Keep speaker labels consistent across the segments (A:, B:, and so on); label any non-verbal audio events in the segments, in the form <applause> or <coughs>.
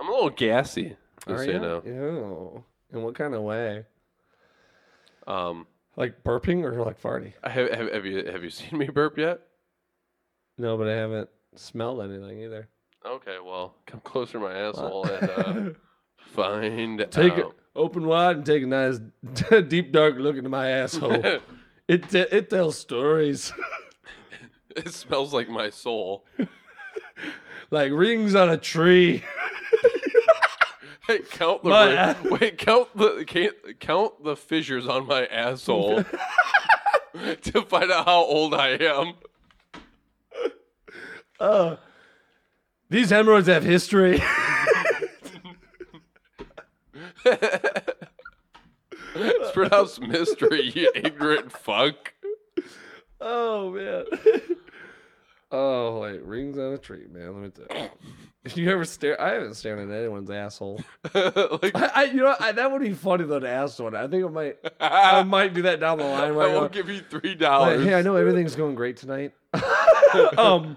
A: little gassy, just so you know.
B: E Ew. In what kind of way?
A: Um,
B: Like burping or like farting?
A: have, have, have you have you seen me burp yet?
B: No, but I haven't smelled anything either.
A: Okay, well, come closer to my asshole
B: <laughs>
A: and uh, um, find
B: take it
A: out.
B: open wide and take a nice <laughs> deep dark look into my asshole.
A: <laughs>
B: it te- it tells stories <laughs>
A: It smells like my soul. <laughs>
B: like rings on a tree.
A: Hey, count the
B: My
A: ri-
B: ass-
A: <laughs> wait, count the can't, count the fissures on my
B: <laughs>
A: asshole <laughs> to find out how old I am. <laughs>
B: Uh, these hemorrhoids have history. <laughs>
A: It's pronounced mystery, you ignorant fuck. <laughs>
B: oh man. <laughs> oh, like rings on a tree, man. Let me tell you. <laughs> If you ever stare, I haven't stared at anyone's asshole.
A: like, <laughs>
B: I, I you know, I, that would be funny though to ask someone. I think I might, I
A: I
B: might do that down the line. Where I
A: will
B: go,
A: <laughs> give you three
B: like,
A: dollars.
B: hey, I know everything's going great
A: <laughs>
B: tonight. um,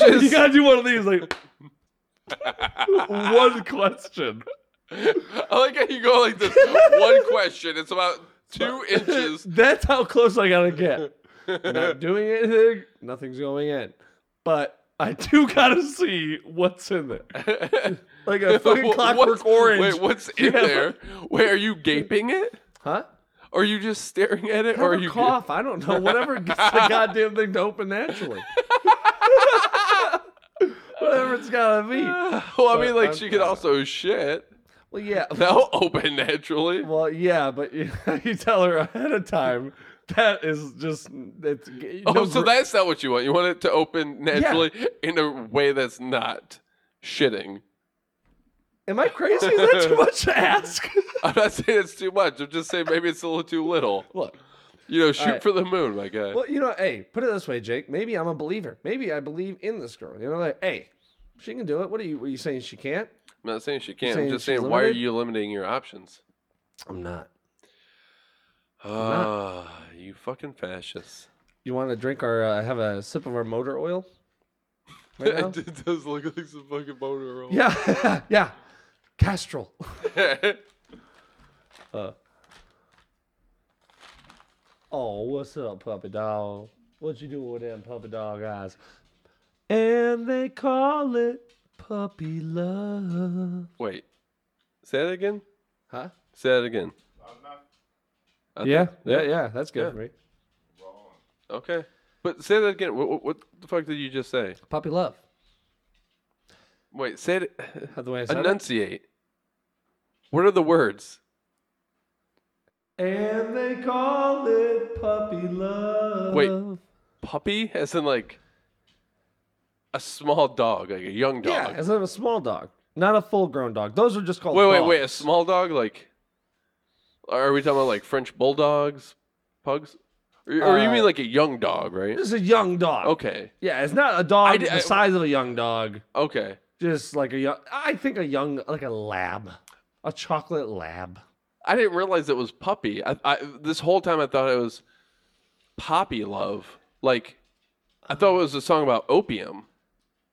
B: <laughs> you
A: just
B: gotta do one of these, like
A: <laughs>
B: one question.
A: I like how you go like this.
B: <laughs>
A: One question. It's about two inches.
B: That's how close I gotta
A: <laughs>
B: get. <laughs> Not doing anything. Nothing's going in, but I do gotta see what's in there.
A: <laughs>
B: Like a fucking
A: Wha-
B: clockwork
A: what's-
B: orange.
A: Wait, what's in
B: Yeah.
A: there? Wait, are you gaping it?
B: Huh?
A: Are you just staring at it?
B: Have
A: Or are
B: a
A: you
B: cough? I don't know. Whatever gets
A: <laughs>
B: the goddamn thing to open naturally. Whatever it's gotta be.
A: <laughs> well, I mean, like
B: I'm
A: she could
B: fine.
A: also shit.
B: Well, yeah. <laughs>
A: That'll open naturally.
B: Well, yeah, but <laughs> you, you tell her ahead of time. That is just it's. g-
A: oh,
B: no
A: so
B: gr-
A: that's not what you want. You want it to open naturally in a way that's not shitting. <laughs>
B: am I crazy? Is that too much to ask? <laughs>
A: I'm not saying it's too much. I'm just saying maybe it's a little too little.
B: Look,
A: You know, shoot
B: Alright.
A: for the moon, my guy.
B: well, you know, hey, put it this way, Jake. Maybe I'm a believer. Maybe I believe in this girl. You know, like, hey, she can do it. What are you? What are you saying she can't?
A: I'm not saying she can't. I'm
B: saying
A: just
B: she's
A: saying, why are
B: limited?
A: you limiting your options?
B: I'm not.
A: Ah, you fucking fascists.
B: You want to drink our? Uh, have a sip of our motor oil? Right now?
A: <laughs> it does look like some fucking motor roll.
B: yeah, <laughs> yeah. Castrol. Oh, what's up, puppy dog? What you doing with them puppy dog eyes? And they call it puppy love.
A: <laughs> Wait. Say that again?
B: Huh?
A: Say that again. I
B: Yeah,
A: think-
B: yeah, yeah. That's good for me.
A: Okay. But say that again. What, what the fuck did you just say?
B: Puppy love.
A: Wait, say it.
B: By the way, I said it.
A: Enunciate. What are the words?
B: And they call it puppy love.
A: Puppy? As in, like, a small dog, like a young dog.
B: Yeah, as of a small dog, not a full-grown dog. Those are just called.
A: wait, wait, wait. A
B: dogs.
A: small dog? Like, are we talking about, like, French bulldogs? Pugs? Or, or you
B: Uh,
A: mean, like, a young dog, right?
B: This is a young dog.
A: Okay.
B: Yeah, it's not a dog
A: I d- I-
B: the size of a young dog.
A: Okay.
B: Just like a young. I think a young, like a lab, a chocolate lab.
A: I didn't realize it was puppy. I, I this whole time I thought it was poppy love. Like I thought it was a song about opium.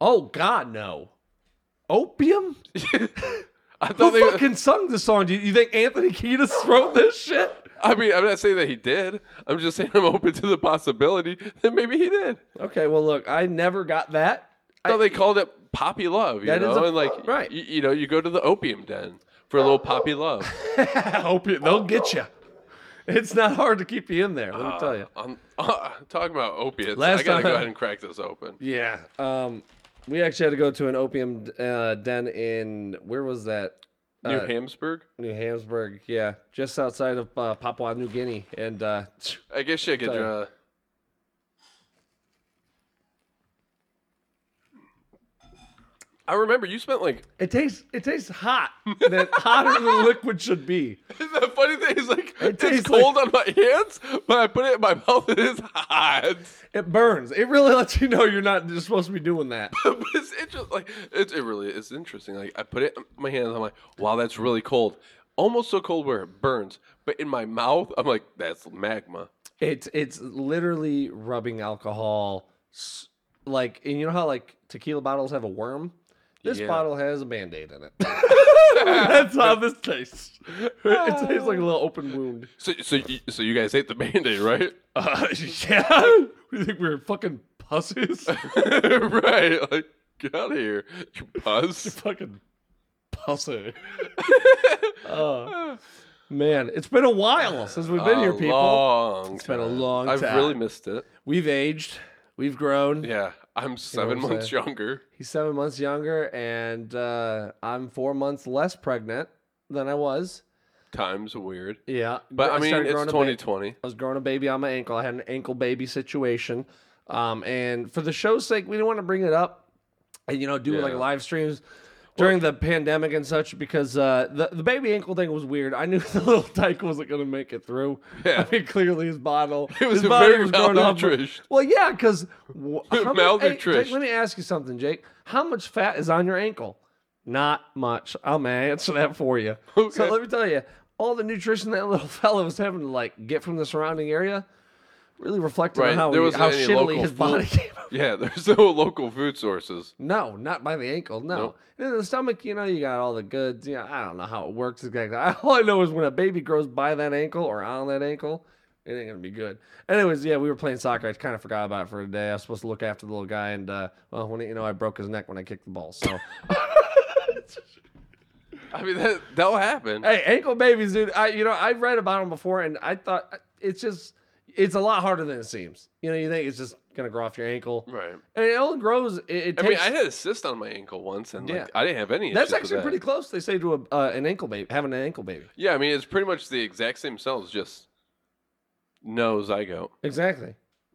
B: Oh God, no! <laughs> Opium?
A: I
B: Who
A: thought they,
B: fucking sung this song? Do you, you think Anthony Kiedis <laughs> wrote this shit?
A: <laughs> I mean, I'm not saying that he did. I'm just saying I'm open to the possibility that maybe he did.
B: Okay, well look, I never got that. <laughs>
A: I thought they called it poppy love, you
B: That is
A: know,
B: a-
A: and like
B: right.
A: you, you know, you go to the opium den for a little poppy love.
B: opium, they'll get you. It's not hard to keep you in there. Let me tell you.
A: I'm <laughs> uh, talking about opiates. I
B: Last
A: gotta go
B: time-
A: ahead and crack this open.
B: Yeah. Um, we actually had to go to an opium uh, den in where was that?
A: New
B: Uh,
A: Hamsburg.
B: New Hamsburg. Yeah, just outside of uh, Papua New Guinea, and uh, <laughs>
A: I guess you could.
B: Sorry.
A: Uh, I remember you spent like. <laughs>
B: it tastes it tastes hot. That hotter than <laughs> liquid should be.
A: The funny thing is, like, it's
B: tastes
A: cold on my hands, but I put it in my <laughs> mouth and it's hot. <laughs>
B: It burns. It really lets you know you're not just supposed to be doing that.
A: but it's interesting. Like, it, it really is interesting. Like, I put it in my hands. I'm like, wow, that's really cold. Almost so cold where it burns, but in my mouth, I'm like, that's magma.
B: It's it's literally rubbing alcohol, s- like and you know how like tequila bottles have a worm. This
A: Yeah.
B: bottle has a band aid <laughs> in it. That's how this tastes. It tastes like a little open wound.
A: So, so, you, so you guys hate the Band-Aid, right? <laughs>
B: Uh, <laughs> yeah. We think we're fucking <laughs> pussies.
A: right. Like, get out of here, you buzz.
B: fucking <laughs> pussy.
A: <laughs>
B: Uh, man, it's been a while since we've been here,
A: A
B: people.
A: Long
B: It's been a
A: time.
B: long
A: I've really
B: time.
A: missed it.
B: We've aged. We've grown.
A: Yeah, I'm seven
B: I'm
A: months younger.
B: He's seven months younger, and uh, I'm four months less pregnant than I was.
A: Times weird,
B: Yeah,
A: but I mean
B: started growing
A: it's
B: a ba-
A: 2020.
B: I was growing a baby on my ankle. I had an ankle baby situation. Um, and for the show's sake, we didn't want to bring it up and, you know, do like
A: Yeah.
B: live streams during the pandemic and such because uh, the, the baby ankle thing was weird. I knew <laughs> the little tyke wasn't going to make it through.
A: Yeah.
B: I mean, clearly his bottle.
A: It was
B: his
A: very
B: growing up.
A: malnourished.
B: Well, yeah, because.
A: <laughs>
B: Wh- how much- hey, Jake,
A: Malnourished.
B: let me ask you something, Jake. How much fat is on your ankle? Not much. I'll answer that for you. So
A: <laughs> Okay.
B: let me tell you, all the nutrition that little <laughs> fella was having to like get from the surrounding area really reflected on
A: Right,
B: how,
A: there
B: he-
A: wasn't
B: how
A: any
B: shittily
A: local
B: his body
A: food.
B: came. out.
A: <laughs> Yeah, there's no local food sources.
B: No, not by the ankle. No,
A: Nope.
B: and then the stomach. You know, you got all the goods. Yeah, I don't know how it works exactly. <laughs> All I know is when a baby grows by that ankle or on that ankle, it ain't gonna be good. Anyways, yeah, we were playing soccer. I kind of forgot about it for a day. I was supposed to look after the little guy, and uh, well, when you know, I broke his neck when I kicked the ball.
A: <laughs>
B: So.
A: I mean that that'll happen.
B: Hey, ankle babies, dude. I you know I've read about them before, and I thought it's just it's a lot harder than it seems. You know, you think it's just gonna grow off your ankle,
A: Right.
B: and it only grows. It, it
A: I mean,
B: takes.
A: I had a cyst on my ankle once, and
B: Yeah.
A: like I didn't have any.
B: that's
A: issues with
B: actually
A: that.
B: pretty close. They say to a, uh, an ankle baby having an ankle baby.
A: Yeah, I mean it's pretty much the exact same cells, just no zygote.
B: Exactly.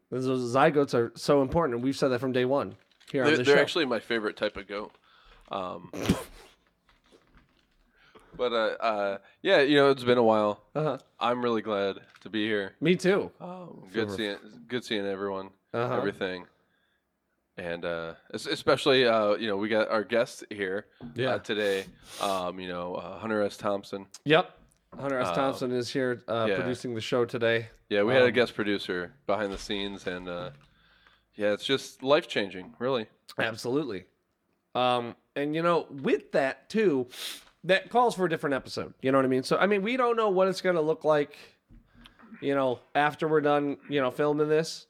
B: Those those zygotes are so important, and we've said that from day one here on
A: They're,
B: the
A: they're
B: show.
A: actually my favorite type of goat.
B: <laughs>
A: Um, but uh, uh, yeah, you know, it's been a while.
B: uh-huh.
A: I'm really glad to be here.
B: Me too.
A: Um, good
B: Sure.
A: seeing, good seeing everyone,
B: Uh-huh.
A: everything, and uh, es- especially uh, you know we got our guest here
B: Yeah.
A: uh, today. Um, you know, uh, Hunter S. Thompson.
B: Yep. Hunter S.
A: Uh,
B: Thompson is here uh,
A: yeah.
B: producing the show today.
A: Yeah, we had a
B: Um,
A: guest producer behind the scenes, and uh, yeah, it's just life changing, really.
B: Absolutely. Um, and you know, with that too, that calls for a different episode. You know what I mean? So I mean, we don't know what it's gonna look like, you know, after we're done, you know, filming this.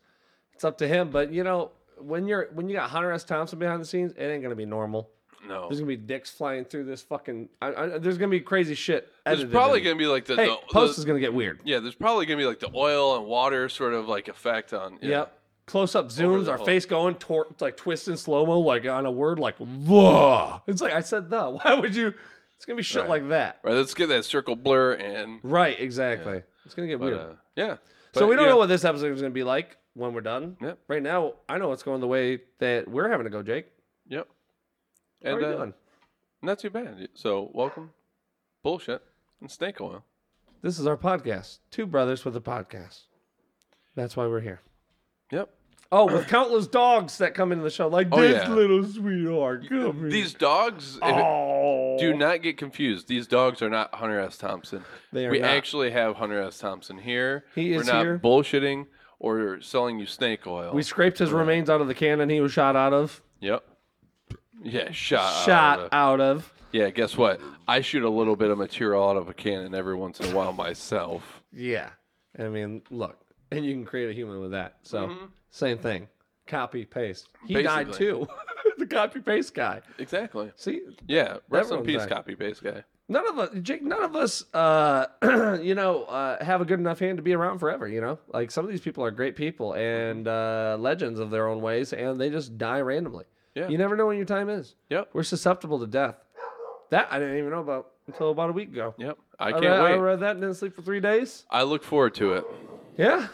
B: It's up to him. But you know, when you're when you got Hunter S. Thompson behind the scenes, it ain't gonna be normal.
A: No,
B: There's gonna be dicks flying through this fucking. I, I, there's gonna be crazy shit.
A: there's
B: edited
A: probably
B: in it.
A: gonna be like the,
B: Hey,
A: the- the-
B: post is gonna get weird.
A: yeah, there's probably gonna be like the oil and water sort of like effect on yeah.
B: Yep. Close up zooms,
A: the
B: our
A: hole.
B: face going tor- like twist in slow mo, like on a word like the. It's like I said the. <laughs> Why would you? It's gonna be shit
A: Right.
B: like that.
A: Right, let's get that circle blur and
B: Right. Exactly. It's gonna get
A: but,
B: weird.
A: uh, yeah.
B: so we don't know what this episode is gonna be like when we're done.
A: Yep.
B: Right now, I know it's going the way that we're having to go, Jake.
A: Yep.
B: How
A: And
B: are you
A: uh,
B: doing?
A: not too bad. So welcome, bullshit and snake oil.
B: This is our podcast. Two brothers with a podcast. That's why we're here.
A: Yep.
B: Oh,
A: <coughs>
B: with countless dogs that come into the show, like
A: Oh,
B: this
A: yeah.
B: little sweetheart. Come here.
A: These dogs. if-
B: oh,
A: Do not get confused. These dogs are not Hunter S. Thompson.
B: They are
A: we
B: not.
A: actually have Hunter S. Thompson here.
B: He
A: We're
B: is
A: not
B: here.
A: bullshitting or selling you snake oil.
B: We scraped his remains out of the cannon he was shot out of.
A: yep. Yeah, shot. out
B: shot
A: of a-
B: out of.
A: Yeah, guess what? I shoot a little bit of material out of a cannon every once in a while myself.
B: Yeah. I mean, look, and you can create a human with that. So, same thing. Copy paste. He died too. <laughs> the
A: Basically.
B: copy paste guy.
A: Exactly.
B: See,
A: Yeah. Rest in
B: Everyone's
A: peace,
B: like-
A: copy paste guy.
B: none of us, Jake, none of us, uh, <clears throat> you know, uh, have a good enough hand to be around forever. You know, like some of these people are great people and uh, legends of their own ways, and they just die randomly.
A: Yeah.
B: You never know when your time is.
A: Yep.
B: We're susceptible to death. That I didn't even know about until about a week ago.
A: Yep. I
B: I
A: can't
B: read, I
A: wait.
B: read that and didn't sleep for three days.
A: I look forward to it.
B: Yeah.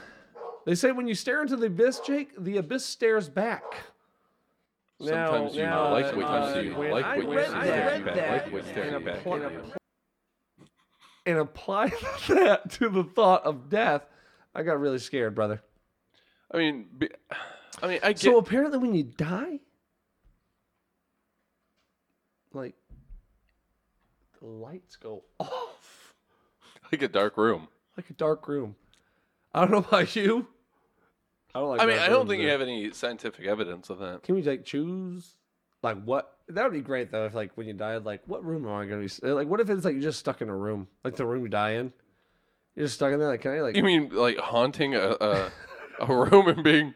B: They say when you stare into the abyss, Jake, the abyss stares back.
A: Sometimes you like what you see,
B: uh, when
A: like
B: I
A: what you
B: read-
A: see,
B: I
A: like
B: read
A: back,
B: that
A: like what's staring
B: and
A: back at
B: appl-
A: you.
B: and appl- And apply <laughs> that to the thought of death. I got really scared, brother.
A: I mean, be, I mean, I get.
B: So apparently, when you die, like the lights go off
A: like a dark room.
B: like a dark room. I don't know <laughs> about you. I don't like.
A: I mean,
B: dark
A: I don't
B: rooms,
A: think you
B: man.
A: have any scientific evidence of that.
B: Can we like choose like what that would be great though. If like when you died, like what room am I gonna be? s- Like what if it's like you're just stuck in a room, like the room you die in? You're just stuck in there. Like can I like
A: You mean like haunting a a, a room and being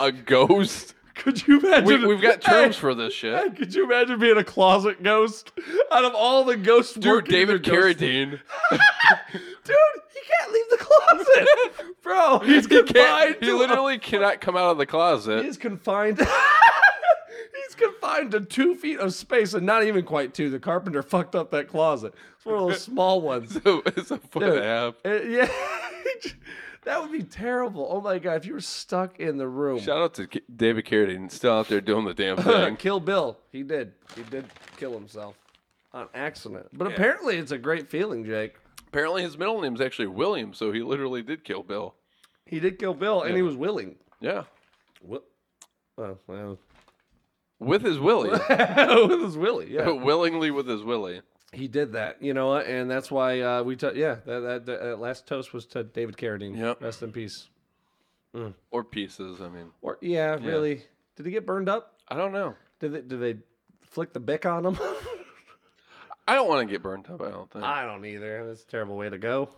A: a ghost?
B: <laughs> Could you imagine?
A: We,
B: <laughs>
A: we've got terms
B: Hey,
A: for this shit.
B: hey, could you imagine being a closet ghost? Out of all the ghosts,
A: Dude,
B: working in the
A: David
B: ghost-
A: Carradine.
B: Dude, he can't leave the
A: <laughs>
B: closet, bro. He's
A: He,
B: confined.
A: can't, he
B: to a-
A: literally cannot come out of
B: <laughs>
A: the closet. <laughs>
B: He's confined. He's confined to two feet of space, and not even quite two. The carpenter fucked up that closet. It's one of those small ones.
A: it's a foot and
B: Dude.
A: a half.
B: Uh, yeah, <laughs> that would be terrible. Oh my god, if you were stuck in the room. Uh,
A: Shout out to K- David Carradine, still out there doing the damn thing.
B: Kill Bill. He did. He did kill himself on accident. But apparently, it's a great feeling, Jake.
A: Apparently, his middle name's actually William, so he literally did kill Bill.
B: He did kill Bill, and he was willing.
A: Yeah,
B: What? Oh, well. <laughs>
A: with his willy, <laughs>
B: it was Willie. Yeah.
A: willingly with his willy.
B: He did that, you know, what? and that's why uh, we took. Yeah, that, that, that that last toast was to David Carradine.
A: Yep.
B: Rest in peace.
A: or pieces. I mean,
B: Or yeah, really. Did he get burned up?
A: I don't know.
B: Did they, did they flick the bick on him? <laughs>
A: I don't want to get burnt up. I don't think.
B: I don't either. That's a terrible way to go.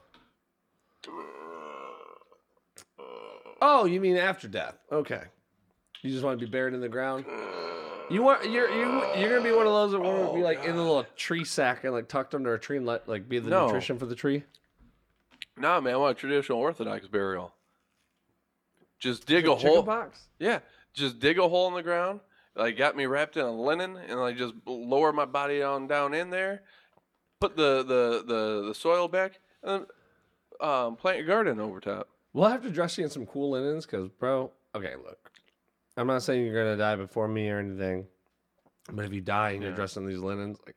B: Oh, you mean after death? Okay. You just want to be buried in the ground. You want you're you you're gonna be one of those that want to be like in a little tree sack and like tucked under a tree and let like be the
A: No.
B: nutrition for the tree.
A: nah, man, I want a traditional Orthodox burial. Just dig a
B: Chicken
A: hole.
B: box.
A: Yeah, just dig a hole in the ground. Like got me wrapped in a linen, and like just lower my body on down in there. Put the the the, the soil back, and then, um, plant your garden over top.
B: We'll have to dress you in some cool linens, cause bro. Okay, look, I'm not saying you're gonna die before me or anything, but if you die and you're
A: Yeah.
B: dressed in these linens, like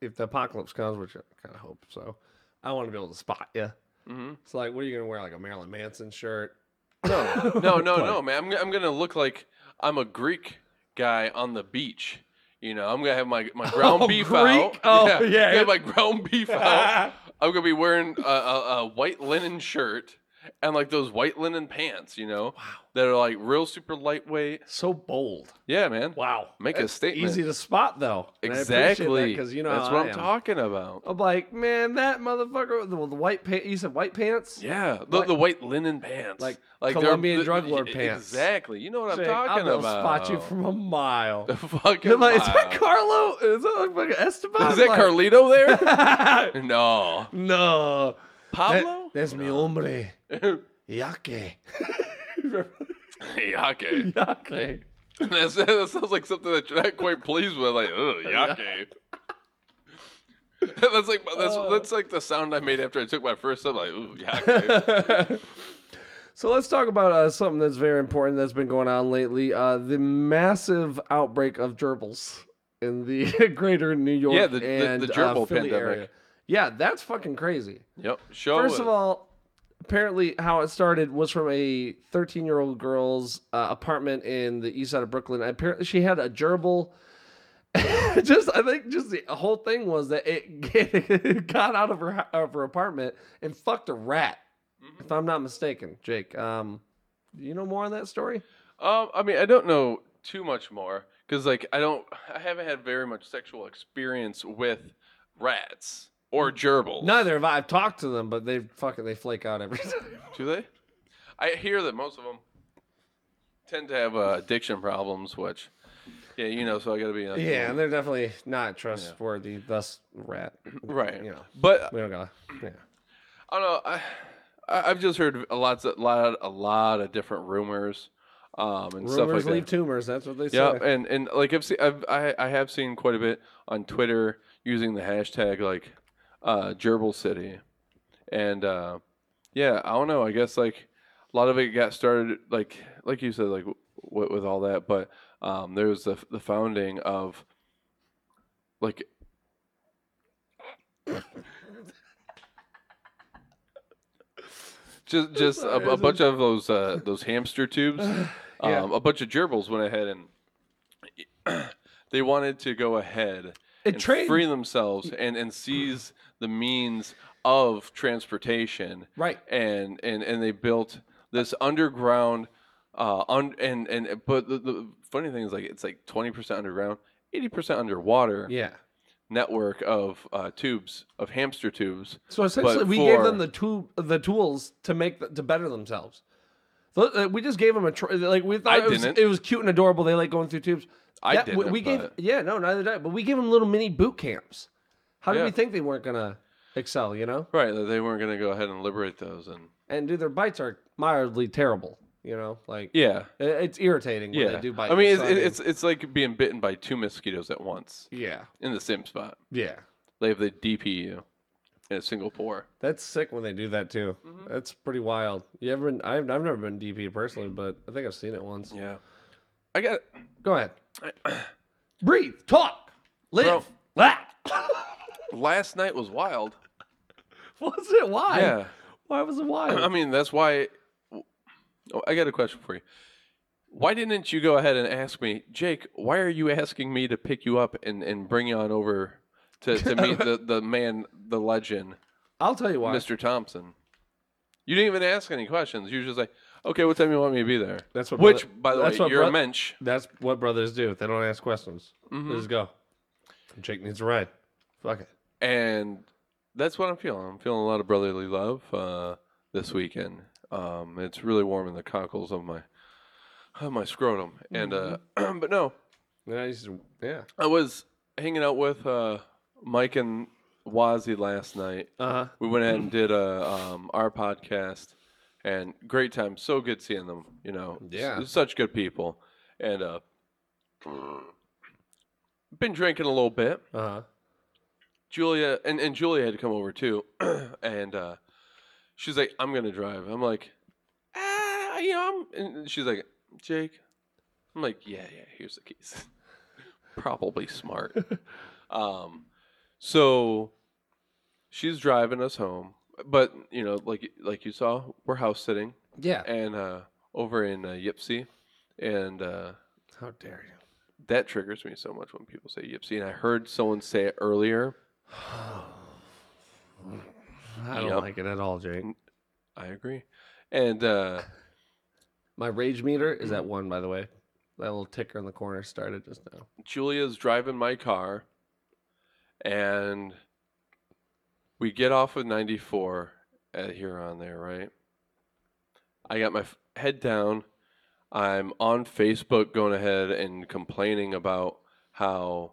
B: if the apocalypse comes, which I kind of hope so, I want to be able to spot you.
A: hmm
B: It's like, what are you gonna wear? Like a Marilyn Manson
A: <laughs>
B: shirt? <laughs>
A: No, no, no, no, man. I'm, g- I'm gonna look like I'm a Greek guy on the beach. You know, I'm gonna have my,
B: <laughs>
A: my ground
B: Oh,
A: beef
B: Greek?
A: out.
B: <laughs> Oh,
A: I'm gonna
B: yeah.
A: have my
B: <laughs>
A: ground beef out. I'm gonna be wearing a, a, a white linen shirt and like those white linen pants. You know,
B: Wow.
A: that are like real super lightweight.
B: So bold.
A: Yeah, man.
B: Wow.
A: Make a statement.
B: Easy to spot though.
A: Exactly.
B: Because you know
A: that's
B: how
A: what
B: I
A: I'm
B: am.
A: talking about.
B: I'm like, man, that motherfucker with the, with the white pants. You said white pants?
A: Yeah, the,
B: Like-
A: the white linen pants,
B: like
A: they're-
B: Colombian
A: the-
B: drug lord
A: e-
B: pants.
A: Exactly. You know what I'm
B: Jake,
A: talking
B: I'll
A: about.
B: spot you from a mile.
A: the fucking.
B: Am I- is that
A: mile.
B: Carlo? Is that like fucking Esteban?
A: Is that
B: Like- <laughs>
A: Carlito there? no.
B: no. That-
A: Pablo?
B: that's mi hombre. Yake. Remember?
A: <laughs>
B: <laughs>
A: Yake. <laughs>
B: Yake.
A: That's, that sounds like something that you're not quite pleased with. Like,
B: <laughs>
A: oh, Yake. <laughs> that's like that's
B: Oh.
A: that's like the sound I made after I took my first sip. Like,
B: <laughs>
A: ooh, Yake.
B: so let's talk about uh, something that's very important that's been going on lately uh, the massive outbreak of gerbils in the <laughs> greater New York
A: Yeah, the- the-
B: and
A: the gerbil
B: uh, Philly
A: pandemic.
B: area. Yeah, that's fucking crazy.
A: yep. Show
B: First of
A: us.
B: all, apparently how it started was from a 13 year old girl's uh, apartment in the east side of Brooklyn. Apparently, she had a gerbil. <laughs> just I think just the whole thing was that it, it <laughs> got out of her hou- of her apartment and fucked a rat.
A: Mm-hmm.
B: If I'm not mistaken, Jake. Um, do you know more on that story?
A: Um, I mean, I don't know too much more because, like, I don't, I haven't had very much sexual experience with rats or gerbils.
B: Neither have I. I've talked to them, but they fucking they flake out every <laughs> time.
A: Do they? I hear that most of them tend to have uh, addiction problems, which, yeah, you know, so I got to be. Like,
B: yeah, and they're definitely not trustworthy. Thus,
A: <laughs>
B: rat.
A: Right.
B: You know,
A: But
B: we don't gotta. Yeah.
A: I don't know. I, I- I've just heard a lots, of, lot, a lot of different rumors, um, and stuff like
B: Rumors
A: that.
B: leave tumors. That's what they say.
A: Yeah, and and like I've seen, I've, I I have seen quite a bit on Twitter using the hashtag like uh, Gerbil City, and uh, yeah, I don't know. I guess like a lot of it got started like like you said like w- with all that, but um, there was the the founding of
B: <laughs>
A: like just just a,
B: Sorry,
A: a
B: this
A: bunch of those uh, those hamster tubes.
B: Yeah.
A: Um, a bunch of gerbils went ahead and <clears throat> they wanted to go ahead
B: It
A: and
B: trade-
A: free themselves and, and seize the means of transportation
B: Right.
A: and and and they built this underground uh un, and and but the, the funny thing is like it's like 20% underground eighty percent underwater
B: Yeah.
A: network of uh, tubes of hamster tubes.
B: So essentially,
A: But
B: we gave them
A: for-
B: the tool, the tools to make the, to better themselves. So, uh, we just gave them a tr- like we thought
A: I
B: it was,
A: didn't.
B: it was cute and adorable. They like going through tubes.
A: I
B: That-
A: didn't,
B: We gave
A: but-
B: yeah no neither did I. But we gave them little mini boot camps. How did
A: Yeah.
B: we think they weren't gonna excel? You know,
A: Right, that they weren't going to go ahead and liberate those, and
B: and do their bites are mildly terrible. You know, like
A: yeah,
B: i- it's irritating when
A: yeah.
B: they do bite.
A: I mean,
B: you,
A: it's,
B: so
A: it's it's like being bitten by two mosquitoes at once
B: yeah,
A: in the same spot.
B: yeah.
A: They have the DPU in a single pour.
B: That's sick when they do that too.
A: Mm-hmm.
B: That's pretty wild. You ever been? I've, I've never been DP personally, but I think I've seen it once.
A: Yeah, I got
B: Go ahead. <clears throat> Breathe, talk, live, laugh. <laughs>
A: last night was wild.
B: was it? Why?
A: Yeah,
B: Why was it wild?
A: I mean that's why. Oh, I got a question for you. Why didn't you go ahead and ask me, Jake? Why are you asking me to pick you up and, and bring you on over to,
B: <laughs>
A: to meet the, the man, the legend,
B: I'll tell you why.
A: Mr. Thompson? You didn't even ask any questions. You were just like, okay, what time do you want me to be there?
B: That's what
A: Which,
B: brother-
A: by the
B: that's
A: way,
B: what
A: you're
B: bro-
A: a mensch. Mm-hmm.
B: That's what brothers do. They don't ask questions. They just go. Jake needs a ride. Fuck it.
A: and that's what I'm feeling. I'm feeling a lot of brotherly love uh, this weekend. Um, it's really warm in the cockles of my of my scrotum, and uh, <clears throat> but no,
B: And I used to, yeah.
A: I was hanging out with uh, Mike and Wazzy last night.
B: Uh huh.
A: We went ahead and did a, um, our podcast, and great time. So good seeing them. You know, S-
B: Yeah.
A: such good people, and uh, <clears throat> been drinking a little bit.
B: Uh huh.
A: Julia and, and Julia had come over too, <clears throat> and uh, she's like, "I'm gonna drive." I'm like, "Ah, you know," I'm, and she's like, "Jake," I'm like, "Yeah, yeah, here's the keys." <laughs> Probably smart. um, so she's driving us home, but you know, like like you saw, we're house sitting
B: Yeah.
A: and uh, over in uh, Yipsy, and uh,
B: How dare you?
A: that triggers me so much when people say Yipsy, and I heard someone say it earlier.
B: <sighs> I don't
A: Yep.
B: like it at all, Jake.
A: I agree. And uh,
B: My rage meter is at one, by the way. That little ticker in the corner started just now.
A: Julia's driving my car, and we get off of 94 at Huron there, right? I got my f- head down. I'm on Facebook going ahead and complaining about how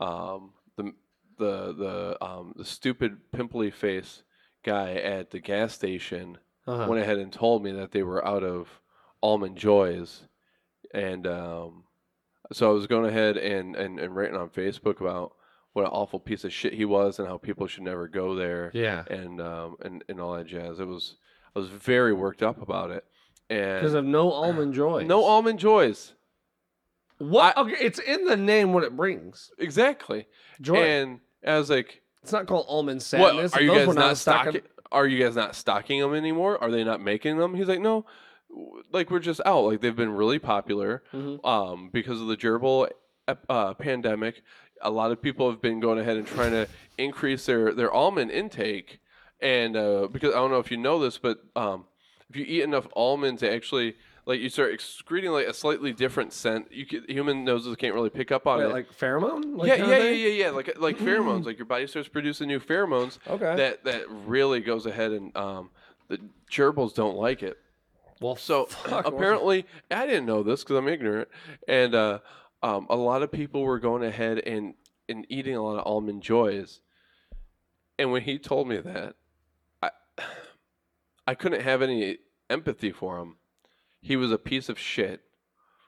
A: um, the the the um, the stupid pimply face guy at the gas station
B: Uh-huh.
A: went ahead and told me that they were out of almond joys and um, so i was going ahead and, and, and writing on facebook about what an awful piece of shit he was and how people should never go there
B: yeah.
A: and, um, and and all that jazz it was i was very worked up about it
B: Because
A: and
B: of no almond joy.
A: no almond joys
B: What? okay, it's in the name what it brings.
A: exactly
B: Joy.
A: and i was like
B: it's not called almond sadness.
A: What are you
B: Those
A: guys
B: were
A: not, stocking? Are you guys not stocking them anymore? Are they not making them? He's like, no, w- like we're just out. Like they've been really popular
B: Mhm.
A: um, because of the gerbil ep- uh, pandemic. A lot of people have been going ahead and trying to increase their their almond intake, and uh, because I don't know if you know this, but um, if you eat enough almonds, it actually like you start excreting like a slightly different scent. You can, human noses can't really pick up on
B: Wait,
A: it.
B: like pheromone? Like
A: yeah,
B: kinda
A: yeah, yeah,
B: thing?
A: yeah, yeah.
B: <clears throat>
A: Like like pheromones. Like your body starts producing new pheromones
B: Okay.
A: that that really goes ahead and um, the gerbils don't like it.
B: well, <laughs>
A: So uh,
B: fuck, well,
A: apparently, I didn't know this because I'm ignorant, and uh, um, a lot of people were going ahead and and eating a lot of almond joys. And when he told me that, I <sighs> I couldn't have any empathy for him. He was a piece of shit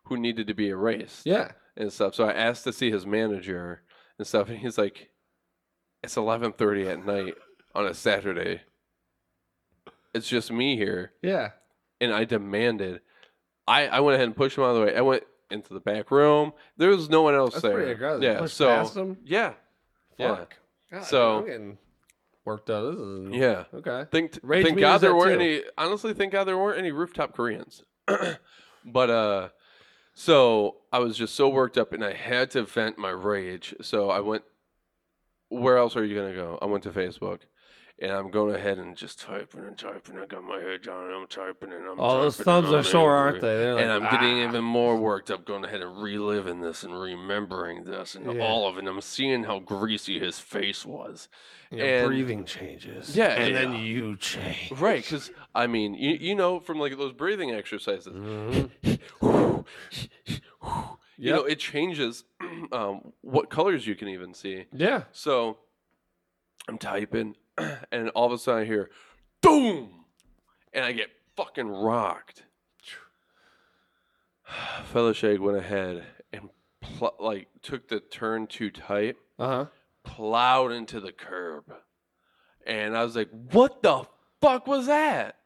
A: who needed to be erased
B: yeah.
A: and stuff. So I asked to see his manager and stuff, and he's like, "It's eleven thirty at night on a Saturday. It's just me here."
B: Yeah.
A: And I demanded. I I went ahead and pushed him out of the way. I went into the back room. There was no one else
B: That's
A: there.
B: pretty aggressive.
A: Yeah.
B: Push
A: so
B: past them?
A: yeah, yeah.
B: Fuck. God,
A: So-
B: I'm getting worked up. This is
A: yeah.
B: Okay.
A: Thank
B: Rage
A: thank
B: me
A: God
B: was
A: there
B: that
A: weren't
B: too.
A: any. Honestly, thank God there weren't any rooftop Koreans. <clears throat> but uh, so I was just so worked up, and I had to vent my rage. So I went. Where else are you gonna go? I went to Facebook, and I'm going ahead and just typing and typing. I got my head down and I'm typing and I'm.
B: Oh, those
A: typing
B: thumbs
A: and
B: are
A: I'm
B: sore, aren't
A: angry.
B: they? They're
A: And I'm
B: like,
A: getting
B: "Ah."
A: even more worked up, going ahead and reliving this and remembering this and
B: Yeah.
A: all of it. And I'm seeing how greasy his face was.
B: Your
A: and-
B: breathing changes.
A: Yeah,
B: and then
A: yeah.
B: you change.
A: Right, because I mean, you, you know from like those breathing exercises,
B: Mhm. <laughs>
A: you know, it changes <clears throat> um, what colors you can even see.
B: Yeah.
A: So I'm typing, <clears throat> and all of a sudden I hear, boom, and I get fucking rocked. <sighs> Fellowshake went ahead and pl- like took the turn too tight,
B: Uh huh.
A: plowed into the curb, and I was like, "What the fuck was that?" <laughs>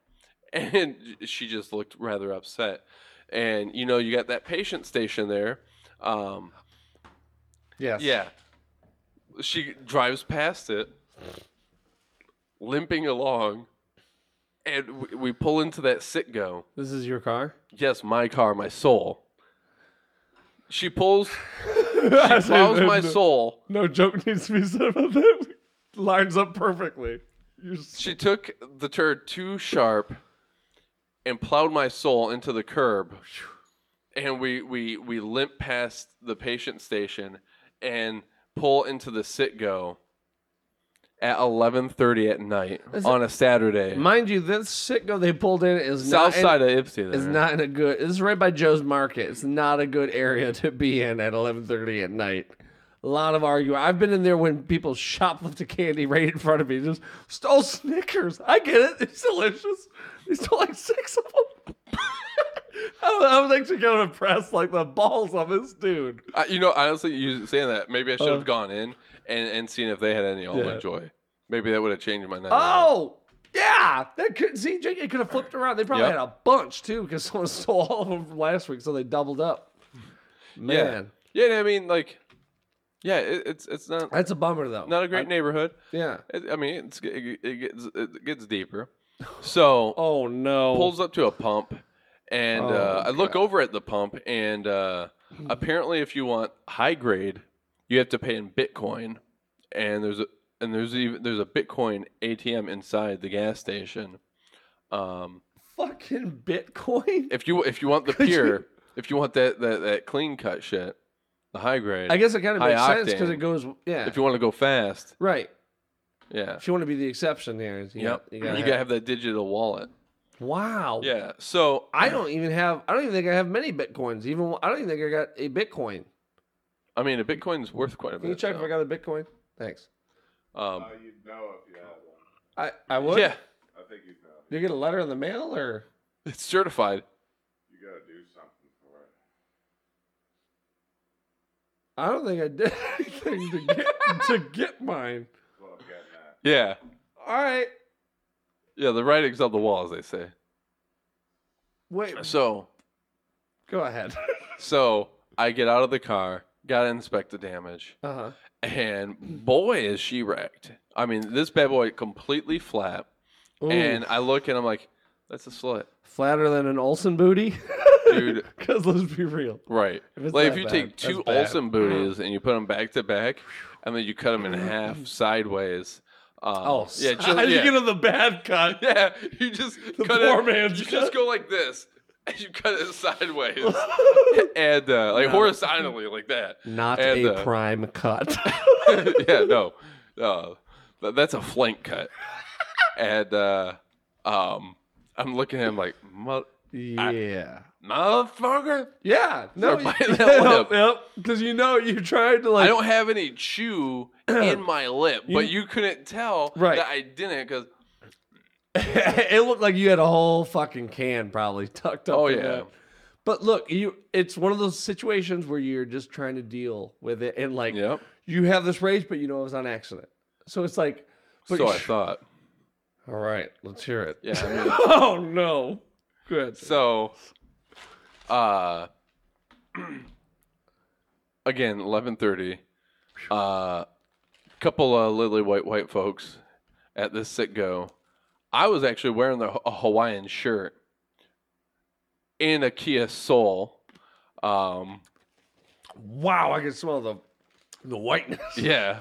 A: And she just looked rather upset. And you know, you got that patient station there. Um,
B: Yes.
A: yeah. She drives past it, limping along, and w- we pull into that Sitgo.
B: This is your <laughs> car.
A: Yes, my car, my soul. She pulls, she plows my soul.
B: No joke needs to be said about that. Lines up perfectly. You're s-
A: She took the turd too sharp and plowed my soul into the curb. And we, we, we limp past the patient station and pull into the Sitgo at 11.30 at night
B: Is it-
A: on a Saturday.
B: Mind you, this sitco they pulled in is
A: South
B: not in-
A: side of Ipsy there.
B: is not in a good. This is right by Joe's Market. It's not a good area to be in at 11:30 at night. A lot of arguing. I've been in there when people shoplifted candy right in front of me. Just stole Snickers. I get it. It's delicious. They stole like six of them. <laughs> I was- I was actually kind of impressed, like the balls on this dude.
A: I, you know, honestly, you saying that, maybe I should have
B: Uh.
A: gone in and, and seen if they had any almond
B: Yeah.
A: joy. Maybe that would have changed my night.
B: Oh, yeah. That could see Jake. It could have flipped around. They probably
A: Yep.
B: had a bunch too because someone <laughs> stole all of them from last week, so they doubled up. Man,
A: yeah, yeah. I mean, like, yeah, it, it's it's not
B: that's a bummer though.
A: not a great
B: I-
A: neighborhood.
B: yeah.
A: It, I mean, it's, it, it gets it gets deeper.
B: <laughs>
A: So
B: Oh no.
A: pulls up to a pump, and uh,
B: Oh,
A: I look
B: God. Hmm.
A: over at the pump, and uh, apparently, if you want high grade, you have to pay in Bitcoin, and there's a and there's even there's a Bitcoin ATM inside the gas station. Um,
B: Fucking Bitcoin.
A: if you if you want the
B: <laughs> Could you-
A: pure, if you want that, that that clean cut shit, the high grade.
B: I guess it kind of
A: High
B: makes sense because
A: octane.
B: it goes. Yeah.
A: if you want to go fast,
B: right.
A: yeah.
B: If you want to be the exception there. You
A: Yep.
B: You Oh.
A: You
B: gotta
A: gotta,
B: have-
A: have that digital wallet.
B: wow.
A: Yeah. So
B: I don't even have. I don't even think I have many bitcoins. Even I don't even think I got a bitcoin.
A: I mean, a Bitcoin's worth quite a bit.
B: Can you check if
A: so,
B: I got a bitcoin? Thanks.
A: um,
C: Uh, you'd know if you had one.
B: I I would.
A: yeah, <laughs>
C: I think you'd know.
B: Do you get a letter in the mail or?
A: it's certified.
C: You gotta do something for it.
B: I don't think I did <laughs> anything to get to get mine.
C: Well, I'm getting that.
A: Yeah.
B: All right.
A: Yeah, the writing's on the wall, as they say.
B: Wait.
A: So,
B: Go ahead. <laughs>
A: so I get out of the car, gotta inspect the damage,
B: Uh huh.
A: and boy is she wrecked. I mean, this bad boy completely flat, and I look and I'm like, that's a slut,
B: flatter than an Olsen booty, <laughs>
A: dude.
B: Because let's be real.
A: right?
B: If it's
A: like if
B: that
A: you
B: bad,
A: take
B: that's
A: two
B: bad. <clears throat>
A: Olsen booties and you put them back to back, and then you cut them
B: <clears throat>
A: in half sideways. Um,
B: Oh,
A: yeah,
B: s- <laughs>
A: just,
B: I'm
A: yeah.
B: thinking of the bad cut.
A: <laughs> yeah, you just
B: The
A: cut
B: poor
A: it.
B: man's
A: you
B: cut.
A: just go like this, <laughs> and you cut it
B: <laughs>
A: sideways. and uh, like
B: No.
A: horizontally like that.
B: <laughs>
A: <laughs>
B: Not
A: And,
B: a
A: uh,
B: prime <laughs> cut.
A: yeah, no, no, Th- that's a flank cut. and uh, um, I'm looking at him like, "Mo-
B: yeah.
A: motherfucker.
B: yeah. No. <laughs>
A: Start
B: You,
A: biting that lip.
B: Because you know you tried to
A: I
B: like.
A: don't have any chew
B: <clears throat>
A: in my lip, but you couldn't tell
B: Right.
A: that I didn't because
B: <laughs> it looked like you had a whole fucking can probably tucked up.
A: Oh,
B: in
A: yeah.
B: that. But look, you. It's one of those situations where you're just trying to deal with it, and like
A: Yep.
B: you have this rage, but you know it was on accident. So it's like. But
A: so
B: you-
A: I thought.
B: All right, let's hear it. <laughs>
A: Yeah, I mean,
B: oh no. Good.
A: So, uh, <clears throat> again, eleven thirty. Uh, couple of lily white white folks at this sit go. I was actually wearing the, a Hawaiian shirt in a Kia Soul. Um,
B: Wow, I can smell the the whiteness.
A: yeah,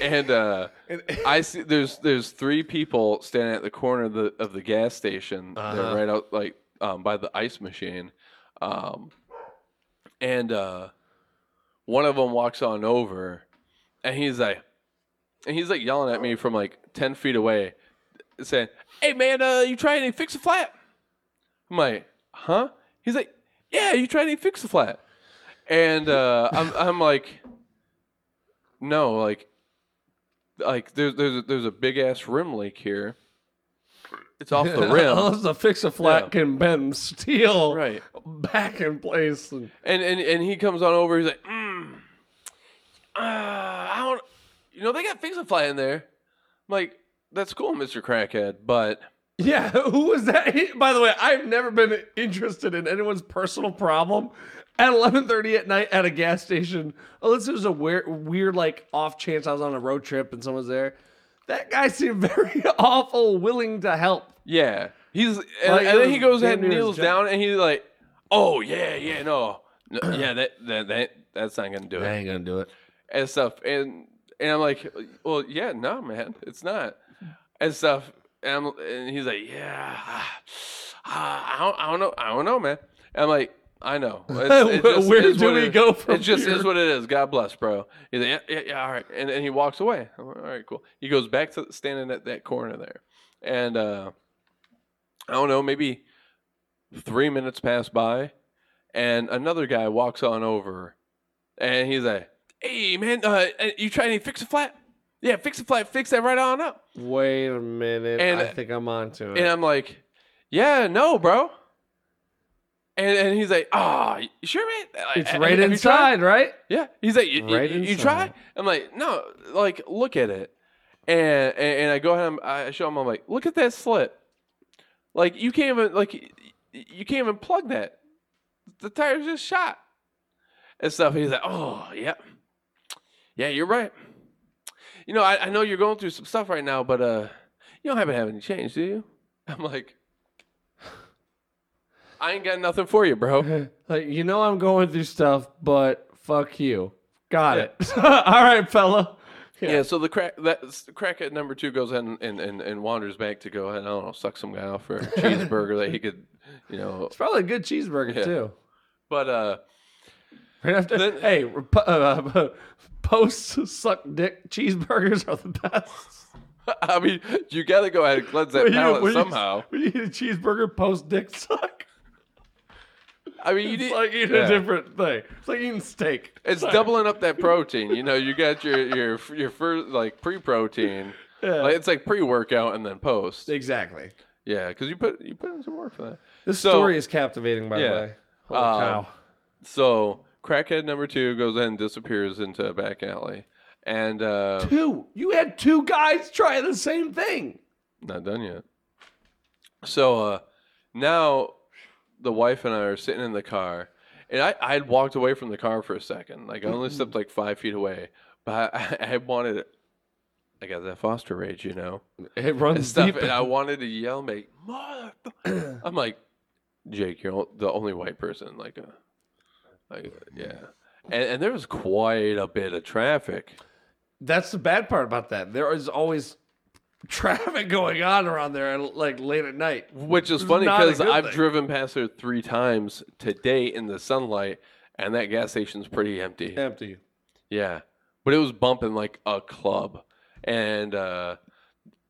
A: and uh,
B: <laughs>
A: I see there's there's three people standing at the corner of the of the gas station.
B: Uh-huh.
A: They're right out like um, by the ice machine, um, and uh, one of them walks on over, and he's like, and he's like yelling at me from like ten feet away, saying, "Hey man, uh, you trying to fix a flat?" I'm like, "Huh?" He's like, "Yeah, you trying to fix a flat?" And uh, I'm I'm like, "No, like." like there's there's a, there's a big ass rim leak here. It's off
B: <laughs>
A: the rim,
B: Unless the fix a flat
A: Yeah.
B: can bend steel
A: right?
B: back in place. And,
A: And and and he comes on over. He's like, mm, uh, I don't, you know, they got fix a fly in there. I'm like, that's cool, Mister Crackhead, but
B: yeah, <laughs> who was that? He- by the way, I've never been interested in anyone's personal problem at 11:30 at night at a gas station, unless it was a weird, weird like off chance I was on a road trip and someone's there. That guy seemed <laughs> very awful, willing to help.
A: yeah, he's and,
B: Like,
A: and
B: it
A: then he
B: was
A: goes
B: damn
A: ahead and
B: near his
A: kneels
B: job.
A: down, and he's like, oh yeah, yeah, no, no
B: <clears throat>
A: yeah, that, that that that's not gonna do it.
B: ain't gonna do it.
A: and stuff. And and I'm like, well, yeah, no, man, it's not, and stuff. And, I'm, and he's like, yeah, <sighs> ah, ah, I, don't, I don't know, I don't know, man. And I'm like,
B: <laughs>
A: I know. It's, it
B: <laughs>
A: just
B: Where
A: is
B: do
A: what
B: we
A: it is.
B: go from
A: It just is
B: here?
A: what it is. God bless, bro. He's like, yeah, yeah, yeah all right. And and he walks away. I'm like, all right, cool. He goes back to standing at that corner there, and uh, I don't know, maybe three minutes pass by, and another guy walks on over, and he's like, "Hey, man, uh, uh, you trying to fix a flat? Yeah, fix a flat, fix that right on up."
B: Wait a minute.
A: And-
B: I think I'm onto it.
A: And I'm like, "Yeah, no, bro." And and he's like, "Ah, you sure, man? Like,
B: it's
A: have-
B: right
A: have you tried?"
B: inside, right?
A: <laughs> Yeah, he's like, "You- you,
B: Right
A: you, you
B: inside.
A: try?" I'm like, "No, like look at it." And and, and I go ahead, and I show him. I'm like, "Look at that slit. Like you can't even like y- y- you can't even plug that. The tire's just shot and stuff." He's like, "Oh yeah, yeah, you're right. You know, I, I know you're going through some stuff right now, but uh, you don't happen to have any change, do you?" I'm like, "I ain't got nothing for you, bro."
B: Like, you know I'm going through stuff, but fuck you. Got it. <laughs> All right, fella.
A: Yeah. so the crack that crackhead number two goes ahead and, and, and, and wanders back to go ahead. and, I don't know, suck some guy off
B: <laughs>
A: for a cheeseburger that he could, you know.
B: It's probably a good cheeseburger
A: Yeah.
B: too.
A: But uh, <laughs>
B: Right after,
A: Then-
B: hey, rep- uh, uh, <laughs> post suck dick cheeseburgers are the
A: <laughs>
B: best.
A: I mean, you got to go ahead and cleanse that
B: When you-
A: palate
B: when you-
A: somehow.
B: when you eat a cheeseburger post dick suck,
A: I mean, <laughs> you
B: it's
A: need,
B: like eating
A: yeah.
B: a different thing. It's like eating steak.
A: It's
B: Sorry.
A: doubling up that protein. You know, you got your your your first like pre protein.
B: <laughs> Yeah.
A: Like, it's like pre workout and then post.
B: exactly.
A: Yeah, because you put you put in some work for that.
B: This
A: So-
B: story is captivating, by
A: Yeah.
B: the way. Holy
A: Um,
B: cow.
A: So crackhead number two goes ahead and disappears into a back alley, and uh,
B: Two. You had two guys try the same thing.
A: Not done yet. So uh, now the wife and I are sitting in the car, and I I had walked away from the car for a second. Like I only stepped like five feet away, but I, <laughs> I wanted, I got that foster rage, you know,
B: It
A: and
B: runs
A: stuff,
B: deep.
A: and I wanted to yell, make mother. I'm like, Jake, you're o- the only white person, like, uh, like yeah, and and there was quite a bit of traffic.
B: That's the bad part about that. There is always <laughs> traffic going on around there, at, like late at night.
A: Which
B: It's
A: is funny
B: not a
A: because
B: good
A: I've
B: thing.
A: driven past there three times today in the sunlight, and that gas station's pretty empty. Yeah.
B: Empty.
A: but it was bumping like a club, and uh,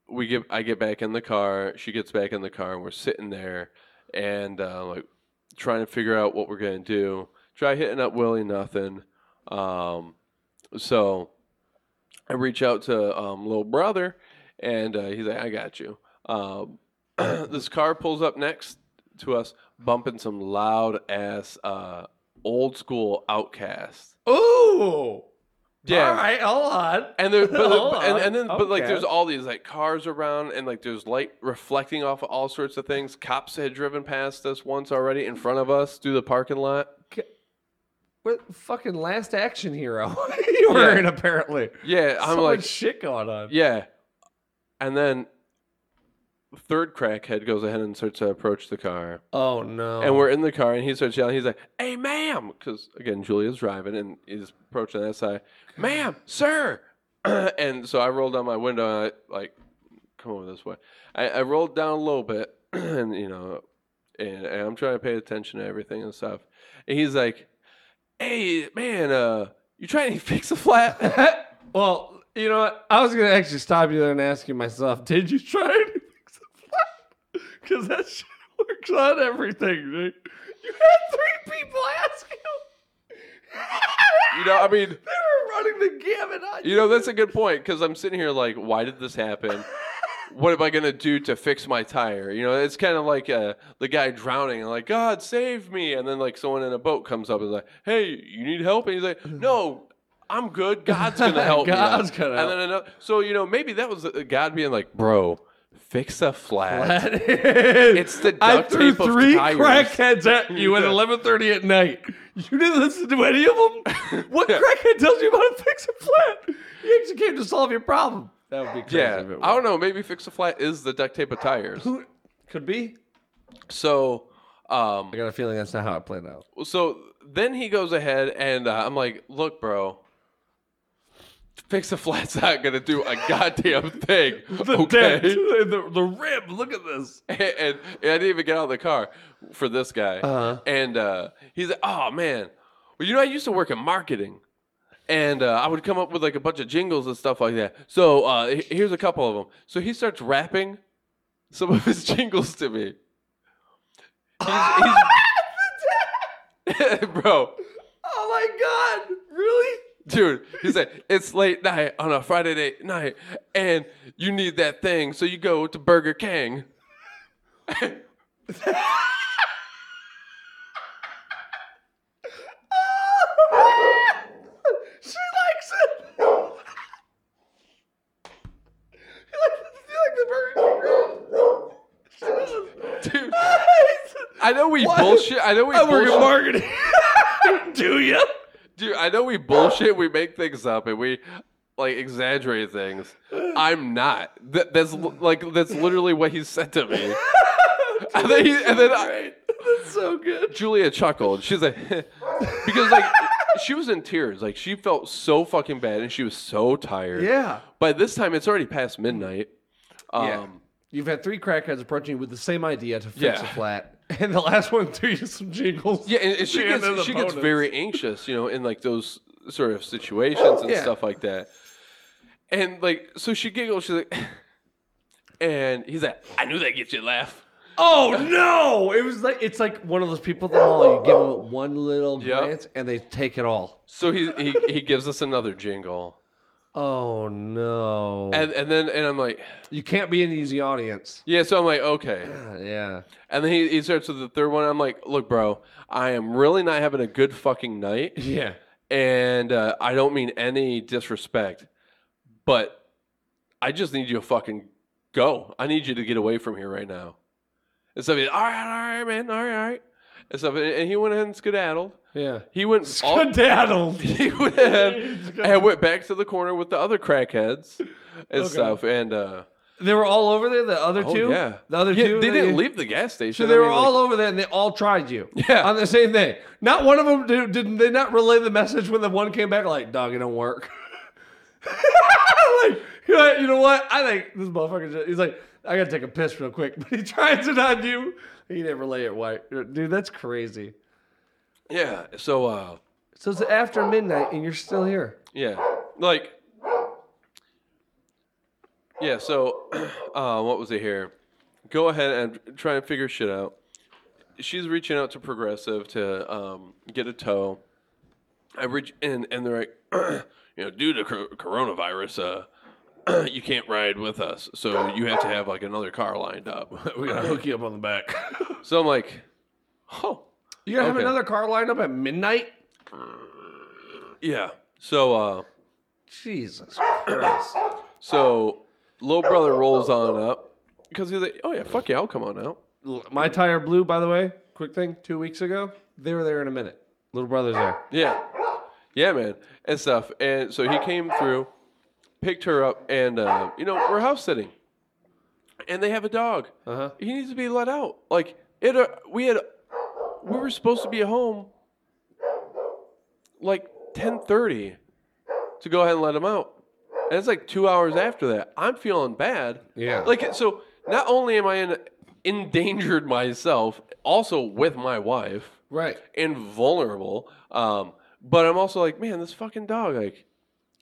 A: we get I get back in the car, she gets back in the car, and we're sitting there, and uh, like trying to figure out what we're gonna do. Try hitting up Willie, nothing. Um, so I reach out to um, little brother, and uh, he's like, "I got you." Um, <clears throat> this car pulls up next to us, bumping some loud ass uh, old school Outcast.
B: Ooh.
A: Yeah.
B: All right, hold on.
A: And there, but,
B: Hold
A: and,
B: on,
A: and then, but like, there's
B: Outcast.
A: all these like cars around, and like, there's light reflecting off of all sorts of things. Cops had driven past us once already in front of us through the parking lot.
B: What fucking last action hero <laughs> you were
A: Yeah.
B: in apparently.
A: Yeah, I'm
B: so
A: like,
B: much shit going on.
A: Yeah. And then third crackhead goes ahead and starts to approach the car.
B: Oh no.
A: And we're in the car and he starts yelling. He's like, hey, ma'am. Because again, Julia's driving and he's approaching that side. Ma'am, sir, <clears throat> and so I rolled down my window and I like come over this way. I, I rolled down a little bit <clears throat> and you know and, and I'm trying to pay attention to everything and stuff. And he's like, Hey man, uh you trying to <laughs> fix a flat?
B: <laughs> well, you know what? I was gonna actually stop you there and ask you myself. Did you try <laughs> to fix a flat? Because that shit works on everything, dude. You had three people ask you. <laughs>
A: you know, I mean
B: they were running the gamut on you.
A: You
B: <laughs>
A: know, that's a good point because I'm sitting here like, why did this happen? What am I gonna do to fix my tire? You know, it's kind of like uh, the guy drowning, and like, God save me, and then like someone in a boat comes up and is like, Hey, you need help? And he's like, No, I'm good.
B: <laughs>
A: God's gonna help me. out."
B: Mm-hmm. God's gonna
A: And then another, so you know, maybe that was uh, God being like, Bro, fix a flat.
B: <laughs> it's
A: the
B: I
A: duct
B: threw
A: tape of
B: three
A: tires.
B: crackheads at you at
A: <laughs> Yeah.
B: 11:30 at night. You didn't listen to any of them.
A: <laughs>
B: What
A: Yeah.
B: crackhead tells you about a fix a flat? You actually came to solve your problem. That would be crazy.
A: Yeah,
B: if it
A: I
B: were.
A: don't know. Maybe fix a flat is the duct tape of tires.
B: Who could be?
A: So, um,
B: I got a feeling that's not how it played out.
A: so then he goes ahead and uh, I'm like, look, bro, fix the flat's not gonna do a goddamn thing.
B: The
A: okay.
B: dent, the, <laughs> the, the rib. Look at this.
A: <laughs> And, and I didn't even get out of the car for this guy.
B: Uh-huh.
A: And uh, he's like, oh man, well you know I used to work in marketing. And uh, I would come up with like a bunch of jingles and stuff like that. So uh, he- here's a couple of them. So he starts rapping some of his <laughs> jingles to me. He's-
B: <laughs>
A: he's- bro,
B: Oh my god! Really? <laughs>
A: Dude, he said, it's late night on a Friday night- night, and you need that thing, so you go to Burger King.
B: she likes it. you like the Burger King wrap?
A: Dude,
B: Jesus.
A: I know we
B: What?
A: bullshit. I know we
B: I work in
A: bullshit.
B: marketing. <laughs> Do you?
A: Dude, I know we bullshit. We make things up and we like exaggerate things. I'm not. That, that's li- like that's literally what he said to me. <laughs> and then, he, and then I,
B: That's so good.
A: Julia chuckled. She's like, <laughs> because like she was in tears. Like she felt so fucking bad and she was so tired.
B: Yeah.
A: By this time, it's already past midnight. Um,
B: Yeah. You've had three crackheads approaching you with the same idea to fix
A: Yeah.
B: a flat, and the last one threw you some jingles.
A: Yeah, and, and she
B: Yeah, and then the
A: gets she gets
B: bonus.
A: very anxious, you know, in like those sort of situations and
B: Yeah.
A: stuff like that. And like, so she giggles. She's like, <sighs> and he's like, "I knew that get you to laugh."
B: Oh no! It was like it's like one of those people at the mall. You give them one little
A: Yep.
B: glance, and they take it all.
A: So he he, he gives us another jingle,
B: Oh no!
A: and and then and I'm like,
B: you can't be an easy audience. <sighs>
A: yeah. So I'm like, okay.
B: Yeah.
A: And then he, he starts with the third one. I'm like, look, bro, I am really not having a good fucking night,
B: Yeah.
A: and uh, I don't mean any disrespect, but I just need you to fucking go. I need you to get away from here right now. And so he's all right, all right, man, all right, all right. And so and he went ahead and skedaddled.
B: Yeah.
A: He went
B: <laughs>
A: all,
B: Skedaddled.
A: he went ahead and went back to the corner with the other crackheads and stuff. And uh,
B: They were all over there. The other
A: oh
B: two.
A: yeah,
B: The other
A: Yeah,
B: two.
A: They
B: that
A: didn't
B: you-
A: leave the gas station.
B: So they
A: I
B: were
A: mean, like-
B: all over there, and they all tried you.
A: Yeah.
B: On the same thing. Not one of them did, did they not relay the message when the one came back like, "Dog, it don't work." <laughs> like, you know, you know what? I think this motherfucker. Just, he's like, I gotta take a piss real quick, <laughs> but he tries it on you. He didn't relay it white, Uh, dude. That's crazy.
A: Yeah. So uh
B: So it's after midnight, and you're still here.
A: yeah. Like Yeah, so <clears throat> uh what was it here? Go ahead and try and figure shit out. She's reaching out to Progressive to um get a tow. I reach in and they're like <clears throat> you know, due to cor- coronavirus uh <clears throat> you can't ride with us. So you have to have like another car lined up. <laughs>
B: We gotta hook you up on the back.
A: so I'm like, "Oh,
B: <laughs> you gotta have
A: Okay.
B: another car lined up at midnight.
A: yeah." So uh
B: Jesus Christ.
A: So, little brother rolls on up because he's like, "Oh yeah, fuck yeah, I'll come on out."
B: L- My tire blew, by the way. Quick thing, two weeks ago. They were there in a minute. Little brother's there.
A: Yeah, yeah, man, and stuff. And so he came through, picked her up, and uh, you know we're house sitting, and they have a dog.
B: Uh huh.
A: He needs to be let out. Like it, uh, we had, we were supposed to be home, like ten thirty, to go ahead and let him out. And it's like two hours after that. I'm feeling bad.
B: Yeah.
A: Like so not only am I in endangered myself, also with my wife
B: Right.
A: and vulnerable. Um, but I'm also like, man, this fucking dog, like,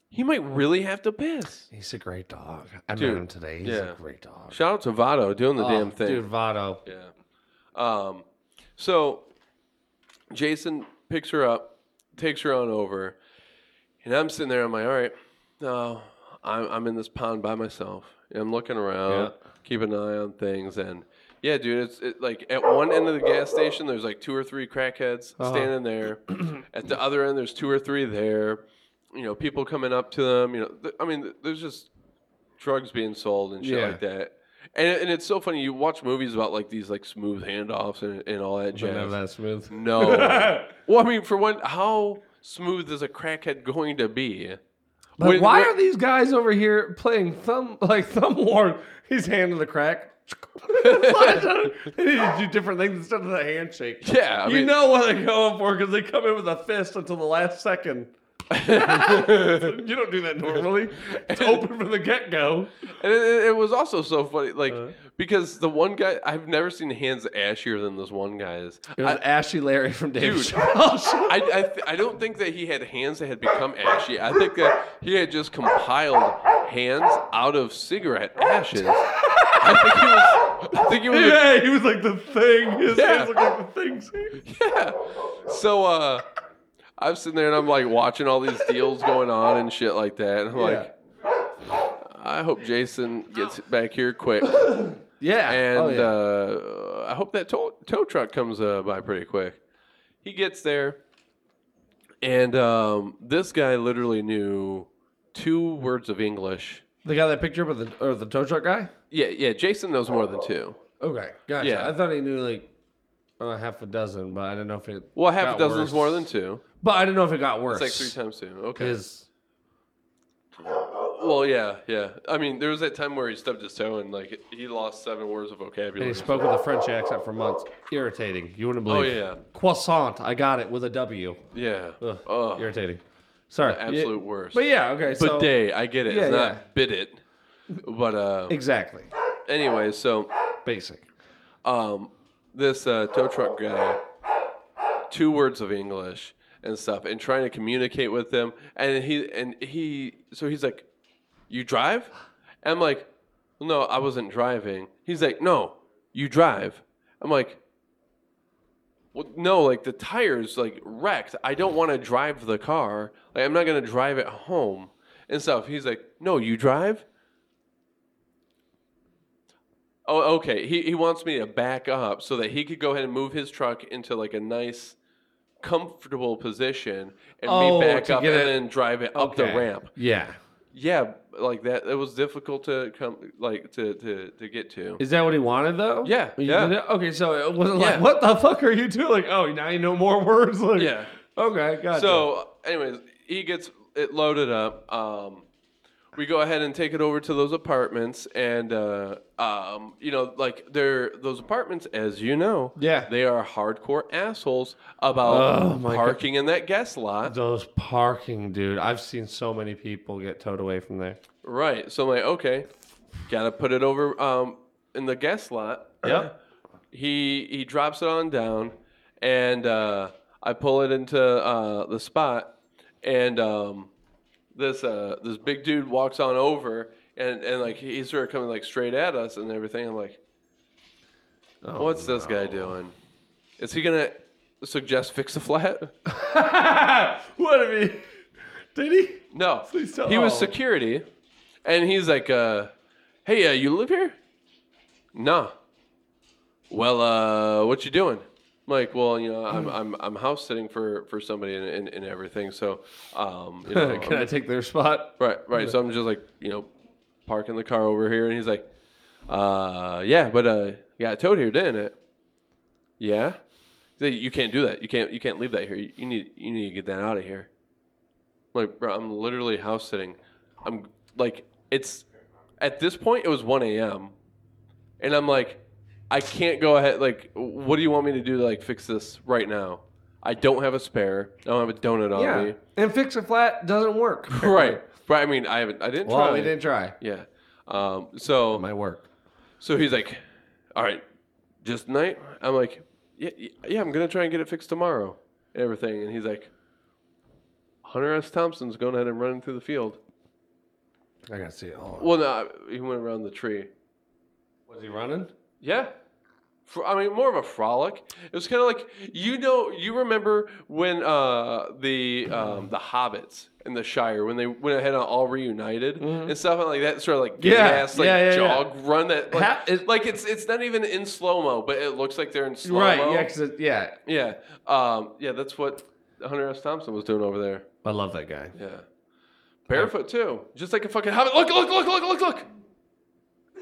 A: he might really have to piss.
B: He's a great dog. I
A: Dude,
B: met him today. He's
A: yeah.
B: a great dog.
A: Shout out to Vado doing the damn thing.
B: Oh, Dude, Votto.
A: Yeah. Um, so Jason picks her up, takes her on over, and I'm sitting there. I'm like, all right, no, I'm, I'm in this pond by myself. And I'm looking around, keep an eye on things, and yeah, dude, it's it, like at one end of the gas station, there's like two or three crackheads
B: Uh-huh.
A: standing there. at the other end, there's two or three there. You know, people coming up to them. You know, th- I mean, th- there's just drugs being sold and shit
B: Yeah.
A: like that. And, and it's so funny. You watch movies about like these like smooth handoffs and, and all that
B: Doesn't have
A: jazz.
B: that smooth. <laughs>
A: No. well, I mean, for one, how smooth is a crackhead going to be?
B: But
A: When-
B: why
A: when-
B: are these guys over here playing thumb like thumb war? He's handing the crack. they need to do different things instead of the handshake.
A: Yeah, I
B: you
A: mean- <laughs>
B: know what they're going for because they come in with a fist until the last <laughs> second. you don't do that normally. It's open from the get go.
A: And it- it, it was also so funny, like
B: Uh-huh.
A: because the one guy I've never seen hands ashier than this one guy's.
B: It was Ashy Larry from Dave.
A: Dude. I, I, th- I don't think that he had hands that had become ashy. I think that he had just compiled hands out of cigarette ashes. I think he was. I think he was.
B: <laughs>
A: a-
B: yeah, he was like the thing. His
A: Yeah.
B: hands look like the things.
A: yeah. So uh, I'm sitting there and I'm like watching all these deals going on and shit like that. And I'm like, I hope Jason gets back here quick.
B: Yeah.
A: And
B: oh, yeah.
A: uh, I hope that tow, tow truck comes uh, by pretty quick. He gets there, and um, this guy literally knew two words of English.
B: the guy that picked you up with the or the tow truck guy.
A: Yeah, yeah. Jason knows more than two.
B: Okay, gotcha.
A: Yeah.
B: I thought he knew like uh, half a dozen, but I didn't know if it.
A: Well, half
B: got
A: a dozen is
B: worse.
A: more than two.
B: But I didn't know if it got worse.
A: It's like three times two. Okay.
B: 'Cause-
A: Well, yeah, yeah. I mean, there was that time where he stubbed his toe and like he lost seven words of
B: and
A: vocabulary.
B: he spoke with a French accent for months. Irritating. You wouldn't
A: oh
B: believe.
A: yeah,
B: Croissant. I got it with a W.
A: yeah.
B: Ugh,
A: Ugh,
B: Irritating. Sorry.
A: Oh. the absolute
B: Yeah,
A: worst.
B: but yeah. Okay.
A: But
B: So
A: day, I get it.
B: Yeah,
A: it's not
B: yeah.
A: bit it. But uh,
B: exactly.
A: anyway, so
B: Basic.
A: um, this uh, tow truck guy, two words of English and stuff, and trying to communicate with them, and he and he, so he's like, "You drive?" And I'm like, "No, I wasn't driving." He's like, "No, you drive." I'm like. Well, no, like the tires like wrecked. I don't want to drive the car. Like I'm not gonna drive it home and stuff. He's like, no, you drive. Oh, okay. He he wants me to back up so that he could go ahead and move his truck into like a nice, comfortable position and
B: Oh,
A: me back
B: to
A: up
B: get
A: and
B: it-
A: then drive it up
B: Okay.
A: the ramp.
B: Yeah.
A: Yeah, like that. It was difficult to come like to to to get to.
B: Is that what he wanted though?
A: Yeah,
B: You
A: yeah.
B: did it? Okay. So it wasn't like,
A: Yeah.
B: what the fuck are you doing? Like, oh, now you know more <laughs> words. Like,
A: Yeah.
B: Okay. Gotcha.
A: So, anyways, he gets it loaded up. Um, we go ahead and take it over to those apartments, and uh, um, you know, like they're those apartments, as you know,
B: Yeah.
A: they are hardcore assholes about
B: Oh, my God.
A: parking in that guest lot.
B: Those parking, dude. I've seen so many people get towed away from there.
A: Right. So I'm like, okay, gotta put it over um, in the guest lot.
B: Yep.
A: he he drops it on down, and uh, I pull it into uh, the spot, and um, this uh, this big dude walks on over, and and like he he's sort of coming like straight at us and everything. I'm like, what's this guy doing? Is he gonna suggest fix the flat?
B: <laughs> what if he did he?
A: No,
B: Please don't.
A: he was
B: Oh.
A: security, and he's like, uh, "Hey, uh, you live here?" Nah. Well, uh, what you doing? I'm like, well, you know, I'm I'm, I'm house sitting for for somebody and, and, and everything. So, um,
B: <laughs>
A: you know,
B: Can
A: I'm-
B: I take their spot?
A: right, right. So I'm just like, you know, parking the car over here, and he's like, uh, yeah, but uh, you got towed here, didn't it? Yeah. He's like, you can't do that. You can't you can't leave that here. You you need you need to get that out of here. I'm like, bro, I'm literally house sitting. I'm like, it's at this point it was 1 a.m. and I'm like, I can't go ahead. Like, what do you want me to do to like fix this right now? I don't have a spare. I don't have a donut on me. <laughs>
B: <laughs> And fix a flat doesn't work.
A: Right. But I mean, I haven't. I didn't try.
B: Well, we didn't try.
A: Yeah. Um. So
B: might work.
A: so he's like, all right, just tonight. I'm like, yeah, yeah, yeah. I'm gonna try and get it fixed tomorrow. and Everything. And he's like, Hunter S. Thompson's going ahead and running through the field.
B: I gotta see it. Hold on.
A: Well, no, he went around the tree.
B: Was he running?
A: Yeah. Fro- I mean, more of a frolic. It was kind of like you know, you remember when uh, the um, the hobbits in the Shire when they went ahead and all reunited and stuff like that, sort of like
B: Mm-hmm. Yeah,
A: gas, like
B: yeah, yeah, yeah.
A: jog run that like,
B: Ha- it-
A: like it's it's not even in slow mo, but it looks like they're in slow mo.
B: Right. Yeah. 'cause it- yeah.
A: yeah, um, yeah. That's what Hunter S. Thompson was doing over there.
B: I love that <laughs> guy.
A: Yeah, barefoot too, just like a fucking hobbit. Look! Look! Look! Look! Look! Look!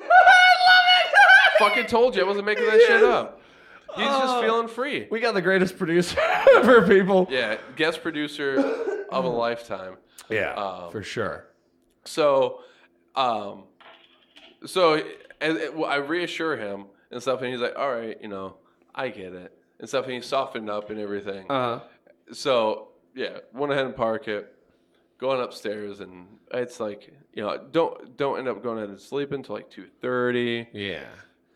B: <laughs>
A: Fucking told you, I wasn't making that shit up. He's just
B: Oh.
A: feeling free.
B: We got the greatest producer <laughs> for people.
A: Yeah, guest producer
B: <laughs>
A: of a lifetime.
B: Yeah.
A: Um,
B: for sure.
A: So, um, so and, and- well, I reassure him and stuff, and he's like, "All right, you know, I get it," and stuff, and he softened up and everything.
B: Uh huh.
A: so yeah, went ahead and park it. Going upstairs, and it's like you know, don't don't end up going ahead and sleeping until like two thirty,
B: Yeah.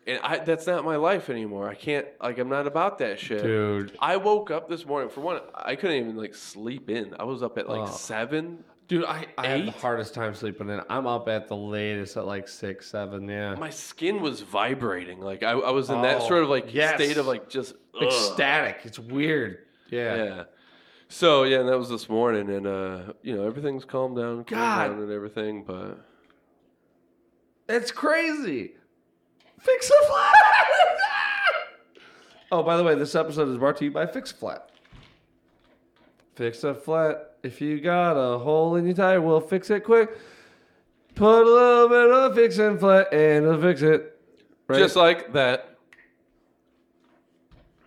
A: and I that's not my life anymore. I can't like I'm not about that shit.
B: Dude.
A: I woke up this morning for one. I couldn't even like sleep in. I was up at like
B: Oh.
A: seven.
B: Dude, I, I have the
A: Eight?
B: hardest time sleeping in. I'm up at the latest at like six, seven. Yeah.
A: My skin was vibrating. Like I, I was in that
B: Oh,
A: sort of like
B: yes.
A: state of like just ugh.
B: Ecstatic. It's weird. Yeah.
A: Yeah. So yeah, and that was this morning, and uh, you know everything's calmed down, cooled
B: God.
A: down and everything. But
B: That's crazy. Fix a flat. <laughs> oh, by the way, this episode is brought to you by Fix a Flat. Fix a flat. If you got a hole in your tire, we'll fix it quick. Put a little bit of fixing flat and it'll fix it. Right? <laughs>
A: just like that,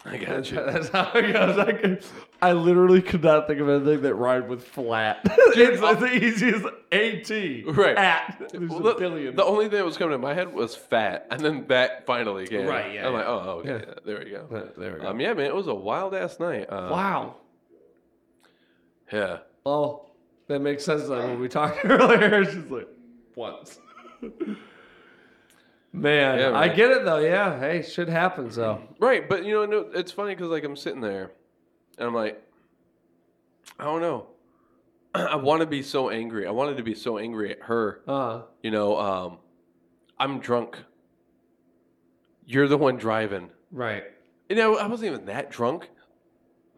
A: I got you.
B: That's how it goes. I, could, I literally could not think of anything that rhymed with flat. <laughs> it's, it's the easiest AT.
A: Right.
B: At. There's
A: Well,
B: a
A: the,
B: billion.
A: the only thing that was coming to my head was fat, and then that finally came.
B: Right, yeah,
A: I'm like,
B: yeah.
A: oh, okay.
B: Yeah.
A: yeah, there we go.
B: there we
A: Um, yeah, man, it was a wild ass night. Uh,
B: wow.
A: Yeah.
B: Well, Oh, that makes sense. Like when we talked <laughs> earlier, she's like, once. man,
A: Yeah,
B: I
A: man.
B: get it though. Yeah, hey, shit happens though.
A: Right, but you know, no, it's funny because like I'm sitting there, and I'm like, I don't know. <clears throat> I want to be so angry. I wanted to be so angry at her.
B: Uh,
A: You know, um, I'm drunk. You're the one driving.
B: right.
A: You know, I wasn't even that drunk.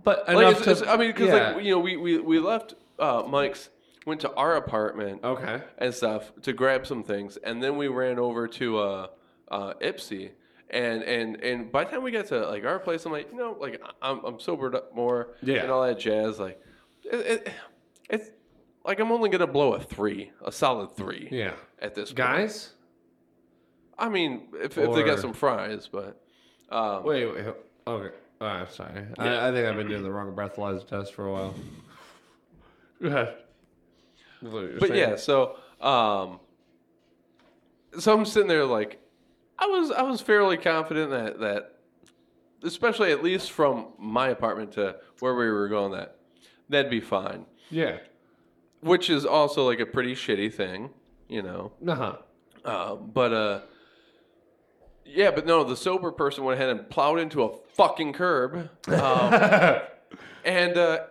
B: But
A: Like,
B: enough
A: it's,
B: to,
A: it's- I mean, because
B: yeah.
A: like you know, we we we left uh, Mike's, went to our apartment
B: okay.
A: and stuff to grab some things, and then we ran over to uh, uh, Ipsy, and and and by the time we got to like our place, I'm like, you know, like I- I'm I'm sobered up more,
B: Yeah.
A: and all that jazz. Like, it, it, it's like I'm only gonna blow a three, a solid three,
B: Yeah.
A: at this point.
B: Guys,
A: I mean, if, if they
B: Or-
A: got some fries, but um,
B: wait, wait. Okay. Oh, I'm sorry. I, I think I've been doing the wrong breathalyzer test for a while. Go ahead.
A: but yeah, so um, so I'm sitting there like, I was I was fairly confident that that, especially at least from my apartment to where we were going, that that'd be fine.
B: Yeah.
A: Which is also like a pretty shitty thing, you know.
B: Uh huh.
A: Uh, but uh, yeah, but no, the sober person went ahead and plowed into a fucking
B: <laughs>
A: curb, um,
B: Uh-huh.
A: and uh,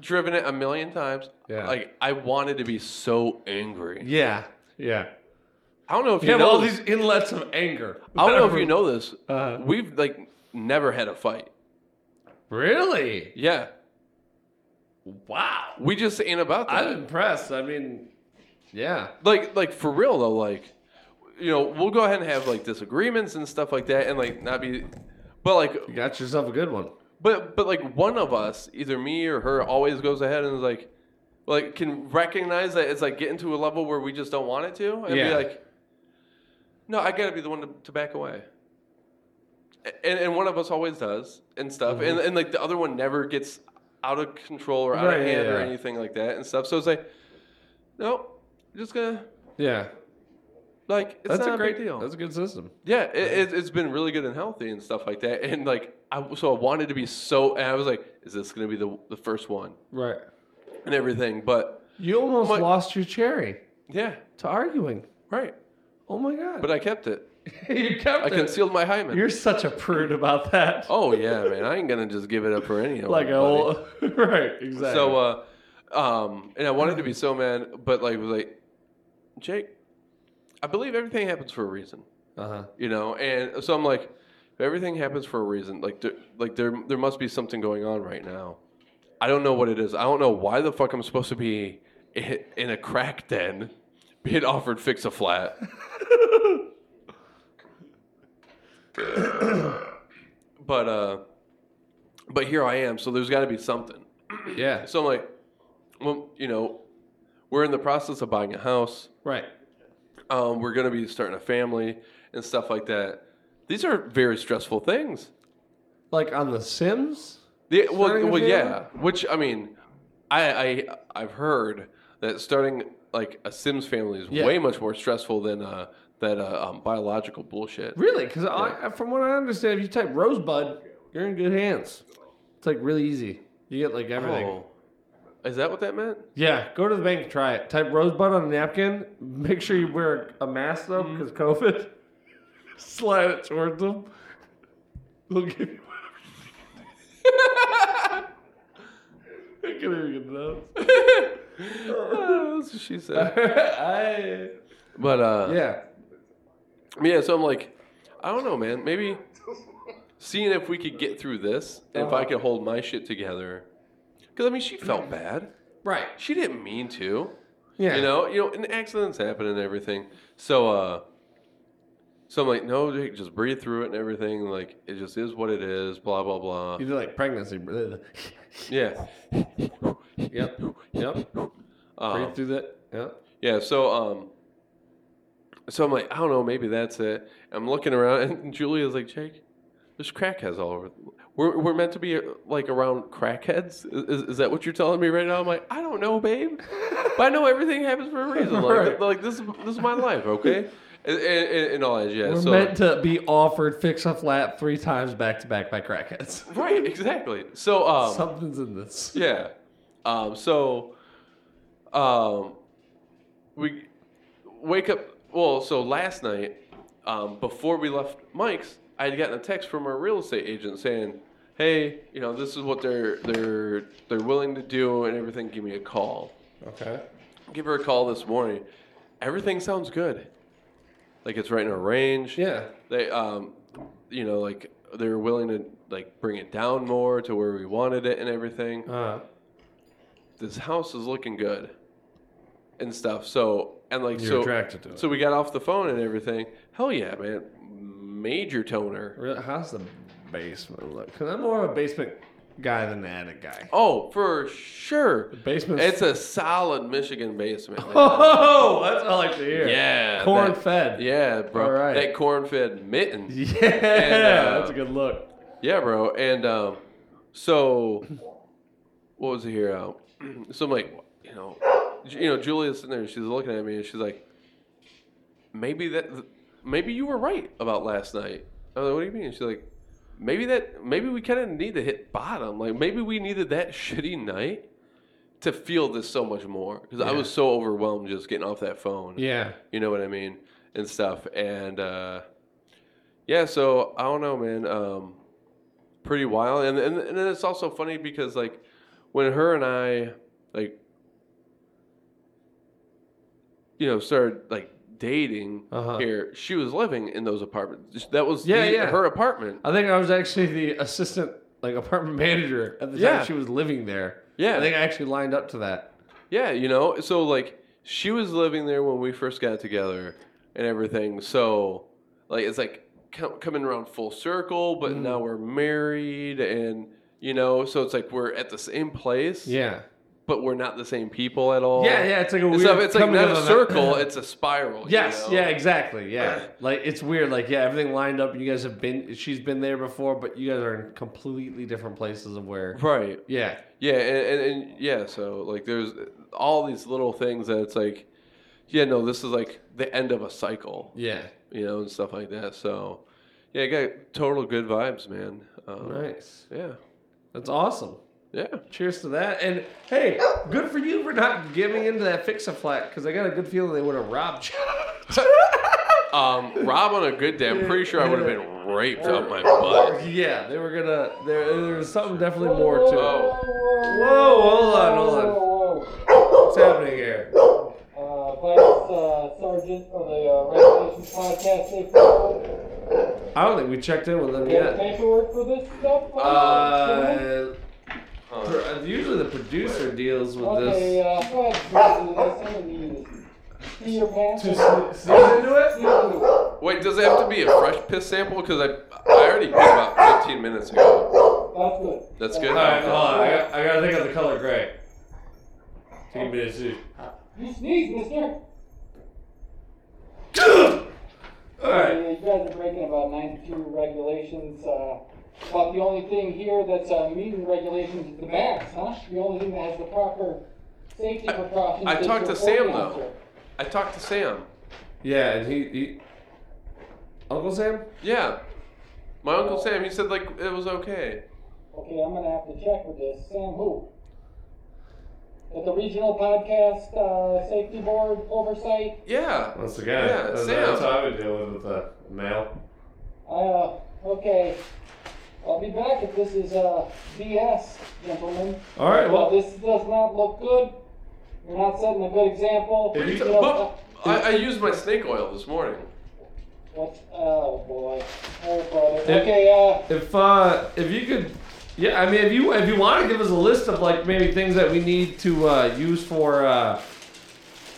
A: driven it a million times.
B: Yeah.
A: Like I wanted to be so angry.
B: Yeah. Yeah.
A: I don't know if
B: You
A: you
B: have
A: know
B: all
A: this.
B: these inlets of anger.
A: I don't know if you know this.
B: <laughs> Uh-huh.
A: We've like never had a fight.
B: Really?
A: Yeah,
B: Wow.
A: we just ain't about that.
B: I'm impressed. I mean, yeah.
A: like, like for real though. Like, you know, we'll go ahead and have like disagreements and stuff like that, and like not be, but like,
B: You got yourself a good one.
A: but but like one of us, either me or her, always goes ahead and is like, like can recognize that it's like getting to a level where we just don't want it to, and be
B: Yeah.
A: like, no, I gotta be the one to, to back away. A- And, and one of us always does and stuff,
B: Mm-hmm.
A: and, and like the other one never gets out of control or out
B: Right,
A: of
B: yeah,
A: hand or
B: yeah.
A: anything like that and stuff. So it's like, no, I'm just gonna
B: Yeah.
A: like it's
B: That's
A: not
B: a great
A: big deal.
B: That's a good system.
A: Yeah, it, it, it's been really good and healthy and stuff like that. And like, I so I wanted to be so, and I was like, is this gonna be the the first one
B: Right.
A: and everything? But
B: You almost
A: What?
B: lost your cherry
A: Yeah,
B: to arguing.
A: right.
B: Oh my god!
A: But I kept it.
B: <laughs> you kept
A: I
B: it.
A: concealed my hymen.
B: You're such a prude about that.
A: Oh yeah, man. I ain't gonna just give it up for any of
B: like
A: it,
B: a
A: buddy.
B: old, <laughs> right? Exactly.
A: So, uh, um, and I wanted to be so mad, but like was like, Jake, I believe everything happens for a reason,
B: <laughs> uh-huh.
A: you know. And so I'm like, if everything happens for a reason, like there, like there, there must be something going on right now. I don't know what it is. I don't know why the fuck I'm supposed to be i- in a crack den, being offered fix a flat. but uh, but here I am. So there's got to be something.
B: yeah.
A: So I'm like, well, you know, we're in the process of buying a house.
B: Right.
A: Um, we're going to be starting a family and stuff like that. These are very stressful things.
B: Like on The Sims.
A: The, well,
B: Starting a
A: well,
B: family?
A: yeah. Which I mean, I, I I've heard that starting like a Sims family is
B: Yeah.
A: way much more stressful than uh, that uh, um, biological bullshit.
B: Really? Because from what I understand, if you type Rosebud, you're in good hands. It's like really easy. You get like everything.
A: Oh. Is that what that meant?
B: <laughs>
A: <laughs>
B: Yeah, go to the bank, try it. Type Rosebud on a napkin. Make sure you wear a mask though,
A: Mm-hmm.
B: because COVID. <laughs> Slide it towards them. They'll give you <laughs> whatever. I can't
A: <laughs>
B: even get it
A: Ah, that's what she said.
B: out. I-
A: But uh,
B: <laughs> yeah.
A: Yeah, so I'm like, I don't know, man. Maybe seeing if we could get through this, and
B: Uh-huh.
A: if I could hold my shit together. Because I mean,
B: <clears throat>
A: she felt bad.
B: Right.
A: She didn't mean to.
B: Yeah.
A: You know, you know, and accidents happen and everything. So, uh, so I'm like, no, Jake, just breathe through it and everything. Like, it just is what it is. Blah blah blah.
B: You do like pregnancy. <laughs>
A: Yeah.
B: yep. Yep.
A: Um,
B: Breathe through that. Yep.
A: Yeah, so um so I'm like, I don't know, maybe that's it. I'm looking around <laughs> and Julia's like, Jake, there's crackheads all over. We're, we're meant to be like around crackheads. Is, is that what you're telling me right now? I'm like, I don't know, babe, but I know everything happens for a reason. Like,
B: Right.
A: like this is this is my life,
B: <laughs>
A: okay? And, and, and all that, yeah.
B: We're
A: so
B: meant to be offered fix a flat three times back to back by crackheads.
A: <laughs> right, exactly. So um,
B: <laughs> Something's in this.
A: Yeah. Um, so um, we wake up. Well, so last night, um, before we left Mike's, I had gotten a text from our real estate agent saying, "Hey, you know, this is what they're they're they're willing to do and everything. Give me a call."
B: Okay.
A: Give her a call this morning. Everything sounds good. Like it's right in our range
B: Yeah.
A: they um you know like they were willing to like bring it down more to where we wanted it and everything
B: Uh,
A: this house is looking good and stuff so and like
B: You're
A: so
B: attracted to it.
A: so we got off the phone and everything hell yeah man major toner
B: Really, how's the basement look? Because I'm more of a basement guy than an attic guy.
A: oh for sure
B: Basement.
A: it's a solid michigan basement man.
B: <laughs> oh, that's what I like to hear.
A: yeah
B: corn
A: that-
B: fed.
A: yeah bro
B: All right.
A: that corn fed mittens
B: Yeah,
A: And, uh,
B: that's a good look.
A: Yeah, bro. And um, so, what was it here? Um, <clears throat> so I'm like, you know, Ju- you know, Julia's sitting there. and She's looking at me, and she's like, maybe that, maybe you were right about last night. I was like, what do you mean? she's like, maybe that, maybe we kind of need to hit bottom. Like maybe we needed that <laughs> shitty night to feel this so much more because I
B: Yeah.
A: was so overwhelmed just getting off that phone.
B: Yeah.
A: You know what I mean? And stuff. And uh, yeah, so I don't know, man. Um, pretty wild. And, and and then it's also funny because like when her and I like you know started like dating
B: Uh-huh.
A: here, she was living in those apartments. That was
B: Yeah,
A: the-
B: yeah.
A: her apartment.
B: I think I was actually the assistant, like apartment <laughs> manager at the
A: Yeah.
B: time she was living there.
A: Yeah.
B: I think I actually lined up to that.
A: Yeah, you know, so like she was living there when we first got together and everything. So like it's like com- coming around full circle, but
B: Mm-hmm.
A: now we're married and you know, so it's like we're at the same place,
B: Yeah.
A: but we're not the same people at all.
B: Yeah, yeah. It's like a
A: It's,
B: weird.
A: like- it's like
B: coming
A: not
B: of
A: a
B: event.
A: circle, it's a spiral. you
B: Yes.
A: know?
B: Yeah. Exactly. Yeah. Like it's weird. Like yeah, everything lined up. You guys have been. She's been there before, but you guys are in completely different places of where.
A: Right.
B: Yeah.
A: Yeah, and, and, and yeah, so like there's all these little things that it's like, yeah, no, this is like the end of a cycle.
B: Yeah.
A: you know, and stuff like that. So, yeah, I got total good vibes, man. Um,
B: Nice.
A: Yeah.
B: That's awesome.
A: Yeah.
B: Cheers to that. And hey, good for you for not giving into that fix a flat because I got a good feeling they would have robbed
A: <laughs>
B: you.
A: Um, Rob on a good day, I'm pretty sure I would have been raped up my butt.
B: yeah, they were gonna. There, there was something definitely more to it. Whoa, hold on, hold on.
D: Whoa,
B: What's happening here?
D: Uh, Vice uh, Sergeant for the uh, Revelations Podcast, they follow
B: I don't think we checked in with them
D: the
B: yet.
D: paperwork for this stuff.
B: Uh,
A: Um,
B: pr- usually the producer deals with
D: okay,
B: this.
D: uh, go uh, ahead. and See your pants.
B: into
A: Wait, does it have to be a fresh piss sample? Because I, I already did about 15 minutes ago.
D: That's good.
A: That's good?
B: All right, hold on. I, got, I gotta think of the color gray. Take me to
D: You sneeze, mister.
B: All right.
D: Uh, You guys are breaking about 92 regulations. Uh, about the only thing here that's uh, meeting regulations is the mask, huh? The only thing that has the proper safety precautions.
A: I
D: is
A: talked
D: your
A: to Sam,
D: organ
A: though.
D: officer.
A: I talked to Sam.
B: Yeah, and he, he Uncle Sam.
A: Yeah. My Uncle Sam, he said, like, it was okay.
D: Okay, I'm gonna have to check with this. Sam who? At the regional podcast uh, safety board oversight,
A: Yeah.
B: Once again,
A: Yeah,
B: that's,
A: Sam.
B: that's how I would deal with the mail.
D: I, uh, okay. I'll be back if this is uh, BS, gentlemen.
B: All right, well,
D: Well, this does not look good. You're not setting a good example.
B: Did you t-
D: You know, uh,
A: But I, I used my snake oil this morning.
D: What? Oh boy. Oh brother.
B: It-
D: Okay. Uh,
B: if uh, if you could, yeah, I mean, if you if you want to give us a list of like maybe things that we need to uh, use for, uh,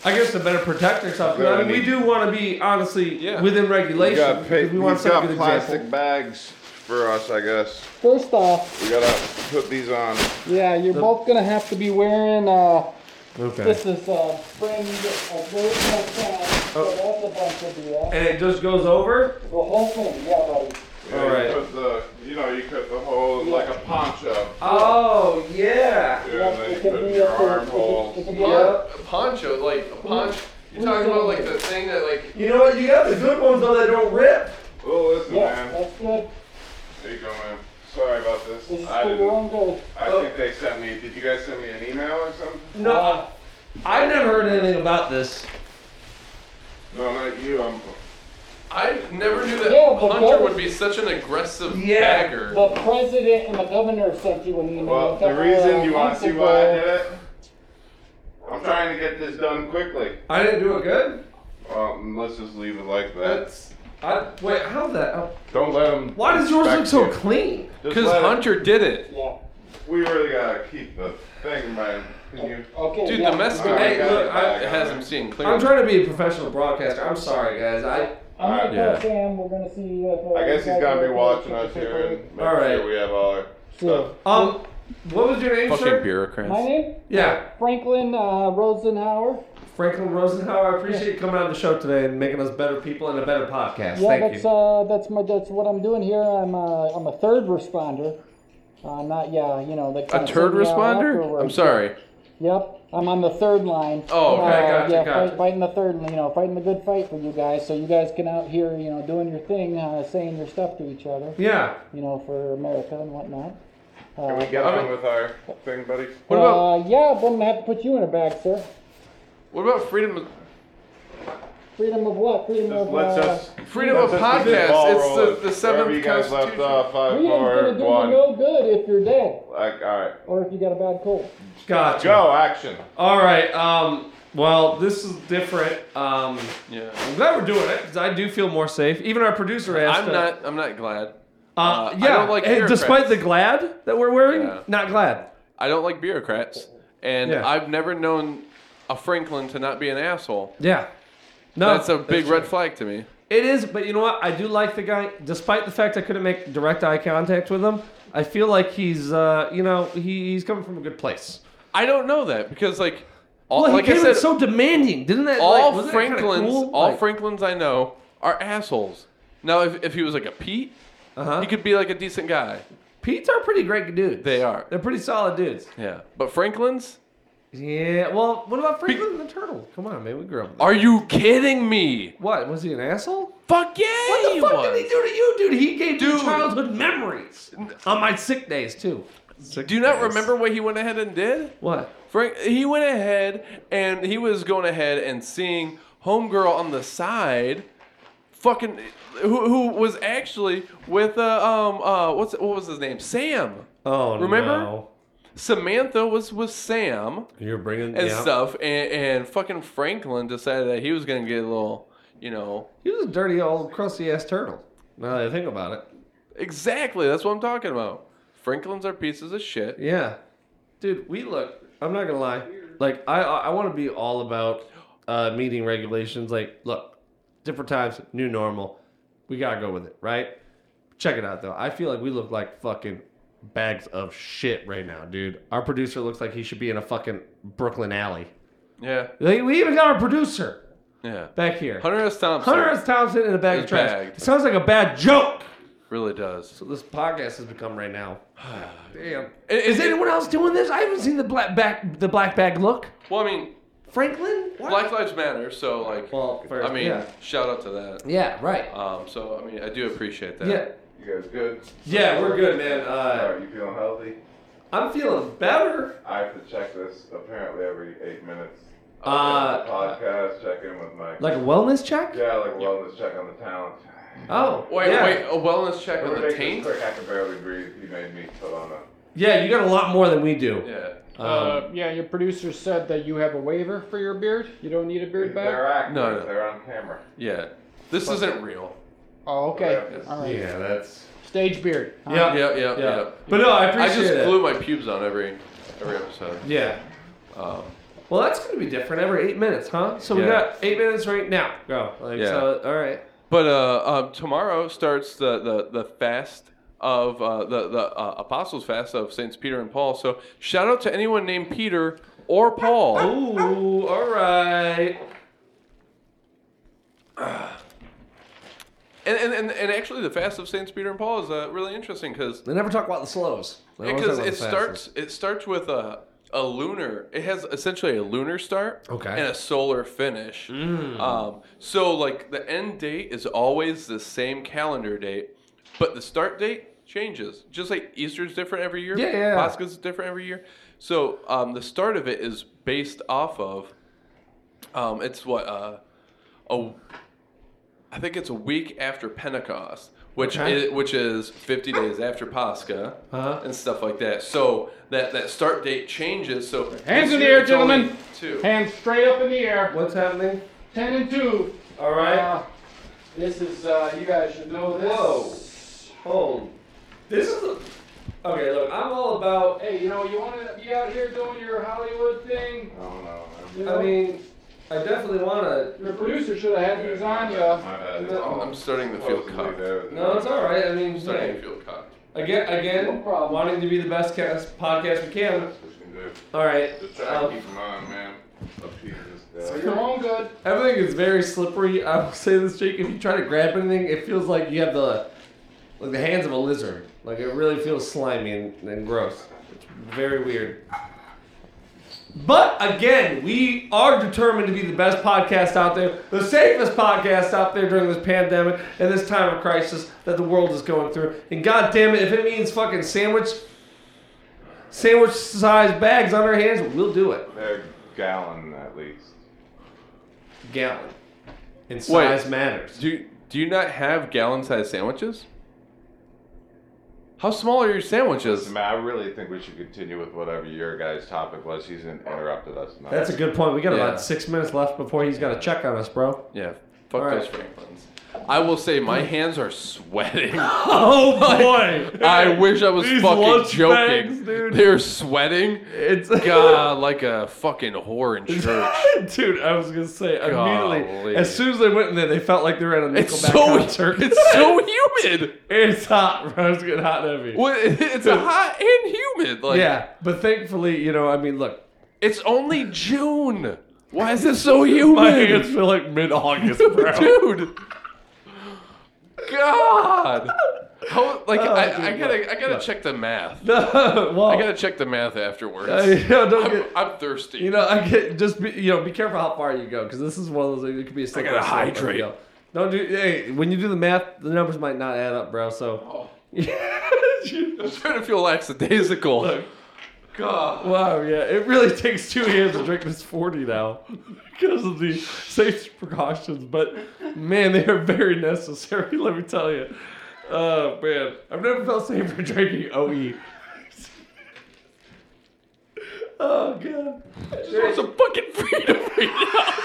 B: I guess to better protect ourselves. 'Cause, I mean, we do want to be honestly
A: Yeah.
B: within regulation.
C: We got, pa-
B: 'cause we want to
C: he's
B: set a
C: got
B: good
C: plastic
B: example.
C: bags for us, I guess.
D: first off,
C: We gotta put these on.
D: yeah, you're both gonna have to be wearing. Uh,
B: Okay.
D: this is uh, spring. Uh, very cold time,
B: Oh.
D: So that's a bunch of BS.
B: And it just goes over.
D: The whole thing. Yeah, buddy.
C: Yeah,
B: All
C: you
B: right.
C: Put the, you know, you cut the hole like a poncho.
B: Oh yeah.
C: Yeah, and then
D: it
C: you
D: could
C: put
D: be
C: your
D: up to-
C: arm
D: it could- it
C: holes.
D: could be up-
A: Pon- poncho, like, a poncho. You're talking about, like, the thing that, like,
B: You know what? You got the good ones though that don't rip.
C: Well, Oh, listen,
D: Yeah,
C: man.
D: that's good.
C: There you go, man. Sorry about
D: This
C: this.
D: is
C: I
D: for your
C: didn't.
D: own good.
C: I think they sent me. Did you guys send me an email or something?
B: No, I've never heard anything about this.
C: No, not you. I'm.
A: I never knew that
D: Yeah, but
A: Hunter
D: that-
A: would be such an aggressive
B: Yeah.
A: bagger.
D: The president and the governor sent you an email.
C: Well,
D: a
C: the
D: couple,
C: reason
D: uh,
C: you want to
D: months
C: see why I
D: ago.
C: did it? I'm trying to get this done quickly.
B: I didn't do it good.
C: Um, let's just leave it like that.
B: That's. I wait. How that? how-
C: Don't let them.
B: Why does yours look so clean?
A: Because Hunter did it.
D: Yeah.
C: We really gotta keep the thing, man. Can you?
D: Okay.
A: Dude,
D: yeah.
A: the mess
C: All right,
B: Hey, look,
C: got it,
B: I-
A: it
C: got
A: has
C: it.
A: him seeing clearly.
B: I'm trying to be a professional broadcaster. I'm sorry, guys. I.
D: I'm gonna
A: Yeah.
D: call Sam. We're gonna see. If, uh,
C: I guess he's gonna be
D: if-
C: watching us here and make
B: All right.
C: sure we have all our
D: Sure.
C: stuff.
B: Um. What was your name, sir?
A: Fucking
D: My
A: bureaucrats.
D: name
B: Yeah,
D: Franklin uh, Rosenhauer.
B: Franklin Rosenhauer. I appreciate you coming on the show today and making us better people and a better podcast.
D: Yeah,
B: Thank
D: that's
B: you.
D: uh, that's my that's what I'm doing here. I'm uh, I'm a third responder. Uh, not yeah, you know that.
A: A
D: kinda
A: turd
D: sent me out
A: responder?
D: afterwards.
A: I'm sorry.
D: Yep, I'm on the third line.
A: Oh, okay,
D: uh,
B: gotcha,
D: yeah,
B: gotcha.
D: Fight, fighting the third, you know, fighting the good fight for you guys, so you guys can out here, you know, doing your thing, uh, saying your stuff to each other,
B: Yeah.
D: you know, for America and whatnot. Uh,
C: Can we get
A: I
C: on
A: mean-
C: with our thing, buddy?
A: What about
D: Uh, yeah, but I'm gonna have to put you in a bag, sir.
A: what about freedom of
D: Freedom of what? Freedom
C: Just
D: of.
C: let's
D: uh,
C: just.
A: freedom
C: let's
A: of
C: just keep this
A: podcast?
C: ball
A: It's the-
C: rolling.
A: the seventh
C: Wherever you guys left
A: Constitution.
C: off, five,
D: freedom's gonna
C: four,
D: do you
C: one.
D: no good if you're dead
C: Like, all right.
D: or if you got a bad cold.
B: Gotcha.
C: Go action.
B: All right. Um. Well, this is different. Um.
A: Yeah.
B: I'm glad we're doing it because I do feel more safe. Even our producer asked.
A: I'm
B: uh,
A: not I'm not glad.
B: Uh,
A: Uh, I
B: yeah.
A: don't like
B: and
A: bureaucrats.
B: despite the glad that we're wearing,
A: Yeah.
B: not glad.
A: I don't like bureaucrats. And
B: Yeah.
A: I've never known a Franklin to not be an asshole.
B: Yeah. No.
A: That's a big
B: true.
A: red flag to me.
B: It is, but you know what? I do like the guy, despite the fact I couldn't make direct eye contact with him. I feel like he's, uh, you know, he, he's coming from a good place.
A: I don't know that because like all
B: Well,
A: like
B: he
A: I
B: came
A: said
B: in so demanding, didn't that?
A: all
B: like, wasn't that kinda
A: Franklins,
B: cool?
A: all
B: Like,
A: Franklins I know are assholes. Now, if, if he was like a Pete,
B: Uh-huh.
A: he could be like a decent guy.
B: Pete's are pretty great dudes.
A: They are.
B: They're pretty solid dudes.
A: Yeah, but Franklins,
B: Yeah. Well, what about Franklin the Turtle? Come on, man, we grew up. With
A: are you kidding me?
B: what was he an asshole?
A: Fuck yeah,
B: What
A: he
B: the fuck
A: was.
B: did he do to you, dude? He gave me
A: Dude.
B: childhood memories on my sick days too. Sick
A: Do you not
B: days.
A: remember what he went ahead and did?
B: what?
A: Frank, he went ahead and he was going ahead and seeing Homegirl on the side, fucking, who, who was actually with uh, um uh what's what was his name Sam.
B: Oh,
A: Remember?
B: no.
A: Samantha was with Sam
B: You're bringing
A: and
B: yeah.
A: stuff, and, and fucking Franklin decided that he was gonna get a little, you know,
B: He was a dirty old crusty ass turtle. Now that I think about it.
A: exactly. That's what I'm talking about. Franklins are pieces of shit.
B: Yeah, dude, we look. I'm not gonna lie. Like I, I want to be all about uh, meeting regulations. Like, look, different times, new normal. We gotta go with it, right? Check it out though. I feel like we look like fucking bags of shit right now, dude. Our producer looks like he should be in a fucking Brooklyn alley.
A: Yeah,
B: Like, we even got our producer
A: yeah.
B: back here.
A: Hunter S. Thompson
B: Hunter S. Thompson in a bag of
A: Is
B: trash.
A: bagged.
B: It sounds like a bad joke.
A: really does.
B: So this podcast has become right now. <sighs> Damn.
A: Is,
B: Is anyone else doing this? I haven't seen the black back the black bag look.
A: Well, I mean,
B: Franklin? What?
A: Black Lives Matter, so like,
B: Well, fair-
A: I mean,
B: yeah.
A: shout out to that.
B: Yeah, right.
A: Um, so I mean, I do appreciate that.
B: Yeah.
C: You guys good?
B: Yeah, we're good, man. Uh,
C: Are you feeling healthy?
B: I'm feeling better.
C: I have to check this apparently every eight minutes.
A: Oh,
B: Uh,
C: podcast, check in with my.
B: Like a wellness check?
C: yeah, like wellness check on the talent.
B: Oh.
A: Wait,
B: yeah.
A: wait, a wellness check
C: Let
A: on
C: me
A: the
C: make
A: taint?
C: this quick. I can barely breathe. He made me put on a.
B: Yeah, you got a lot more than we do.
A: Yeah.
B: Um,
D: Uh, yeah, your producer said that you have a waiver for your beard. You don't need a beard
C: They're
D: back.
C: actors.
A: No, no.
C: They're on camera.
A: Yeah. This isn't real.
D: Oh, okay.
C: Yeah.
D: All right.
B: yeah, that's.
D: Stage beard. huh?
B: Um, Yeah.
A: Yeah, yeah, yeah.
B: But no, I
A: I
B: appreciate
A: just
B: it.
A: glue my pubes on every every episode.
B: Yeah.
A: Um,
B: Well, that's going to be different every eight minutes, huh? So we
A: Yeah.
B: got eight minutes right now. Go. Like,
A: Yeah.
B: so, all right.
A: but uh, um, tomorrow starts the the, the fast of uh, the the uh, Apostles' Fast of Saints Peter and Paul. So shout out to anyone named Peter or Paul.
B: Ooh, all right.
A: And, and, and, and actually, the fast of Saints Peter and Paul is uh, really interesting because
B: They never talk about the slows. They always
A: because
B: talk about
A: it
B: the
A: starts it starts with a a lunar. It has essentially a lunar start
B: Okay. Mm.
A: and a solar finish. Um, so like the end date is always the same calendar date, but the start date changes. Just like Easter's different every year.
B: Yeah, yeah, yeah.
A: Pascha's different every year. So um, the start of it is based off of um, it's what uh, a I think it's a week after Pentecost, which
B: Okay.
A: is which is 50 days after Pascha
B: Uh-huh.
A: and stuff like that. So that that start date changes. So
D: Hands
A: this
D: in the
A: year
D: air,
A: it's only
D: gentlemen.
A: Two.
D: Hands straight up in the air.
B: What's happening?
D: Ten and two.
B: All right.
A: Ah.
D: Uh, this is. Uh, you guys should know this.
B: Hold. This is a, okay. Look, I'm all about.
D: Hey, you know, you want to be out here doing your Hollywood thing.
C: I don't know. man.
D: You know,
B: I mean, I definitely wanna.
D: your producer should have had these on
C: My
D: you.
C: bad.
A: I'm, I'm starting to feel cocked.
B: No, it's all right. I mean,
A: starting to
B: hey,
A: feel cocked.
B: again,
D: No
B: again,
D: problem.
B: wanting to be the best cast, podcast we can.
C: That's what you can do.
B: All right.
C: Just try to
B: Um,
C: keep in mind, man. Of Jesus.
D: For
C: God.
D: your own good.
B: everything is very slippery. <laughs> I will say this, Jake. If you try to grab anything, it feels like you have the like the hands of a lizard. Like it really feels slimy and, and gross. It's very weird. But again, we are determined to be the best podcast out there, the safest podcast out there during this pandemic and this time of crisis that the world is going through. And god damn it, if it means fucking sandwich sandwich sized bags on our hands, we'll do it.
C: They're gallon at least.
B: Gallon. And size matters.
A: Do do you not have gallon sized sandwiches? How small are your
C: I
A: sandwiches?
C: mean, I really think we should continue with whatever your guy's topic was. He's interrupted us. Enough.
B: That's a good point. We got
A: Yeah.
B: about six minutes left before he's got to check on us,
A: <laughs>
B: bro.
A: Yeah. Fuck
B: All
A: those
B: right.
A: Franklins. I will say my hands are <laughs> sweating.
B: Oh boy!
A: I wish I was
B: These
A: fucking
B: lunch
A: joking.
B: bags, dude.
A: They're sweating.
B: <laughs> It's
A: God, like a fucking whore in church.
B: dude. I was gonna say immediately
A: Golly.
B: as soon as they went in there, they felt like they were at a Nickelback
A: It's so
B: concert.
A: <laughs> it's so humid.
B: <laughs> It's hot, bro. It's getting hot and heavy.
A: Well, it-
B: <laughs>
A: It's a hot and humid. Like
B: yeah, but thankfully, you know, I mean, look,
A: it's only June. Why is it so
B: <laughs>
A: humid?
B: my hands feel like mid-August,
A: <laughs>
B: bro.
A: dude. God. How, like
B: Oh,
A: I,
B: dude,
A: I gotta
B: look,
A: I gotta check the math.
B: No, <laughs> well,
A: I gotta check the
B: <laughs>
A: math afterwards.
B: uh, you know, don't
A: I'm,
B: get,
A: I'm thirsty. <laughs>
B: you know, I get just be, you know, be careful how far you go because this is one of those things. It could be a slippery
A: gotta
B: slope if you
A: hydrate.
B: go. Don't do. Hey, when you do the math, the numbers might not add up, bro. So <laughs>
A: I'm starting to feel lackadaisical. Oh. God.
B: Wow, yeah, it really takes two hands to drink this 40 now because of the safety precautions, but man, they are very necessary, <laughs> let me tell you. Oh, man, I've never felt safer <laughs> drinking E. OE. oh, God. I just want some fucking freedom right now.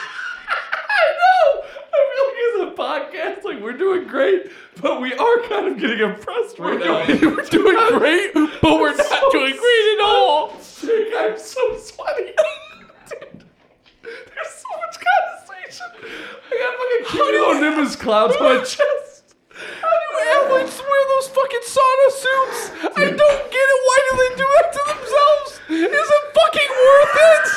B: I know! I feel like as a podcast, like, we're doing great, but we are kind of getting oppressed right
A: <laughs>
B: now. <laughs>
A: We're doing great, but we're not
B: So
A: doing great at all.
B: Sick. I'm so sweaty. <laughs> Dude, there's so much condensation. I got fucking <laughs> cumulonimbus clouds on my <laughs> chest. How do
A: Athletes wear those fucking sauna suits. I don't get it. Why do they do that to themselves? Is it fucking worth it?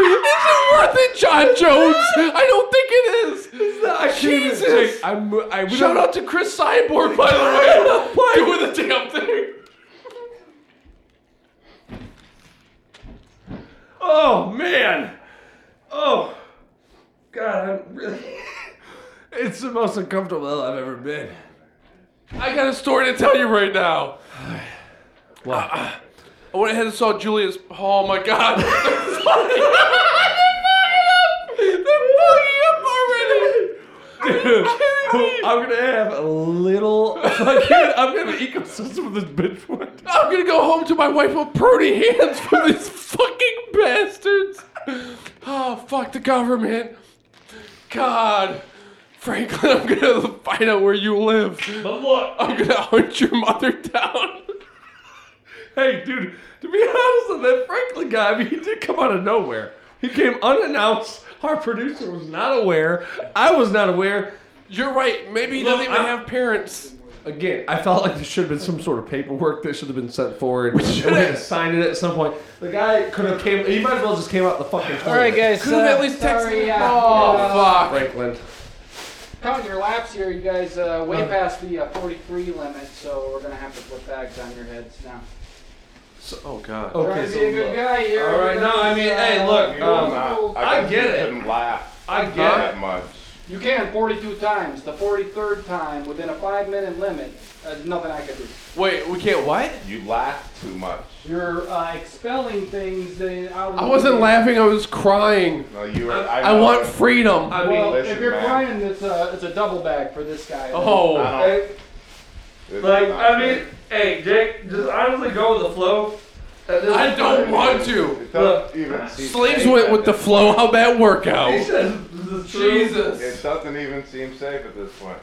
A: Is it worth it, John Jones? I don't think it is.
B: It's not- I can't even
A: Jesus.
B: drink. I'm, I, we
A: Shout
B: don't-
A: out to Chris Cyborg, by the <laughs> way.
B: Why?
A: Doing the damn thing.
B: Oh man. Oh. God, I'm really. <laughs> it's the most uncomfortable I've ever been.
A: I got a story to tell you right now. Uh,
B: Wow.
A: I went ahead and saw Julius. Oh my god. <laughs> They're fucking up. They're fucking up already.
B: Dude,
A: kidding me?
B: I'm gonna have a little <laughs> fucking. I'm gonna have an ecosystem of this bitch one day.
A: I'm gonna go home to my wife with pruny hands from these fucking bastards. Oh, fuck the government. God. Franklin, I'm gonna find out where you live.
B: But look,
A: I'm gonna hunt your mother down.
B: hey, dude, to be honest, on that Franklin guy, I mean, he did come out of nowhere. He came unannounced. Our producer was not aware. I was not aware.
A: You're right. Maybe he
B: Look,
A: doesn't even
B: I'm-
A: have parents.
B: Again, I felt like there should have been some sort of paperwork that should have been sent forward. We should
A: have.
B: have signed it at some point. The guy could have came. He might as well just came out the fucking.
E: All right, guys.
A: Could have
E: uh,
A: at least
D: sorry,
A: texted.
D: yeah.
A: Oh,
D: Yeah.
A: fuck.
B: Franklin.
D: Counting your laps here, you guys uh, way past the uh, 43 limit, so we're gonna have to put bags on your heads now.
A: oh, God.
D: Trying
B: Okay,
D: to be a good
B: so look,
D: guy here.
B: All right, no, I mean, hey, look,
C: You
D: you,
C: will
B: um,
C: not.
B: I
C: guess
B: get
C: you
B: it.
C: Couldn't laugh
B: I get it.
C: that much.
D: can 42 times. The 43rd time, within a five-minute limit, uh, there's nothing I can do.
A: Wait, we can't what?
C: You laugh too much.
D: You're uh, expelling things that out of
A: I wasn't laughing, I was crying.
C: No, you were. I,
A: I
C: know
A: want
C: it.
A: freedom.
B: I mean,
D: Well,
C: listen,
D: if you're
C: man.
D: crying, it's a it's a double bag for this guy.
A: Oh.
C: I don't-
B: hey,
C: it's
B: like,
C: not
B: I mean,
C: good.
B: hey, Jake, just honestly go with the flow. And just-
A: I don't want to.
C: It doesn't even seem
A: Slaves
C: safe
A: went
C: at
A: with the
C: this-
A: flow. How about
B: <laughs> He
A: workout?
B: says the truth.
C: It
A: Jesus.
C: doesn't even seem safe at this point.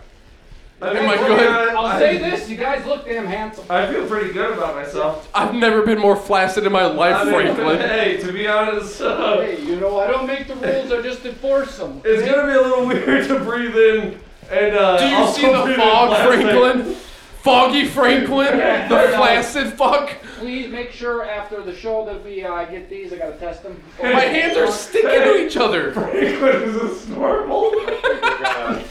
B: I
A: Am I
B: feel
A: good?
B: I-
D: I'll say this: you guys look damn handsome.
B: I feel pretty good about myself.
A: I've never been more flaccid in my life,
B: I mean,
A: <laughs>
B: <laughs>
A: Franklin.
B: hey, to be honest, <laughs> uh,
D: Hey, you know I don't make the rules; I just enforce them.
B: it's gonna be a little <laughs> weird to breathe in and uh,
A: Do you
B: also
A: see the
B: breathe in
A: fog,
B: plastic. <laughs>
A: Franklin? Foggy Franklin? The flaccid fuck?
D: Please make sure after the show that we uh, get these. I gotta test them.
A: <laughs> My hands are sticking to each other.
B: Franklin, is this normal?
C: We're gonna-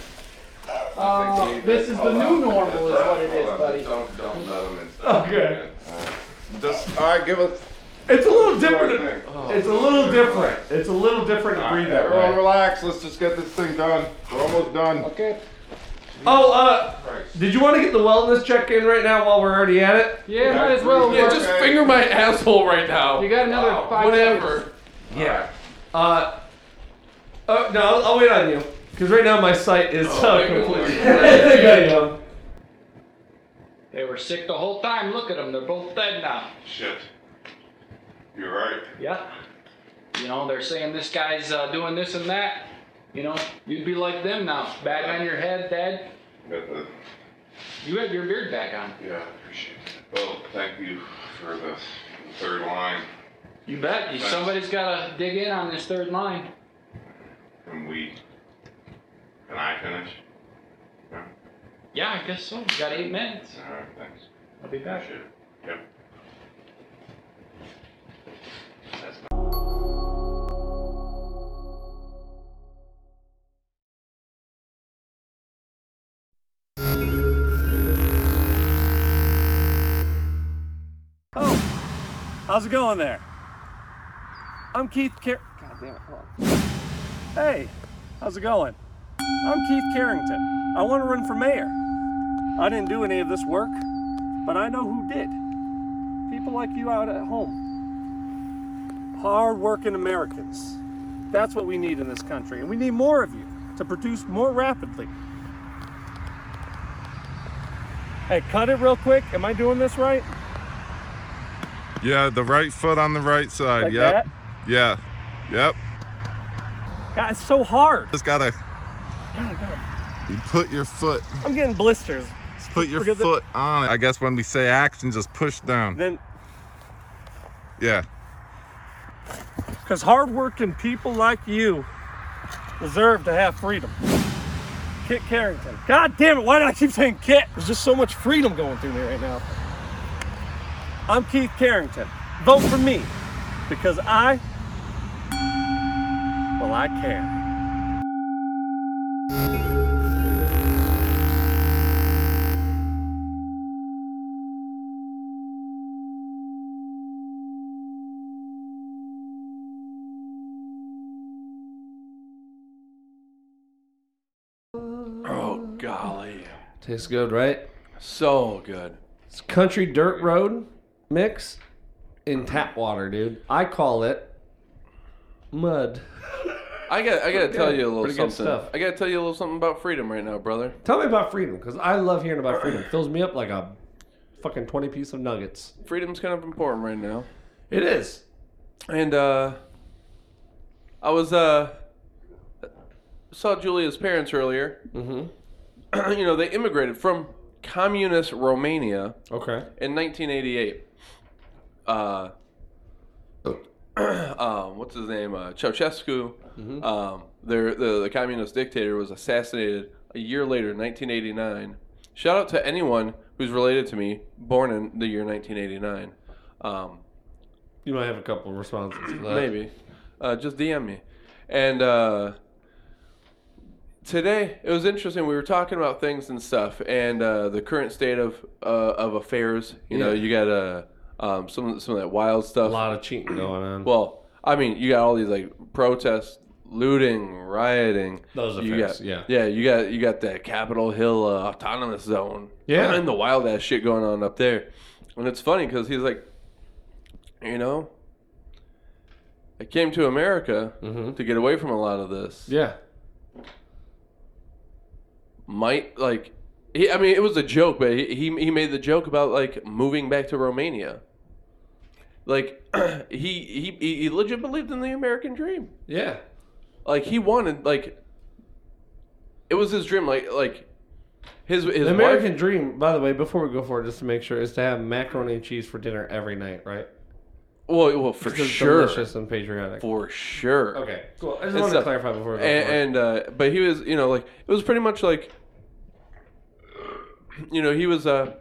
C: I think we need
D: this is the
C: Hold
D: new
C: on.
D: normal is what it is,
C: Hold on.
D: buddy.
C: Don't, don't let them in.
B: okay,
C: Just, all right, give us.
B: it's a little
C: Sorry,
B: different.
C: thanks.
B: It's a little different. It's a little different to
C: All
B: breathe
C: right,
B: that
C: everyone,
B: way.
C: relax. Let's just get this thing done. We're almost done.
D: Okay.
B: Oh, uh,
C: Christ.
B: did you want to get the wellness check in right now while we're already at it?
D: Yeah, might as well.
A: Yeah,
D: work.
A: just finger my asshole right now.
D: you got another
C: Wow.
D: five seconds.
A: Whatever.
B: Yeah. Uh, oh, no, I'll, I'll wait on you. Because right now my sight is uh,
A: thank
B: <laughs>
A: you,
B: completely.
A: Lord.
B: There you go.
D: They were sick the whole time. Look at them; they're both dead now.
C: Shit. You're right.
D: Yeah. You know, they're saying this guy's uh, doing this and that. You know, you'd be like them now. Bag on your head, Dad.
C: Got the-
D: You had your beard back on.
C: Yeah, I appreciate it. Well, thank you for the third line.
D: You bet. You- Somebody's got to dig in on this third line.
C: And we. Can I finish? Yeah.
D: Yeah, I guess so. You got eight minutes.
C: All right, thanks.
D: I'll be back.
C: Shit. Yep. That's
F: How's it going there? I'm Keith Car- God damn it, Hey, how's it going? I'm Keith Carrington. I want to run for mayor. I didn't do any of this work. but I know who did. People like you out at home. Hard-working Americans. That's what we need in this country, and we need more of you to produce more rapidly. Hey, cut it real quick. Am I doing this right?
E: Yeah, the right foot on the right side.
F: Like
E: yep.
F: that?
E: Yeah. Yep.
F: God, it's so hard.
E: Just gotta. You put your foot.
F: I'm getting blisters.
E: Just put your
F: Forget the-
E: foot on it. I guess when we say action, just push down.
F: Then
E: Yeah.
F: Because hardworking people like you deserve to have freedom. Kit Carrington. God damn it, why did I keep saying Kit? There's just so much freedom going through me right now. I'm Keith Carrington. Vote for me because I, well, I care.
A: Oh golly,
B: Tastes good, right?
A: so good.
B: It's country dirt road mix in tap water, dude. I call it mud.
A: I got I gotta tell
B: good.
A: you a little
B: Pretty good
A: something.
B: stuff.
A: I gotta tell you a little something about freedom right now, brother.
B: Tell me about freedom, because I love hearing about freedom. It fills me up like a fucking twenty piece of nuggets.
A: Freedom's kind of important right now.
B: It is.
A: And uh I was uh saw Julia's parents earlier.
B: Mhm.
A: <clears throat> you know, they immigrated from communist Romania
B: Okay.
A: in 1988. Uh <clears throat> um, what's his name? Uh, Ceausescu, um, their, the, the communist dictator, was assassinated a year later, 1989. Shout out to anyone who's related to me, born in the year 1989. Um,
B: You might have a couple of responses to that.
A: maybe uh, just dm me and uh, today it was interesting we were talking about things and stuff and uh, the current state of uh, of affairs you know
B: Yeah.
A: you got uh, um, some some of that wild
B: A
A: stuff
B: lot of cheating going on.
A: well i mean you got all these like protests looting rioting
B: Those
A: you
B: affairs,
A: got,
B: yeah.
A: yeah you got you got that capitol hill uh, autonomous zone
B: Yeah.
A: and the wild ass shit going on up there and it's funny because he's like you know I came to America to get away from a lot of this.
B: Mm-hmm. yeah.
A: Might like, he, I mean, it was a joke, but he, he he made the joke about like moving back to Romania. Like, <clears throat> he, he he legit believed in the American dream.
B: Yeah.
A: Like he wanted like. It was his dream, like like, his his
B: The
A: American.
B: American dream, by the way, before we go forward, just to make sure, is to have macaroni and cheese for dinner every night, right?
A: well, well, for
B: 'Cause it's
A: sure,
B: Delicious and patriotic.
A: for sure.
B: Okay, cool. I just
A: And
B: wanted to
A: stuff.
B: clarify before we go forward.
A: and, and uh, but he was you know like it was pretty much like you know he was uh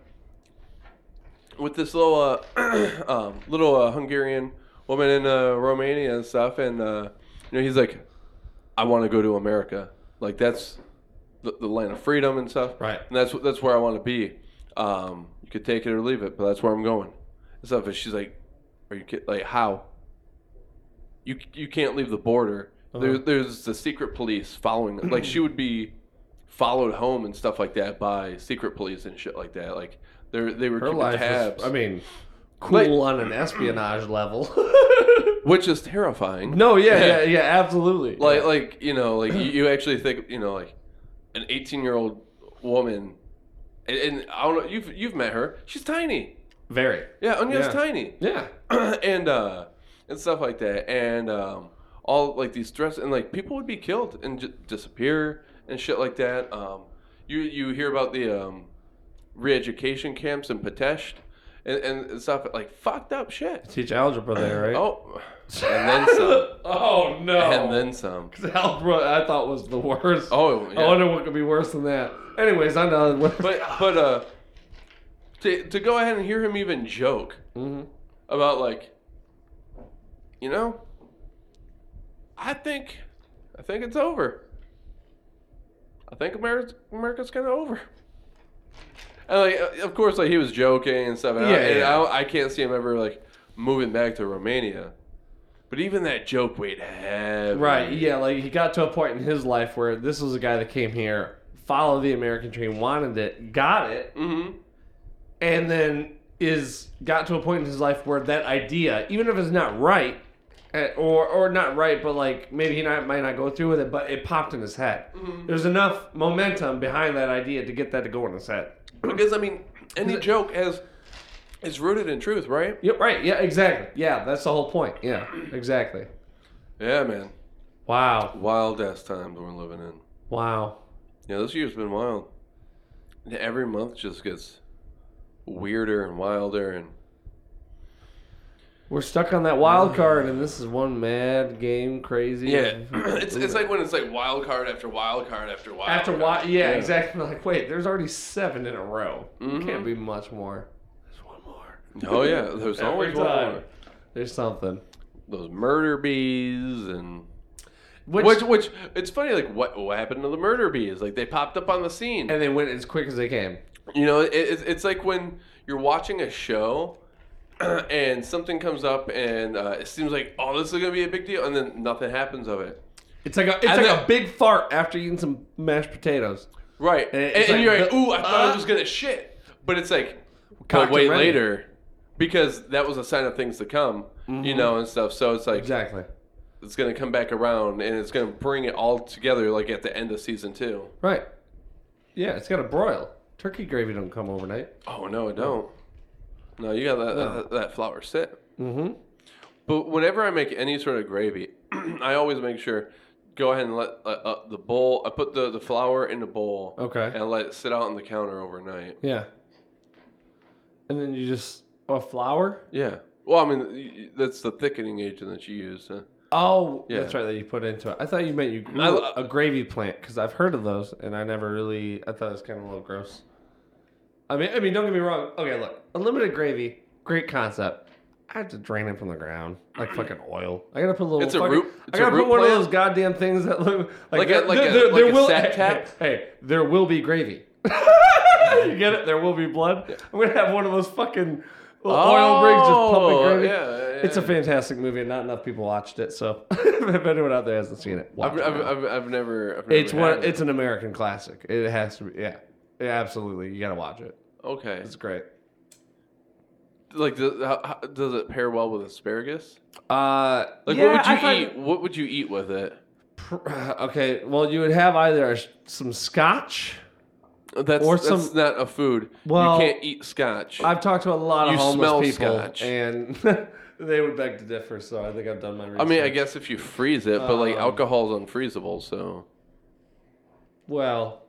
A: with this little uh <clears throat> um, little uh, Hungarian woman in uh, Romania and stuff and uh, you know he's like I want to go to America like that's the, the land of freedom and stuff
B: Right.
A: and that's that's where I want to be um, you could take it or leave it but that's where I'm going and stuff and she's like are you kid- like how you you can't leave the border.
B: Uh-huh.
A: There, there's the secret police following. Like she would be followed home and stuff like that by secret police and shit like that. Like they are they were
B: Her
A: keeping
B: life
A: tabs,
B: is, I mean, cool
A: Like-
B: on an espionage
A: <laughs>
B: level.
A: which is terrifying.
B: no, yeah, yeah, yeah, absolutely.
A: like like you know like
B: <clears throat>
A: you, you actually think you know like an 18 year old woman, and, and I don't know you've you've met her. She's tiny.
B: very.
A: Yeah, Anya's
B: Yeah.
A: tiny. <clears throat>
B: Yeah.
A: and uh and stuff like that and um all like these threats and like people would be killed and j- disappear and shit like that um you you hear about the um re-education camps in Patesh and, and stuff like fucked up shit
B: Teach algebra there, right?
A: oh and then some
B: <laughs> Oh, no.
A: and then some
B: Oh. <laughs> algebra, I thought was the worst.
A: oh yeah.
B: I wonder what could be worse than that. Anyways, I know. <laughs>
A: but but uh to, to go ahead and hear him even joke
B: Mhm.
A: about like you know i think i think it's over i think america's, america's kind of over and like uh, of course like he was joking and stuff and,
B: Yeah,
A: I, and
B: yeah.
A: I don't- I, can't see him ever like moving back to romania but even that joke weighed heavy
B: Right. Yeah. Like he got to a point in his life where this was a guy that came here, followed the American dream, wanted it, got it,
A: mm-hmm
B: and then is got to a point in his life where that idea, even if it's not right, eh, or or not right, but like maybe he not, might not go through with it, but it popped in his head. There's enough momentum behind that idea to get that to go in his head.
A: Because I mean, any joke has is rooted in truth, right?
B: Yeah, right. Yeah, exactly. Yeah, that's the whole point. Yeah, exactly.
A: Yeah, man.
B: Wow.
A: Wild ass times we're living in.
B: Wow.
A: Yeah, this year's been wild. Yeah, Every month just gets weirder and wilder, and
B: We're stuck on that <sighs> wild card, and this is one mad game, crazy.
A: yeah, <clears throat> it's it's like when it's like wild card after wild card after wild.
B: After
A: card.
B: why? Yeah, Mm-hmm. exactly. <laughs> Like, wait, there's already seven in a row. Can't be much more. There's one more.
A: Mm-hmm. Oh yeah, there's
B: Every
A: always one
B: time.
A: more.
B: There's something.
A: Those murder bees and.
B: Which,
A: Which, which, it's funny. Like, what, what happened to the murder bees? Like, they popped up on the scene.
B: and they went as quick as they came.
A: You know, it, it's, it's like when you're watching a show <clears throat> and something comes up and uh, it seems like, oh, this is going to be a big deal. And then nothing happens of it.
B: It's like a it's
A: And
B: like
A: then-
B: a big fart after eating some mashed potatoes.
A: Right.
B: And
A: And,
B: it's
A: and
B: like
A: you're like,
B: the-
A: ooh, I thought
B: uh,
A: it was going to shit. But it's like,
B: Cocked
A: but wait
B: and ready.
A: later because that was a sign of things to come, you know, and stuff. So it's like,
B: Exactly.
A: it's going to come back around and it's going to bring it all together like at the end of season two.
B: Right. Yeah, it's got a broil. Turkey gravy don't come overnight.
A: Oh, no, it don't. No, you got that, that, that flour sit.
B: Mm-hmm.
A: But whenever I make any sort of gravy, <clears throat> I always make sure go ahead and let uh, uh, the bowl. I put the the flour in the bowl.
B: Okay.
A: And let it sit out on the counter overnight.
B: Yeah. And then you just a flour.
A: Yeah. Well, I mean, y- y- that's the thickening agent that you use. Huh?
B: Oh,
A: Yeah.
B: that's right. That you put into it. I thought you meant you grew
A: I lo-
B: a gravy plant because I've heard of those, and I never really. I thought it was kind of a little gross. I mean, I mean, don't get me wrong. Okay, look, unlimited gravy, great concept. I have to drain it from the ground like fucking oil. I gotta put a little.
A: It's a
B: fucking-
A: root-
B: I
A: it's a
B: gotta put
A: root
B: one of
A: plant?
B: those goddamn things that look like,
A: Like a-
B: there-
A: like
B: there-
A: a-
B: there-
A: like
B: there
A: a
B: will-
A: sack
B: hey,
A: tap?
B: Hey, hey, there will be gravy. <laughs> you get it? There will be blood. I'm gonna have one of those fucking little oil rigs just pumping
A: Oh,
B: gravy.
A: yeah, yeah,
B: It's a
A: yeah.
B: fantastic movie, and not enough people watched it. So, <laughs> if anyone out there hasn't seen it, watch
A: I've,
B: it.
A: I've, I've, I've never. I've never
B: it's one.
A: had it.
B: It's an American classic. It has to be. Yeah, yeah absolutely. You gotta watch it.
A: okay.
B: It's great.
A: Like, does, how, how, does it pair well with asparagus?
B: Uh,
A: Like,
B: yeah,
A: what would
B: I
A: you
B: find-
A: eat? What would you eat with it?
B: pr- <sighs> okay, well, you would have either a sh- some scotch.
A: That's,
B: Or
A: that's
B: some-
A: not a food.
B: Well,
A: you can't eat scotch.
B: I've talked to a lot of
A: You
B: homeless
A: smell
B: people,
A: scotch.
B: and <laughs> they would beg to differ. So I think I've done my research.
A: I mean, I guess if you freeze it, but like
B: Um,
A: alcohol's unfreezable, so
B: Well,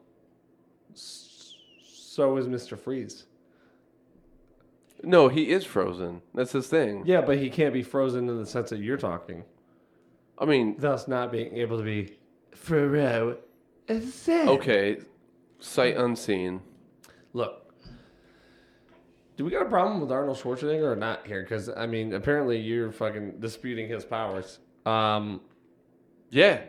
B: s- so is Mister Freeze.
A: no, he is frozen. That's his thing.
B: Yeah, but he can't be frozen in the sense that you're talking.
A: I mean,
B: thus not being able to be Frodo is dead.
A: okay, sight unseen.
B: Look, do we got a problem with Arnold Schwarzenegger or not here? Because I mean, apparently you're fucking disputing his powers. Um,
A: Yeah,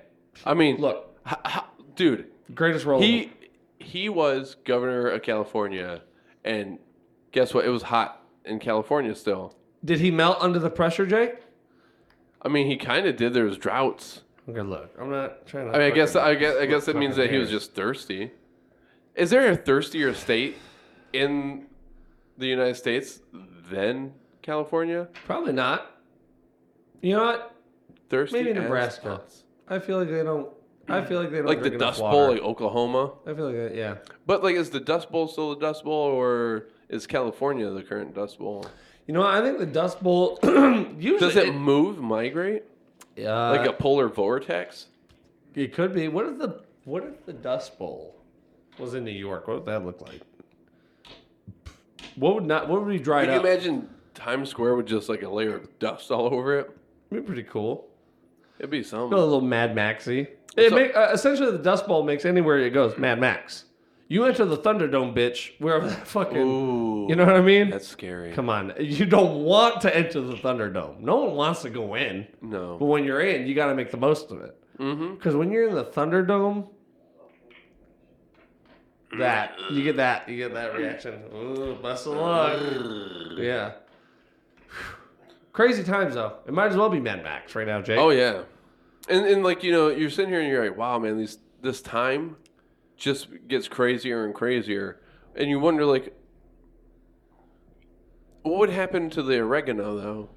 A: I mean,
B: look, Oh.
A: ha- ha- dude,
B: greatest role.
A: he he was governor of California, and guess what? It was hot in California still.
B: did he melt under the pressure, Jake?
A: I mean, he kind of did. There was droughts.
B: Okay, look, I'm not trying to.
A: I mean, I guess I guess I guess that
B: fucking
A: means that he was
B: cares?
A: just thirsty. Is there a thirstier state in the United States than California?
B: probably not. You know what?
A: Thirsty
B: Maybe
A: as
B: Nebraska.
A: pants.
B: I feel like they don't. I feel like they don't.
A: like the
B: drink enough
A: Dust Bowl,
B: water.
A: like Oklahoma.
B: I feel like that. Yeah. <clears throat>
A: But like, is the Dust Bowl still the Dust Bowl, or is California the current Dust Bowl?
B: You know what? I think the Dust Bowl <clears throat> uh, usually
A: Does it move, migrate
B: uh,
A: like a polar vortex?
B: It could be. What if the what if the Dust Bowl was in New York? What would that look like? What would not? What would be dried
A: Can you
B: up?
A: imagine Times Square with just like a layer of dust all over it?
B: It'd be pretty cool.
A: It'd be something.
B: Feel A little Mad Maxy. It
A: So-
B: make, uh, essentially the Dust Bowl makes anywhere it goes Mad Max. You enter the Thunderdome, bitch. Wherever that fucking.
A: Ooh,
B: You know what I mean?
A: that's scary.
B: Come on, you don't want to enter the Thunderdome. No one wants to go in. But
A: No. Mm-hmm.
B: when you're in, you got to make the most of it. Because when you're in the Thunderdome, that you get that you get that reaction. Ooh, best of luck. Yeah. <sighs> Crazy times though. It might as well be Mad Max right now, Jake.
A: Oh yeah, and and like you know, you're sitting here and you're like, wow, man, these this time just gets crazier and crazier, and you wonder like, What would happen to the oregano though?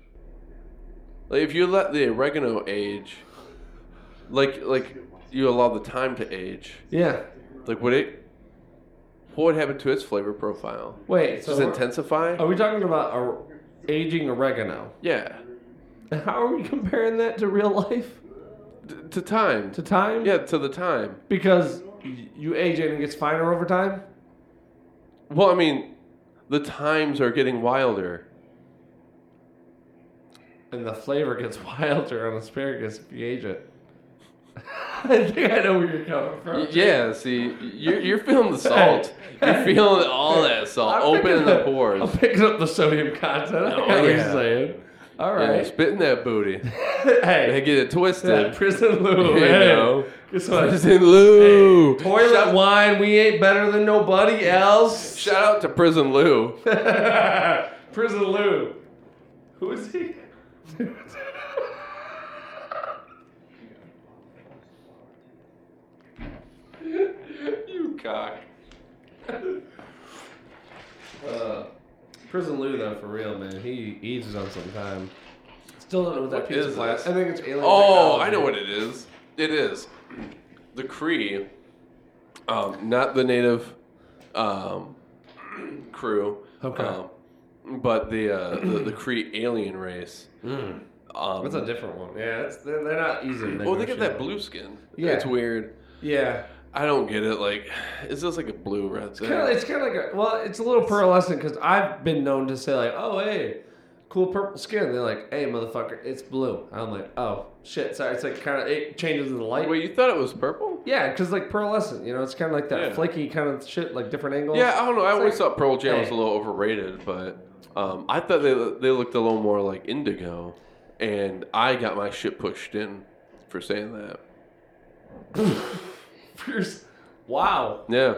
A: Like if you let the oregano age, like like you allow the time to age,
B: Yeah.
A: like would it? What would happen to its flavor profile?
B: Wait. So
A: Does it intensify?
B: are we talking about or- aging
A: <laughs>
B: oregano?
A: yeah,
B: How are we comparing that to real life?
A: D- to time.
B: To time?
A: yeah, to the time.
B: Because y- you age it and it gets finer over time.
A: Well, I mean, the times are getting wilder.
B: and the flavor gets <laughs> wilder on asparagus if you age it. <laughs> I think I know where you're coming from.
A: Y- Yeah, see, you're, you're feeling
B: <laughs>
A: the salt. You're feeling all that salt.
B: I'm
A: Opening
B: picking
A: the
B: I'm
A: pores.
B: picking up the sodium content. I
A: Oh,
B: know what
A: yeah.
B: you're saying. All
A: Yeah,
B: right.
A: spitting that booty. They
B: <laughs> hey,
A: get it
B: that
A: twisted.
B: prison lube.
A: You
B: hey. <laughs>
A: know.
B: Guess
A: Just
B: what?
A: in Lou.
B: Toilet
A: Shout,
B: wine. We ain't better than nobody else. <laughs>
A: shout out to Prison Lou.
B: Oh prison lube. Who is he?
A: you cock.
B: Uh, Prison Lou, though, for real, man. He eats on some time. Still don't know what that piece
A: is
B: of plastic.
A: this?
B: I think it's alien.
A: Oh,
B: technology.
A: I know what it is. It is the Cree, um, not the native um, <clears throat> crew.
B: Okay.
A: um, but the, uh, the the Cree alien race. Um,
B: Hmm. That's a different one. Yeah, that's, they're, they're not easy. To
A: well, they get that
B: negotiate.
A: blue skin.
B: Yeah.
A: it's weird.
B: Yeah,
A: I don't get it. Like, is this like a blue red? thing?
B: Kinda- it's kind of like a, well, it's a little pearlescent because I've been known to say like, "Oh, hey, cool purple skin." They're like, "Hey, motherfucker, it's blue." I'm like, "Oh shit!" Sorry, it's like kind of it changes in the light.
A: Wait, you thought it was purple?
B: Yeah, because like pearlescent, you know, it's kind of like that
A: Yeah.
B: flaky kind of shit, like different angles.
A: Yeah, I don't know. I
B: It's
A: always
B: like-
A: thought Pearl Jam was a
B: Hey.
A: little overrated, but um, I thought they they looked a little more like Indigo, and I got my shit pushed in for saying that.
B: Fierce. <laughs> Wow,
A: Yeah,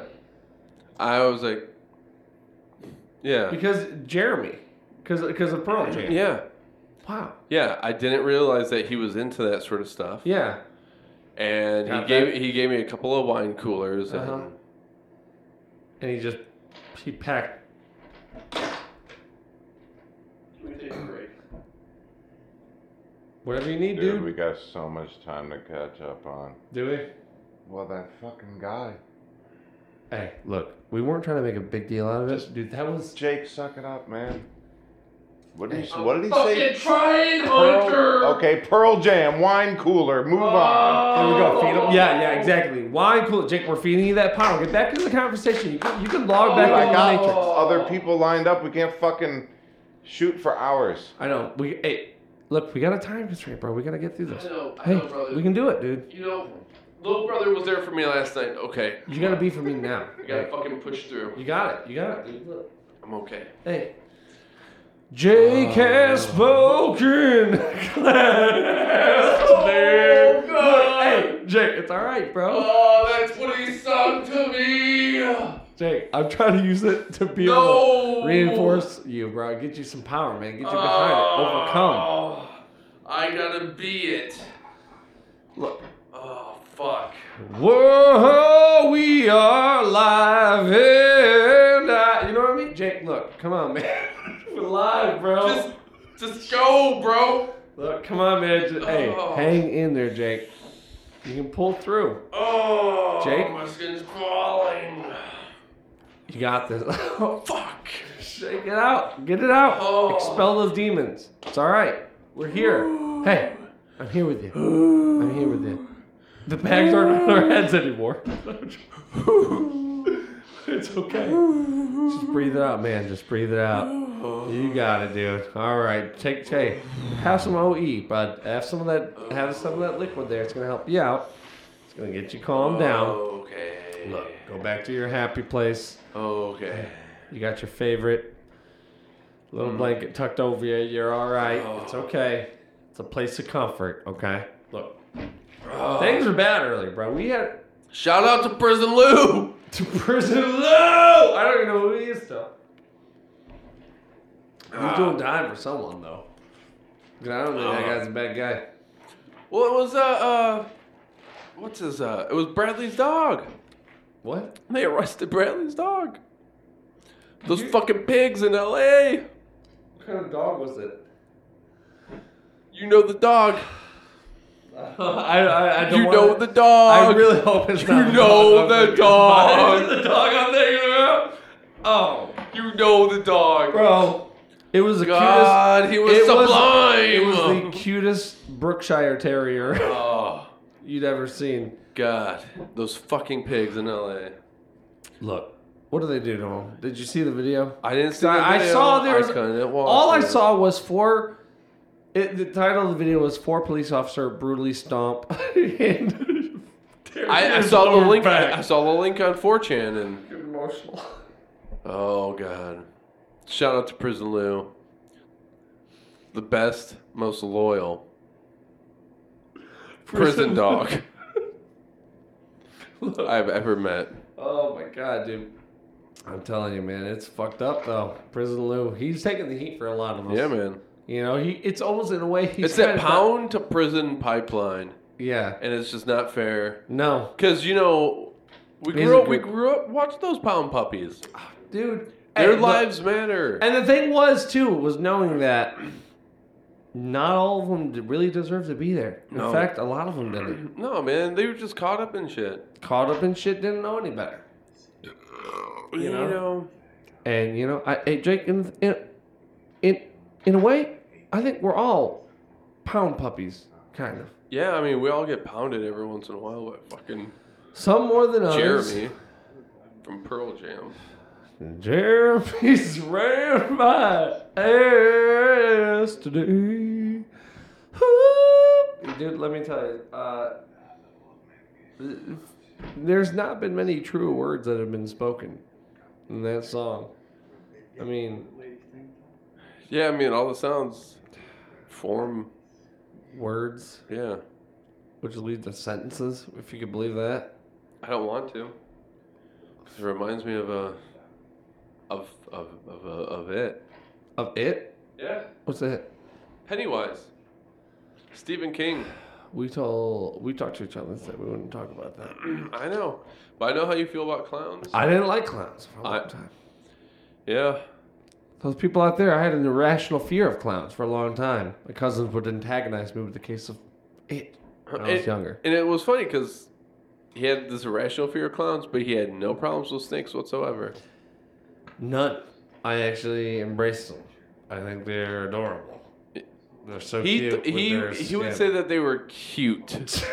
A: I was like, yeah,
B: because Jeremy, because because of Pearl Jam.
A: yeah,
B: Wow.
A: yeah. I didn't realize that he was into that sort of stuff.
B: Yeah.
A: and he
B: Got
A: gave
B: that.
A: he gave me a couple of wine coolers.
B: Uh-huh.
A: And,
B: And he just he packed. Whatever you need,
C: Dude,
B: dude.
C: we got so much time to catch up on.
B: Do we?
C: Well, that fucking guy.
B: Hey, look, we weren't trying to make a big deal out of it, dude. That was
C: Jake, suck it up, man. What did he,
B: I'm
C: what did he say?
B: trying,
C: Pearl, okay, Pearl Jam, wine cooler, move on.
B: There we go.
A: Oh.
B: Feed him. Yeah, yeah, exactly. Wine cool, Jake. We're feeding you that power. Get back into the conversation. You can, you can log back
A: Oh,
C: Dude, I
B: into the
C: got
B: matrix.
C: other people lined up. We can't fucking shoot for hours.
B: I know. We hey, look, we got a time constraint, bro. We gotta get through this.
A: know, I
B: Hey,
A: know, Oh, brother.
B: we can do it, dude.
A: you know, little brother was there for me last night. Okay,
B: You gotta be for me now.
A: I gotta fucking push through.
B: You got it. You got it, dude. Look.
A: I'm okay.
B: Hey. Jake has
A: <laughs>
B: spoken. Class today.
A: Oh, God.
B: Hey, Jake, it's all right, bro.
A: Oh, that's what he sung to me.
B: Jake, I'm trying to use it to be able
A: No.
B: to reinforce you, bro. Get you some power, man. Get you behind it.
A: Oh, I gotta be it.
B: Look.
A: Oh, fuck.
B: Overcome. Whoa, we are live and I, you know what I mean? Jake, look, come on, man. We're live, bro.
A: Just, just go, bro.
B: Look, come on, man. Just- hey,
A: Oh.
B: hang in there, Jake. You can pull through.
A: Oh,
B: Jake?
A: my skin's crawling.
B: You got this. <laughs> Oh,
A: Fuck.
B: Shake it out. Get it out.
A: Oh.
B: Expel those demons. It's all right. We're here. Hey, I'm here with you. I'm here with you. The bags aren't on our heads anymore. it's okay. Just breathe it out, man. Just breathe it out. You got it, dude. All right. Take, hey, have some OE, bud. Have some of that. Have some of that liquid there. It's gonna help you out. It's gonna get you calmed down.
A: Okay.
B: Look, go back to your happy place.
A: Okay.
B: You got your favorite little
A: Hmm.
B: blanket tucked over you. You're all right. It's okay. It's a place of comfort. Okay. Look, things were bad earlier, bro. We had
A: Shout out to Prison Lou.
B: to <laughs> prison low. I don't even know who he is though. He's doing time for someone though. 'Cause I don't think that guy's a bad guy.
A: Well, it was uh, uh, what's his uh? It was Bradley's dog.
B: What?
A: They arrested Bradley's dog. Those fucking pigs in L.A.
B: What kind of dog was it?
A: You know the dog.
B: I, I, I don't
A: You
B: wanna-
A: know the dog.
B: I really hope it's <laughs> not.
A: You know the
B: <laughs> Why is
A: dog.
B: it the dog I'm thinking about? Oh,
A: You know the dog.
B: bro, it was the
A: God, he was
B: cutest.
A: sublime.
B: Was, it was the cutest Brookshire Terrier
A: <laughs> oh
B: <laughs> you'd ever seen.
A: God, those fucking pigs in L.A.
B: Look, what do they do to him? Did you see the video?
A: I didn't see. the
B: I, I
A: video.
B: saw there was
A: I couldn't watch
B: all I
A: it.
B: saw was four. It, the title of the video was four police officer brutally stomp. <laughs> and
A: I, I saw the link. I, I saw the link on 4chan, and
B: emotional.
A: oh God, shout out to Prison Lou. The best, most loyal prison dog I've ever met.
B: Oh my god, dude. I'm telling you, man, it's fucked up though. Prison Lou, he's taking the heat for a lot of us.
A: Yeah, man.
B: You know, he it's almost in a way he's
A: It's that
B: kinda not-
A: pound to prison pipeline,
B: yeah.
A: and it's just not fair.
B: No,
A: Cause you know, we
B: He's
A: grew
B: a
A: up. We
B: good-
A: grew up. Watch those pound puppies.
B: dude.
A: Their
B: Hey, look,
A: lives matter.
B: And the thing was too was knowing that not all of them d- really deserved to be there. In
A: No.
B: fact, a lot of them didn't.
A: no, man, they were just caught up in shit.
B: Caught up in shit, didn't know any better.
A: You
B: know?
A: know?
B: And you know, I hey, Jake, in in in in a way, I think we're all pound puppies, kind of.
A: Yeah, I mean, we all get pounded every once in a while by fucking
B: Some more than others.
A: Jeremy from Pearl Jam.
B: Jeremy's <laughs> ran my ass today. Ooh. Dude, let me tell you, uh, there's not been many true words that have been spoken in that song. I mean,
A: Yeah, I mean, all the sounds form.
B: words,
A: Yeah,
B: which lead to sentences, if you could believe that.
A: I don't want to. 'Cause It reminds me of a, of of of, uh, of it.
B: Of it?
A: Yeah,
B: What's it?
A: Pennywise, Stephen King. <clears throat>
B: We told we talked to each other and said we wouldn't talk about that.
A: I know, but I know how you feel about clowns.
B: I didn't like clowns for a long
A: I-
B: time.
A: yeah,
B: Those people out there, I had an irrational fear of clowns for a long time. My cousins would antagonize me with the case of it when I was
A: It-
B: younger.
A: and it was funny because he had this irrational fear of clowns, but he had no problems with snakes whatsoever.
B: None. I actually embrace them. I think they're adorable. They're so
A: He
B: cute. with
A: he
B: their
A: he would
B: skin.
A: say that they were cute.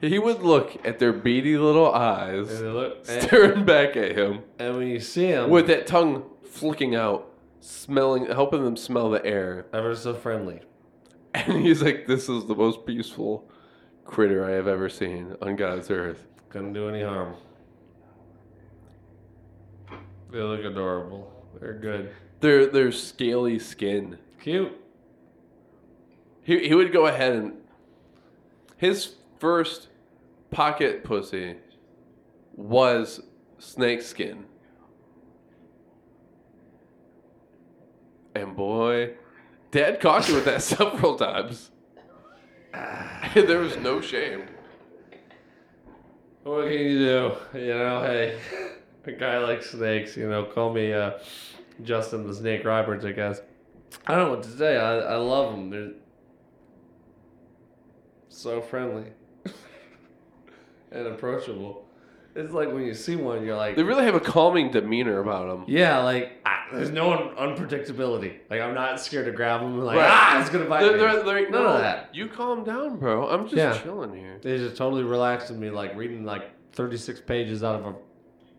A: he would look at their beady little
B: And,
A: eyes,
B: they look,
A: <laughs>
B: and,
A: staring back at him
B: and when you see them,
A: with that tongue flicking out, smelling, helping them smell the air. <laughs>
B: ever so friendly.
A: And he's like, "This is the most peaceful critter I have ever seen on God's earth."
B: Couldn't do any harm. They look adorable. They're good.
A: Their their scaly skin.
B: Cute.
A: He he would go ahead and his first pocket pussy was snake skin. And boy, Dad caught you with that <laughs> several times. <laughs> And there was no shame.
B: What can you do? You know, hey, <laughs> a guy like snakes, you know, call me uh, Justin the Snake Roberts, I guess. I don't know what to say. I, I love them. They're so friendly <laughs> and approachable. It's like when you see one, you're like,
A: They really have a calming demeanor about them.
B: yeah, like, I, there's no un- unpredictability. Like, I'm not scared to grab them. Like,
A: Right.
B: ah, it's going to bite
A: They're,
B: me.
A: they're, they're like,
B: None
A: no,
B: of that.
A: You calm down, bro. I'm just
B: Yeah.
A: chilling here.
B: They just totally relaxed with me, like reading like 36 pages out of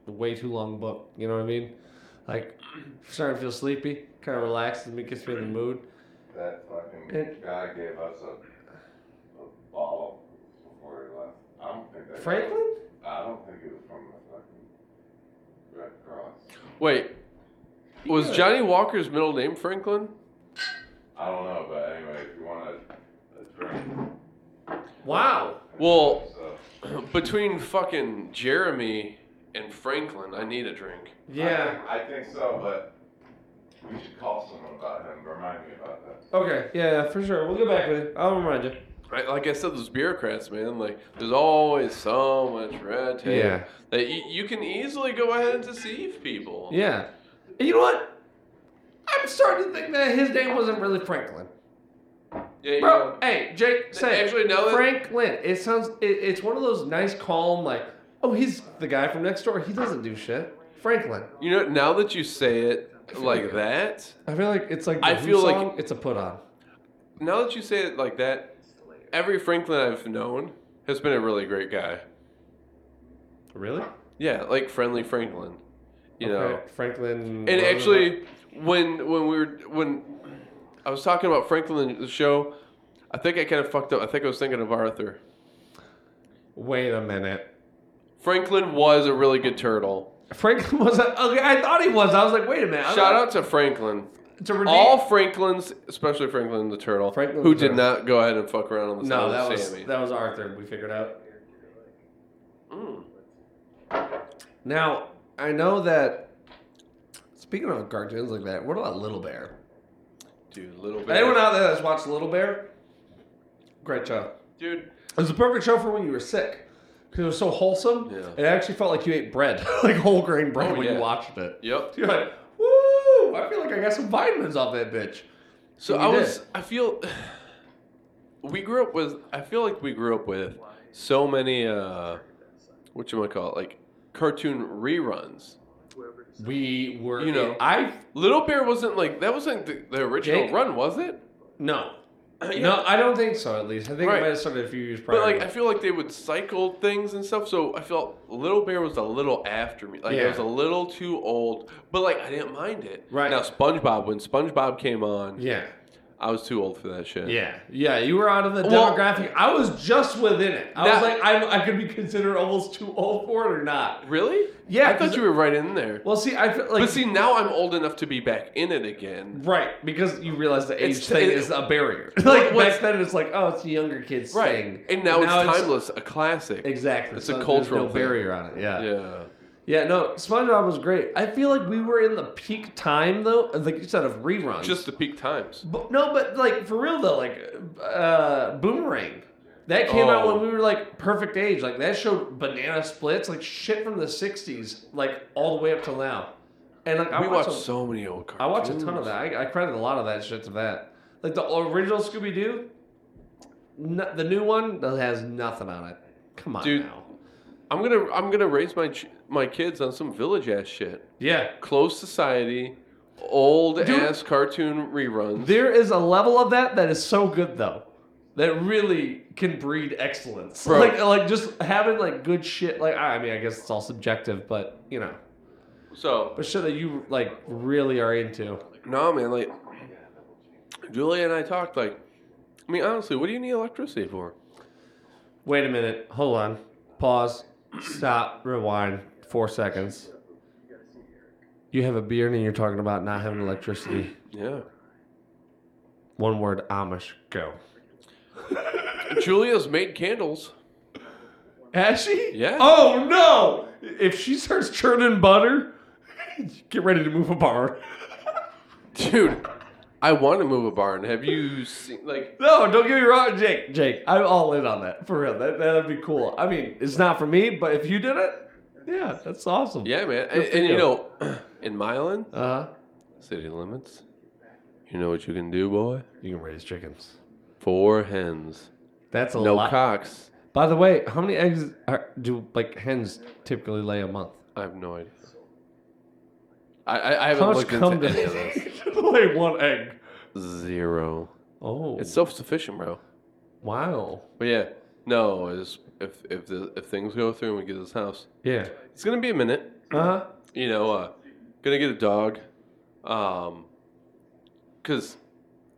B: a way too long book. You know what I mean? Like, starting to feel sleepy, kind of relaxes me, gets me in the mood.
C: That fucking
B: It-
C: guy gave us a, a bottle before he left. I don't think that. guy-
B: Franklin?
C: I don't think it was from the fucking Red Cross.
A: Wait, was Johnny Walker's middle name Franklin?
C: I don't know, but anyway, if you want a, a drink,
B: Wow.
A: Well,
C: so
A: <clears throat> Between fucking Jeremy and Franklin, I need a drink.
B: Yeah.
C: I think, I think so, but we should call someone about him. Remind me about that.
B: Okay. Yeah, for sure. We'll get back with it. I'll remind you.
A: Right, like I said, those bureaucrats, man, like there's always so much red tape
B: Yeah.
A: that you, you can easily go ahead and deceive people.
B: Yeah. And you know what? I I'm starting to think that his name wasn't really Franklin.
A: Yeah, you
B: Bro,
A: know,
B: hey, Jake, say
A: Actually, no, it-
B: Franklin. It sounds. It, it's one of those nice, calm, like, oh, he's the guy from next door. He doesn't do shit. Franklin.
A: you know, now that you say it like that,
B: I feel like it's like.
A: I
B: the Who
A: feel like-
B: song, it's a put on.
A: now that you say it like that, every Franklin I've known has been a really great guy.
B: Really?
A: Yeah, like friendly Franklin. You know,
B: Okay, Franklin.
A: And actually, when when we were when I was talking about Franklin in the show, I think I kind of fucked up. I think I was thinking of Arthur.
B: wait a minute.
A: Franklin was a really good turtle.
B: Franklin <laughs> was a, okay. I thought he was. I was like, wait a minute. I'm
A: Shout
B: not-
A: out to Franklin.
B: to redeem.
A: All Franklins, especially Franklin the turtle,
B: Franklin
A: who
B: the
A: did
B: turtle.
A: not go ahead and fuck around on the
B: no,
A: side
B: that
A: of
B: was
A: Sammy.
B: that was Arthur. We figured out.
A: Mm.
B: Now I know that. Speaking of cartoons like that, what about Little Bear?
A: Dude, little bit.
B: Anyone out there that's watched Little Bear? Great show.
A: Dude,
B: It was the perfect show for when you were sick because it was so wholesome.
A: Yeah.
B: It actually felt like you ate bread, <laughs> like whole grain bread,
A: Oh,
B: when
A: yeah.
B: you watched it.
A: yep.
B: You're like, woo! I feel like I got some vitamins off that bitch.
A: So
B: And
A: I
B: you
A: was.
B: did.
A: I feel. <sighs> We grew up with. I feel like we grew up with so many. uh What you want to call it? Like cartoon reruns.
B: We were,
A: You know.
B: I
A: Little Bear wasn't like that wasn't the, the original
B: Jake?
A: run, was it?
B: <clears throat> no, no, I don't think so. At least I think
A: Right.
B: it might have started a few years prior.
A: But like
B: to
A: I feel like they would cycle things and stuff, so I felt Little Bear was a little after me. Like it
B: Yeah.
A: was a little too old, but like I didn't mind it.
B: Right.
A: now, SpongeBob when SpongeBob came
B: that.
A: on,
B: yeah,
A: I was too old for that shit.
B: yeah, yeah. You were out of the
A: Well-
B: demographic. I was just within it. I
A: That-
B: was like, I'm, I could be considered almost too old for it or not.
A: Really?
B: Yeah,
A: I thought
B: 'cause-
A: you were right in there.
B: Well, see, I feel like
A: but see, now I'm old enough to be back in it again.
B: Right, because you realize the age
A: It's-
B: thing
A: it-
B: is a
A: <laughs>
B: barrier.
A: What-
B: Like
A: what's-
B: back then, it's like, oh, it's a younger kid's thing,
A: And now, it's timeless, a classic.
B: Exactly,
A: It's a
B: there's
A: cultural
B: no
A: thing.
B: barrier on it. Yeah. yeah,
A: Yeah.
B: No, SpongeBob was great. I feel like we were in the peak time though, like you said, of reruns.
A: Just the peak times.
B: but, no, but like for real though, like uh, Boomerang. That came out
A: Oh.
B: when we were like perfect age. Like that showed banana splits, like shit from the '60s, like all the way up till now. And like I
A: we
B: watch
A: watched
B: a-
A: so many old
B: I
A: cartoons.
B: watch a ton of that. I, I credit a lot of that shit to that. Like the original Scooby Doo, no, the new one that has nothing on it. Come on,
A: Dude.
B: now.
A: I'm gonna I'm gonna raise my ch- my kids on some village ass shit.
B: Yeah,
A: Close society, old
B: Dude.
A: ass cartoon reruns.
B: there is a level of that that is so good though, that really can breed excellence.
A: Bro.
B: Like like just having like good shit. Like I mean, I guess it's all subjective, but you know,
A: so
B: but shit that you like really are into.
A: no man, like Julia and I talked like, I mean honestly, what do you need electricity for?
B: Wait a minute. Hold on. Pause. Stop. Rewind. Four seconds. You have a beard and you're talking about not having electricity.
A: Yeah,
B: One word Amish. Go.
A: Julia's made candles.
B: Has she?
A: Yeah.
B: Oh no! If she starts churning butter, get ready to move a bar.
A: Dude, I want to move a barn. Have you seen like?
B: <laughs> No, don't get me wrong, Jake. Jake, I'm all in on that. For real. That that'd be cool. I mean, it's not for me, but if you did it, yeah, that's awesome.
A: Yeah,
B: Good
A: man, and,
B: for
A: and you know, <clears throat> in Milan,
B: Uh huh.
A: city limits. You know what you can do, boy?
B: You can raise chickens.
A: Four hens,
B: That's a
A: no
B: lot.
A: cocks.
B: By the way, how many eggs are, do like hens <laughs> typically lay a month?
A: I have no idea. I, I, I haven't
B: How much
A: looked
B: cum
A: into
B: do
A: any of this.
B: they lay one egg?
A: Zero.
B: Oh,
A: It's self sufficient, bro.
B: wow.
A: But yeah, no. Is if if the, if things go through and we get this house,
B: Yeah.
A: it's gonna be a minute.
B: Uh huh.
A: You know, uh, gonna get a dog, um, cause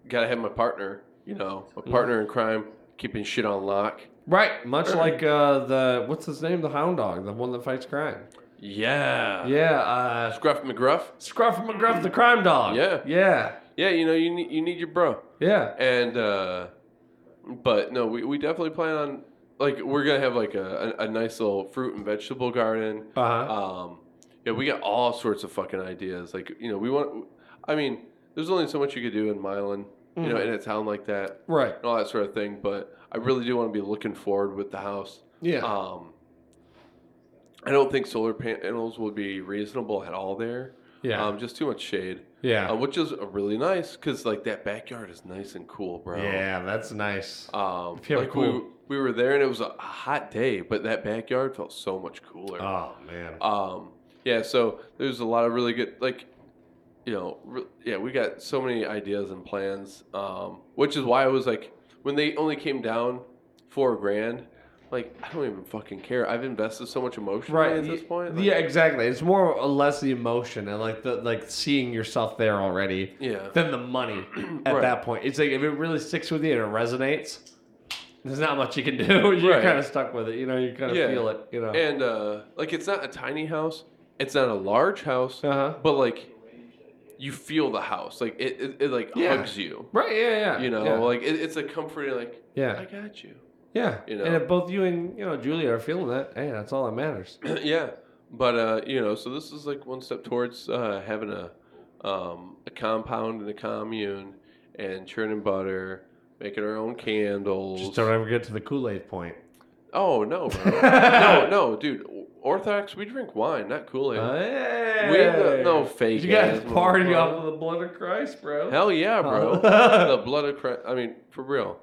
A: gotta have my partner. You know, my partner in crime, keeping shit on lock.
B: Right. Much like uh, the what's his name, the hound dog, the one that fights crime.
A: Yeah.
B: Yeah. Uh,
A: Scruff McGruff.
B: Scruff McGruff, the crime dog.
A: Yeah.
B: Yeah.
A: Yeah, you know, you need you need your bro.
B: Yeah.
A: and uh but no we, we definitely plan on like we're gonna have like a, a, a nice little fruit and vegetable garden
B: Uh huh.
A: um yeah we got all sorts of fucking ideas like you know we want i mean there's only so much you could do in milan you know in a town like that
B: Right.
A: and all that sort of thing but i really do want to be looking forward with the house
B: Yeah.
A: um i don't think solar panels will be reasonable at all there
B: Yeah.
A: Um, just too much shade.
B: Yeah.
A: Uh, which is uh, really nice because like that backyard is nice and cool, bro.
B: yeah, that's nice.
A: Um,
B: Yeah,
A: like we,
B: cool.
A: we were there and it was a hot day, but that backyard felt so much cooler.
B: Oh man.
A: Um, yeah, so there's a lot of really good, like, you know, re- yeah, we got so many ideas and plans, um, which is why I was like, when they only came down four grand, like, I don't even fucking care. I've invested so much emotionally
B: Right
A: at this point. like-
B: yeah, exactly. It's more or less the emotion and like the like seeing yourself there already.
A: Yeah.
B: Than the money at
A: Right.
B: that point. It's like if it really sticks with you and it resonates, there's not much you can do. <laughs> You're
A: Right.
B: kind of stuck with it. You know, you kind of
A: Yeah.
B: feel it. You know.
A: And, uh, like, it's not a tiny house, it's not a large house,
B: Uh-huh.
A: but, like, you feel the house. Like, it, it, it like,
B: Yeah.
A: hugs you.
B: right. Yeah. Yeah.
A: You know,
B: Yeah.
A: like, it, it's a comforting, like,
B: Yeah.
A: I got you.
B: yeah.
A: you know.
B: And if both you and you know Julia are feeling that, hey, that's all that matters.
A: <clears throat> yeah but uh you know so this is like one step towards uh having a um a compound and a commune and churning butter making our own candles
B: Just don't ever get to the Kool Aid <laughs> point.
A: oh no
B: <laughs>
A: bro. no no dude orthodox we drink wine not kool-aid we
B: Hey.
A: no, no fake
B: You guys
A: ass
B: party
A: motherfucker.
B: off of the blood of Christ, bro.
A: hell yeah bro
B: Oh. <laughs>
A: the blood of christ i mean for real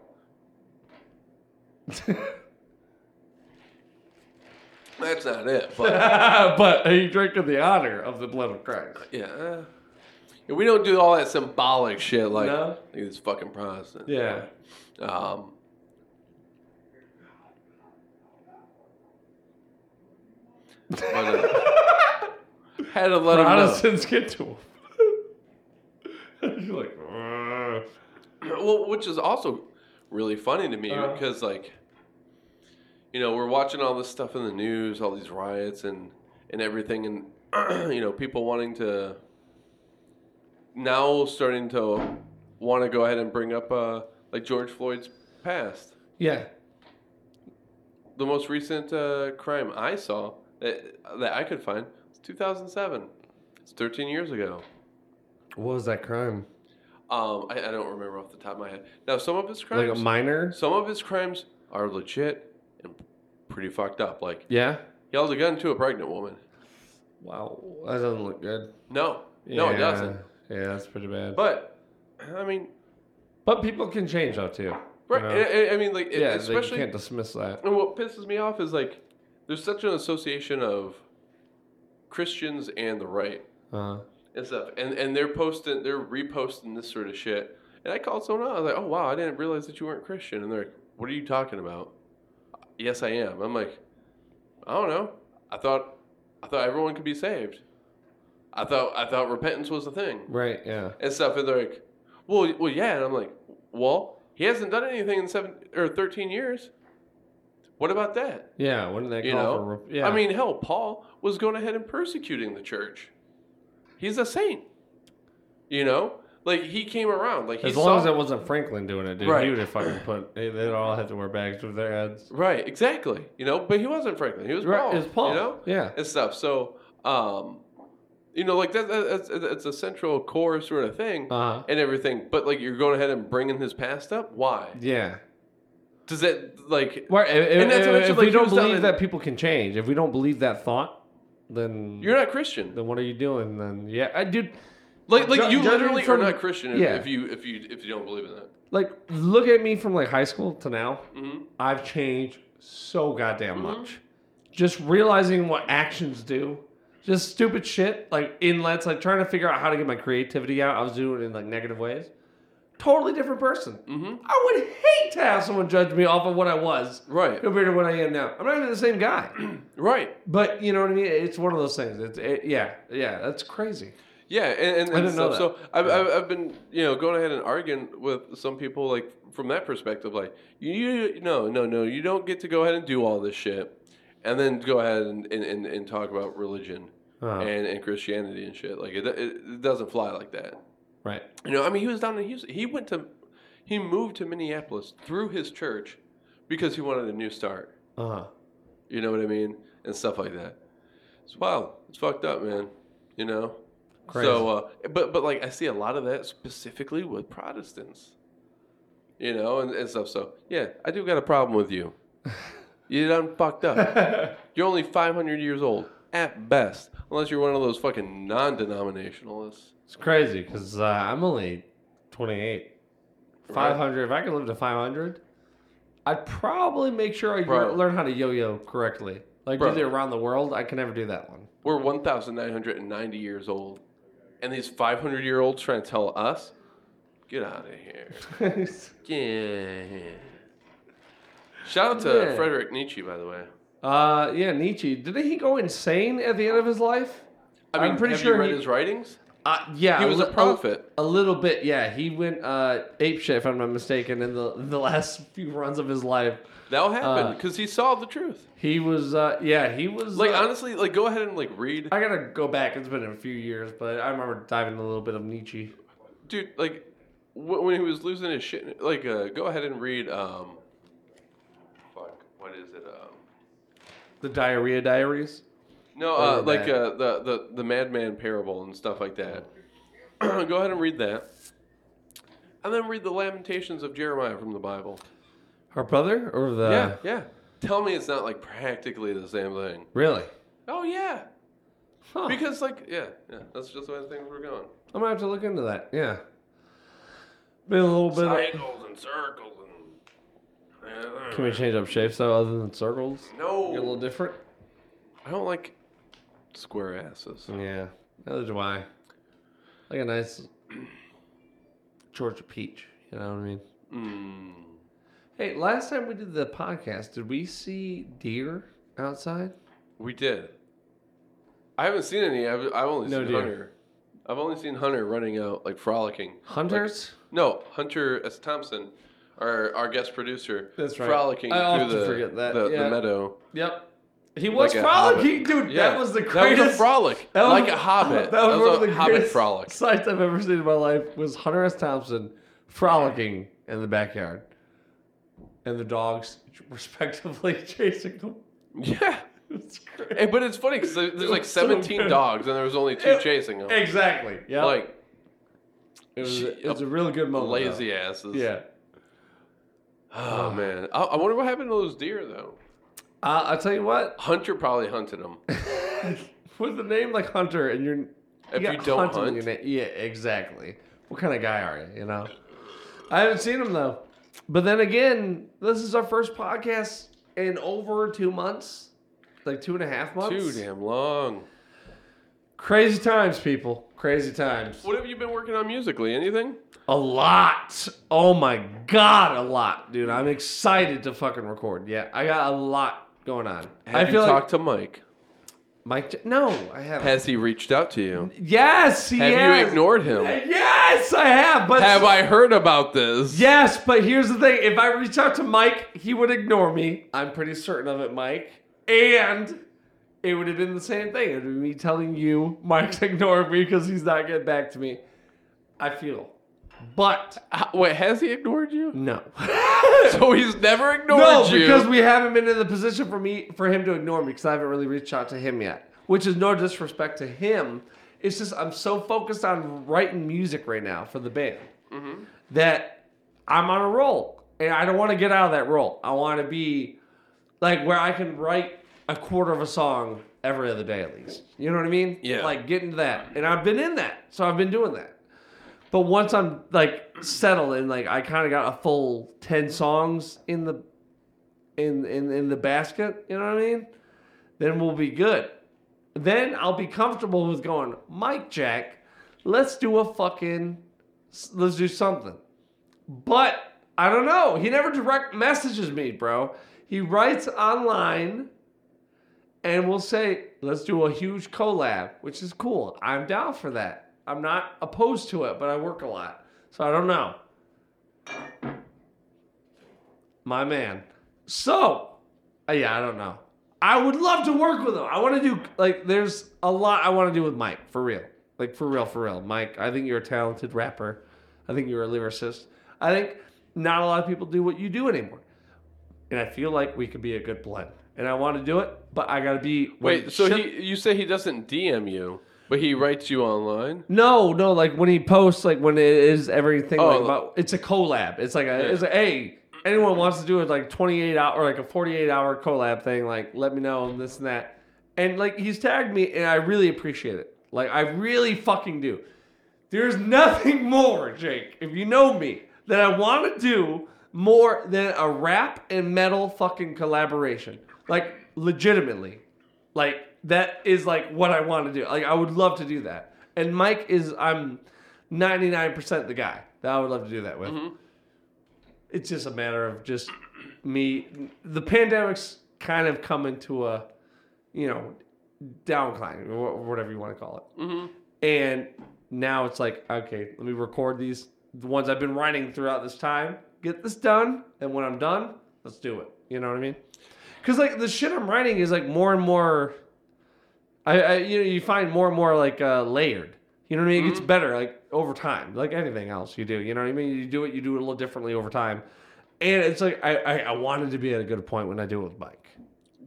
A: that's not it but
B: but he drinking the honor of the blood of Christ.
A: Yeah. uh, yeah, we don't do all that symbolic shit like,
B: No?
A: like these fucking Protestants.
B: Yeah. <laughs>
A: Um, but, uh, had to let 'em
B: Protestants get to him. <laughs> You're like, "Ugh."
A: know. <clears throat> Well, which is also really funny to me
B: Uh-huh.
A: because, like, you know, we're watching all this stuff in the news, all these riots and and everything, and <clears throat> you know, people wanting to now starting to want to go ahead and bring up uh, like George Floyd's past.
B: yeah.
A: The most recent uh, crime I saw that, that I could find was 2007. It's 13 years ago.
B: What was that crime?
A: Um, I, I don't remember off the top of my head. Now, some of his
B: Like
A: crimes,
B: a minor?
A: some of his crimes are legit and pretty fucked up. Like
B: Yeah.
A: he held a gun to a pregnant woman.
B: Wow, that doesn't look good.
A: No, no, it doesn't.
B: Yeah, that's pretty bad. But,
A: But I mean,
B: people can change though too.
A: right?
B: You know?
A: I, I- I mean, like it-
B: yeah,
A: especially
B: they can't dismiss that.
A: And what pisses me off is like there's such an association of Christians and the right
B: Uh,
A: and stuff. And and they're posting they're reposting this sort of shit. And I called someone out, I was like, Oh wow, I didn't realize that you weren't Christian and they're like, What are you talking about? Yes I am. I'm like, I don't know. I thought I thought everyone could be saved. I thought I thought repentance was a thing
B: right? Yeah.
A: and stuff. And they're like, well, well, yeah. And I'm like, well, he hasn't done anything in seven or 13 years. What about that?
B: Yeah. Wouldn't that
A: You
B: call
A: know,
B: for? rep- yeah.
A: I mean, hell, Paul was going ahead and persecuting the church. He's a saint. You know, like he came around. Like he
B: As
A: saw,
B: long as it wasn't Franklin doing it, dude,
A: Right.
B: he would have fucking put. They, they'd all have to wear bags with their heads.
A: right, exactly. You know, but he wasn't Franklin. He was Paul.
B: Right, it's Paul.
A: You know,
B: Yeah.
A: and stuff. So, um, you know, like that, that, that's it's a central core sort of thing
B: Uh-huh.
A: and everything. But like, you're going ahead and bringing his past up. Why?
B: Yeah.
A: Does that like
B: Right. If,
A: And that's what I
B: if-
A: said,
B: if
A: like,
B: we
A: he
B: don't
A: was down
B: believe
A: in-
B: that people can change, if we don't believe that thought, then
A: you're not Christian?
B: then what are you doing? Then yeah, I, dude.
A: Like like
B: Ju-
A: you
B: judging
A: literally
B: from-
A: are not Christian if,
B: yeah.
A: if you if you if you don't believe in that.
B: Like, look at me from like high school to now.
A: Mhm.
B: I've changed so goddamn
A: Mm-hmm.
B: much. Just realizing what actions do. Just stupid shit, like inlets, like trying to figure out how to get my creativity out. I was doing it in like negative ways. Totally different person.
A: Mhm.
B: I would hate to have someone judge me off of what I was
A: Right.
B: compared to what I am now. I'm not even the same guy.
A: Right.
B: But you know what I mean? It's one of those things. It's it, yeah, yeah. That's
F: <laughs>
B: crazy.
A: Yeah, and, and, and
B: didn't know
A: stuff. So I've, I've, I've been, you know, going ahead and arguing with some people, like from that perspective, like you, you no, no, no, you don't get to go ahead and do all this shit, and then go ahead and, and, and, and talk about religion
B: Uh-huh.
A: and, and Christianity and shit. Like it, it, it doesn't fly like that.
B: Right.
A: You know, I mean, he was down in Houston. He went to, he moved to Minneapolis through his church, because he wanted a new start.
B: Uh huh.
A: You know what I mean? And stuff like that. It's wild. It's fucked up, man. You know?
B: Crazy.
A: So uh but but like I see a lot of that specifically with Protestants. You know, and, and stuff. So yeah, I do got a problem with you. You done fucked up. You're only five hundred years old. at best, unless you're one of those fucking non-denominationalists.
F: It's crazy because uh, I'm only 28. 500. If I could live to 500, I'd probably make sure I
A: Bro.
F: learn how to yo-yo correctly. Like
A: Bro.
F: do the around the world. I can never do that one. <laughs>
A: We're 1,990 years old, and these 500-year-olds trying to tell us, "Get out of here." Yeah. Shout out to
F: Yeah.
A: Frederick Nietzsche, by the way.
F: uh, yeah, Nietzsche. Didn't he go insane at the end of his life?
A: I mean,
F: I'm pretty
A: have
F: sure
A: you read
F: he-
A: his writings. oh,
F: Uh, yeah,
A: He was a
F: li-
A: prophet.
F: A, little bit, yeah. He went uh, ape shit, if I'm not mistaken, in the the last <laughs> few runs of his life.
A: That'll happen
F: Uh,
A: because he saw the truth.
F: He was, uh, yeah, he was
A: Like
F: uh,
A: honestly, like go ahead and like read,
F: I gotta go back. It's been a few years, but I remember diving a little bit of Nietzsche.
A: dude. Like wh- when he was losing his shit, like uh, go ahead and read. Um, fuck, what is it? Um,
F: The Diarrhea Diaries.
A: no,
F: Oh,
A: uh, like
F: that.
A: uh, the the the Madman Parable and stuff like that. <clears throat> go ahead and read that, and then read the Lamentations of Jeremiah from the Bible.
F: Her brother or the
A: yeah, yeah. Tell me it's not like practically the same thing.
F: really?
A: Oh yeah,
F: Huh.
A: because like yeah, yeah. That's just the way things were going.
F: I'm gonna have to look into that. Yeah. Been a little bit. Of,
A: Triangles and circles and.
F: uh, can we change up shapes though, other than circles? Get a little
A: No,
F: different.
A: I don't like square asses.
F: Yeah. Neither do I. Like a nice Georgia peach. You know what I mean?
A: Mm.
F: Hey, last time we did the podcast, did we see deer outside?
A: We did. I haven't seen any. I've, I've only
F: No
A: seen
F: deer.
A: Hunter. I've only seen Hunter running out like frolicking.
F: Hunters.
A: No, Hunter S. Thompson, our our guest producer.
F: That's right.
A: Frolicking
F: I often
A: through the
F: forget that,
A: The,
F: yeah.
A: the meadow.
F: yep. He was
A: a
F: frolicking,
A: hobbit.
F: dude.
A: Yeah,
F: That was the
A: That
F: greatest.
A: was a frolic,
F: <laughs> That was-
A: like a hobbit. That was,
F: one of
A: a
F: the
A: hobbit
F: greatest <laughs>
A: frolic.
F: Sights I've ever seen in my life was Hunter S. Thompson frolicking in the backyard, and the dogs <laughs> respectively <laughs> chasing him.
A: Yeah,
F: It's great.
A: Hey, but it's funny because there's like
F: was so
A: 17
F: good.
A: dogs and there was only two
F: It-
A: chasing them.
F: Exactly. Yeah.
A: Like
F: it was.
A: she-
F: It was a real good moment. though.
A: lazy asses.
F: Yeah.
A: Oh man, I, I wonder what happened to those deer though.
F: Uh, I'll tell you what.
A: Hunter probably hunted
F: <laughs>
A: them.
F: With a name like Hunter, and you're
A: If
F: got
A: you don't
F: Hunter in
A: hunt-
F: your na- yeah, exactly. What kind of guy are you? You know, I haven't seen him though. But then again, this is our first podcast in over two months, like two and a half
A: Too
F: months.
A: damn long.
F: Crazy times, people. Crazy times.
A: What have you been working on musically? Anything?
F: A lot. Oh my god, a lot, dude. I'm excited to fucking record. Yeah, I got a lot going on.
A: Have
F: I
A: you
F: feel like
A: talked to Mike?
F: Mike. J- No, I haven't.
A: Has he reached out to you?
F: yes, he
A: Have
F: has.
A: you ignored him?
F: Yes, I have. But
A: Have I heard about this?
F: Yes, but here's the thing. If I reach out to Mike, he would ignore me. I'm pretty certain of it, Mike. And it would have been the same thing. It would be me telling you Mike's <laughs> ignoring me because he's not getting back to me. I feel. But
A: H- Wait, has he ignored you?
F: no. <laughs>
A: So he's never ignored
F: no,
A: you.
F: because we haven't been in the position for me for him to ignore me because I haven't really reached out to him yet. Which is no disrespect to him. It's just I'm so focused on writing music right now for the band that I'm on a roll and I don't want to get out of that roll. I want to be like where I can write a quarter of a song every other day at least. You know what I mean?
A: Yeah.
F: Like get into that, and I've been in that, so I've been doing that. But once I'm like settled and like I kind of got a full ten songs in the in in in the basket, you know what I mean? Then we'll be good. Then I'll be comfortable with going, Mike Jack, let's do a fucking let's do something. But I don't know. He never direct messages me, bro. He writes online and will say, let's do a huge collab, which is cool. I'm down for that. I'm not opposed to it, but I work a lot. So I don't know. My man. So, uh, yeah, I don't know. I would love to work with him. I want to do, like, there's a lot I want to do with Mike, for real. Like, for real, for real. Mike, I think you're a talented rapper. I think you're a lyricist. I think not a lot of people do what you do anymore. And I feel like we could be a good blend. And I want to do it, but I got to be. when
A: Wait, so
F: shit-
A: he you say he doesn't DM you, but he writes you online?
F: No, no, like when he posts, like when it is everything like
A: Oh.
F: about it's a collab. It's like a it's like, hey, anyone wants to do it like twenty eight hour or like a forty eight hour collab thing, like let me know and this and that.
B: And like he's tagged me, and I really appreciate it. Like I really fucking do. There's nothing <laughs> more, Jake, if you know me, that I want to do more than a rap and metal fucking collaboration. Like legitimately. Like that is like what I want to do. Like I would love to do that. And Mike is I'm 99% the guy that I would love to do that with. It's just a matter of just me the pandemic's kind of coming to a you know downcline or wh- whatever you want to call it. And now it's like, okay, let me record these, the ones I've been writing throughout this time, get this done, and when I'm done, let's do it. You know what I mean? Because like the shit I'm writing is like more and more, I, I you know you find more and more like uh, layered. You know what I mean? It gets better like over time, like anything else you do. You know what I mean? You do it, you do it a little differently over time, and it's like I I, I wanted to be at a good point when I do it with Mike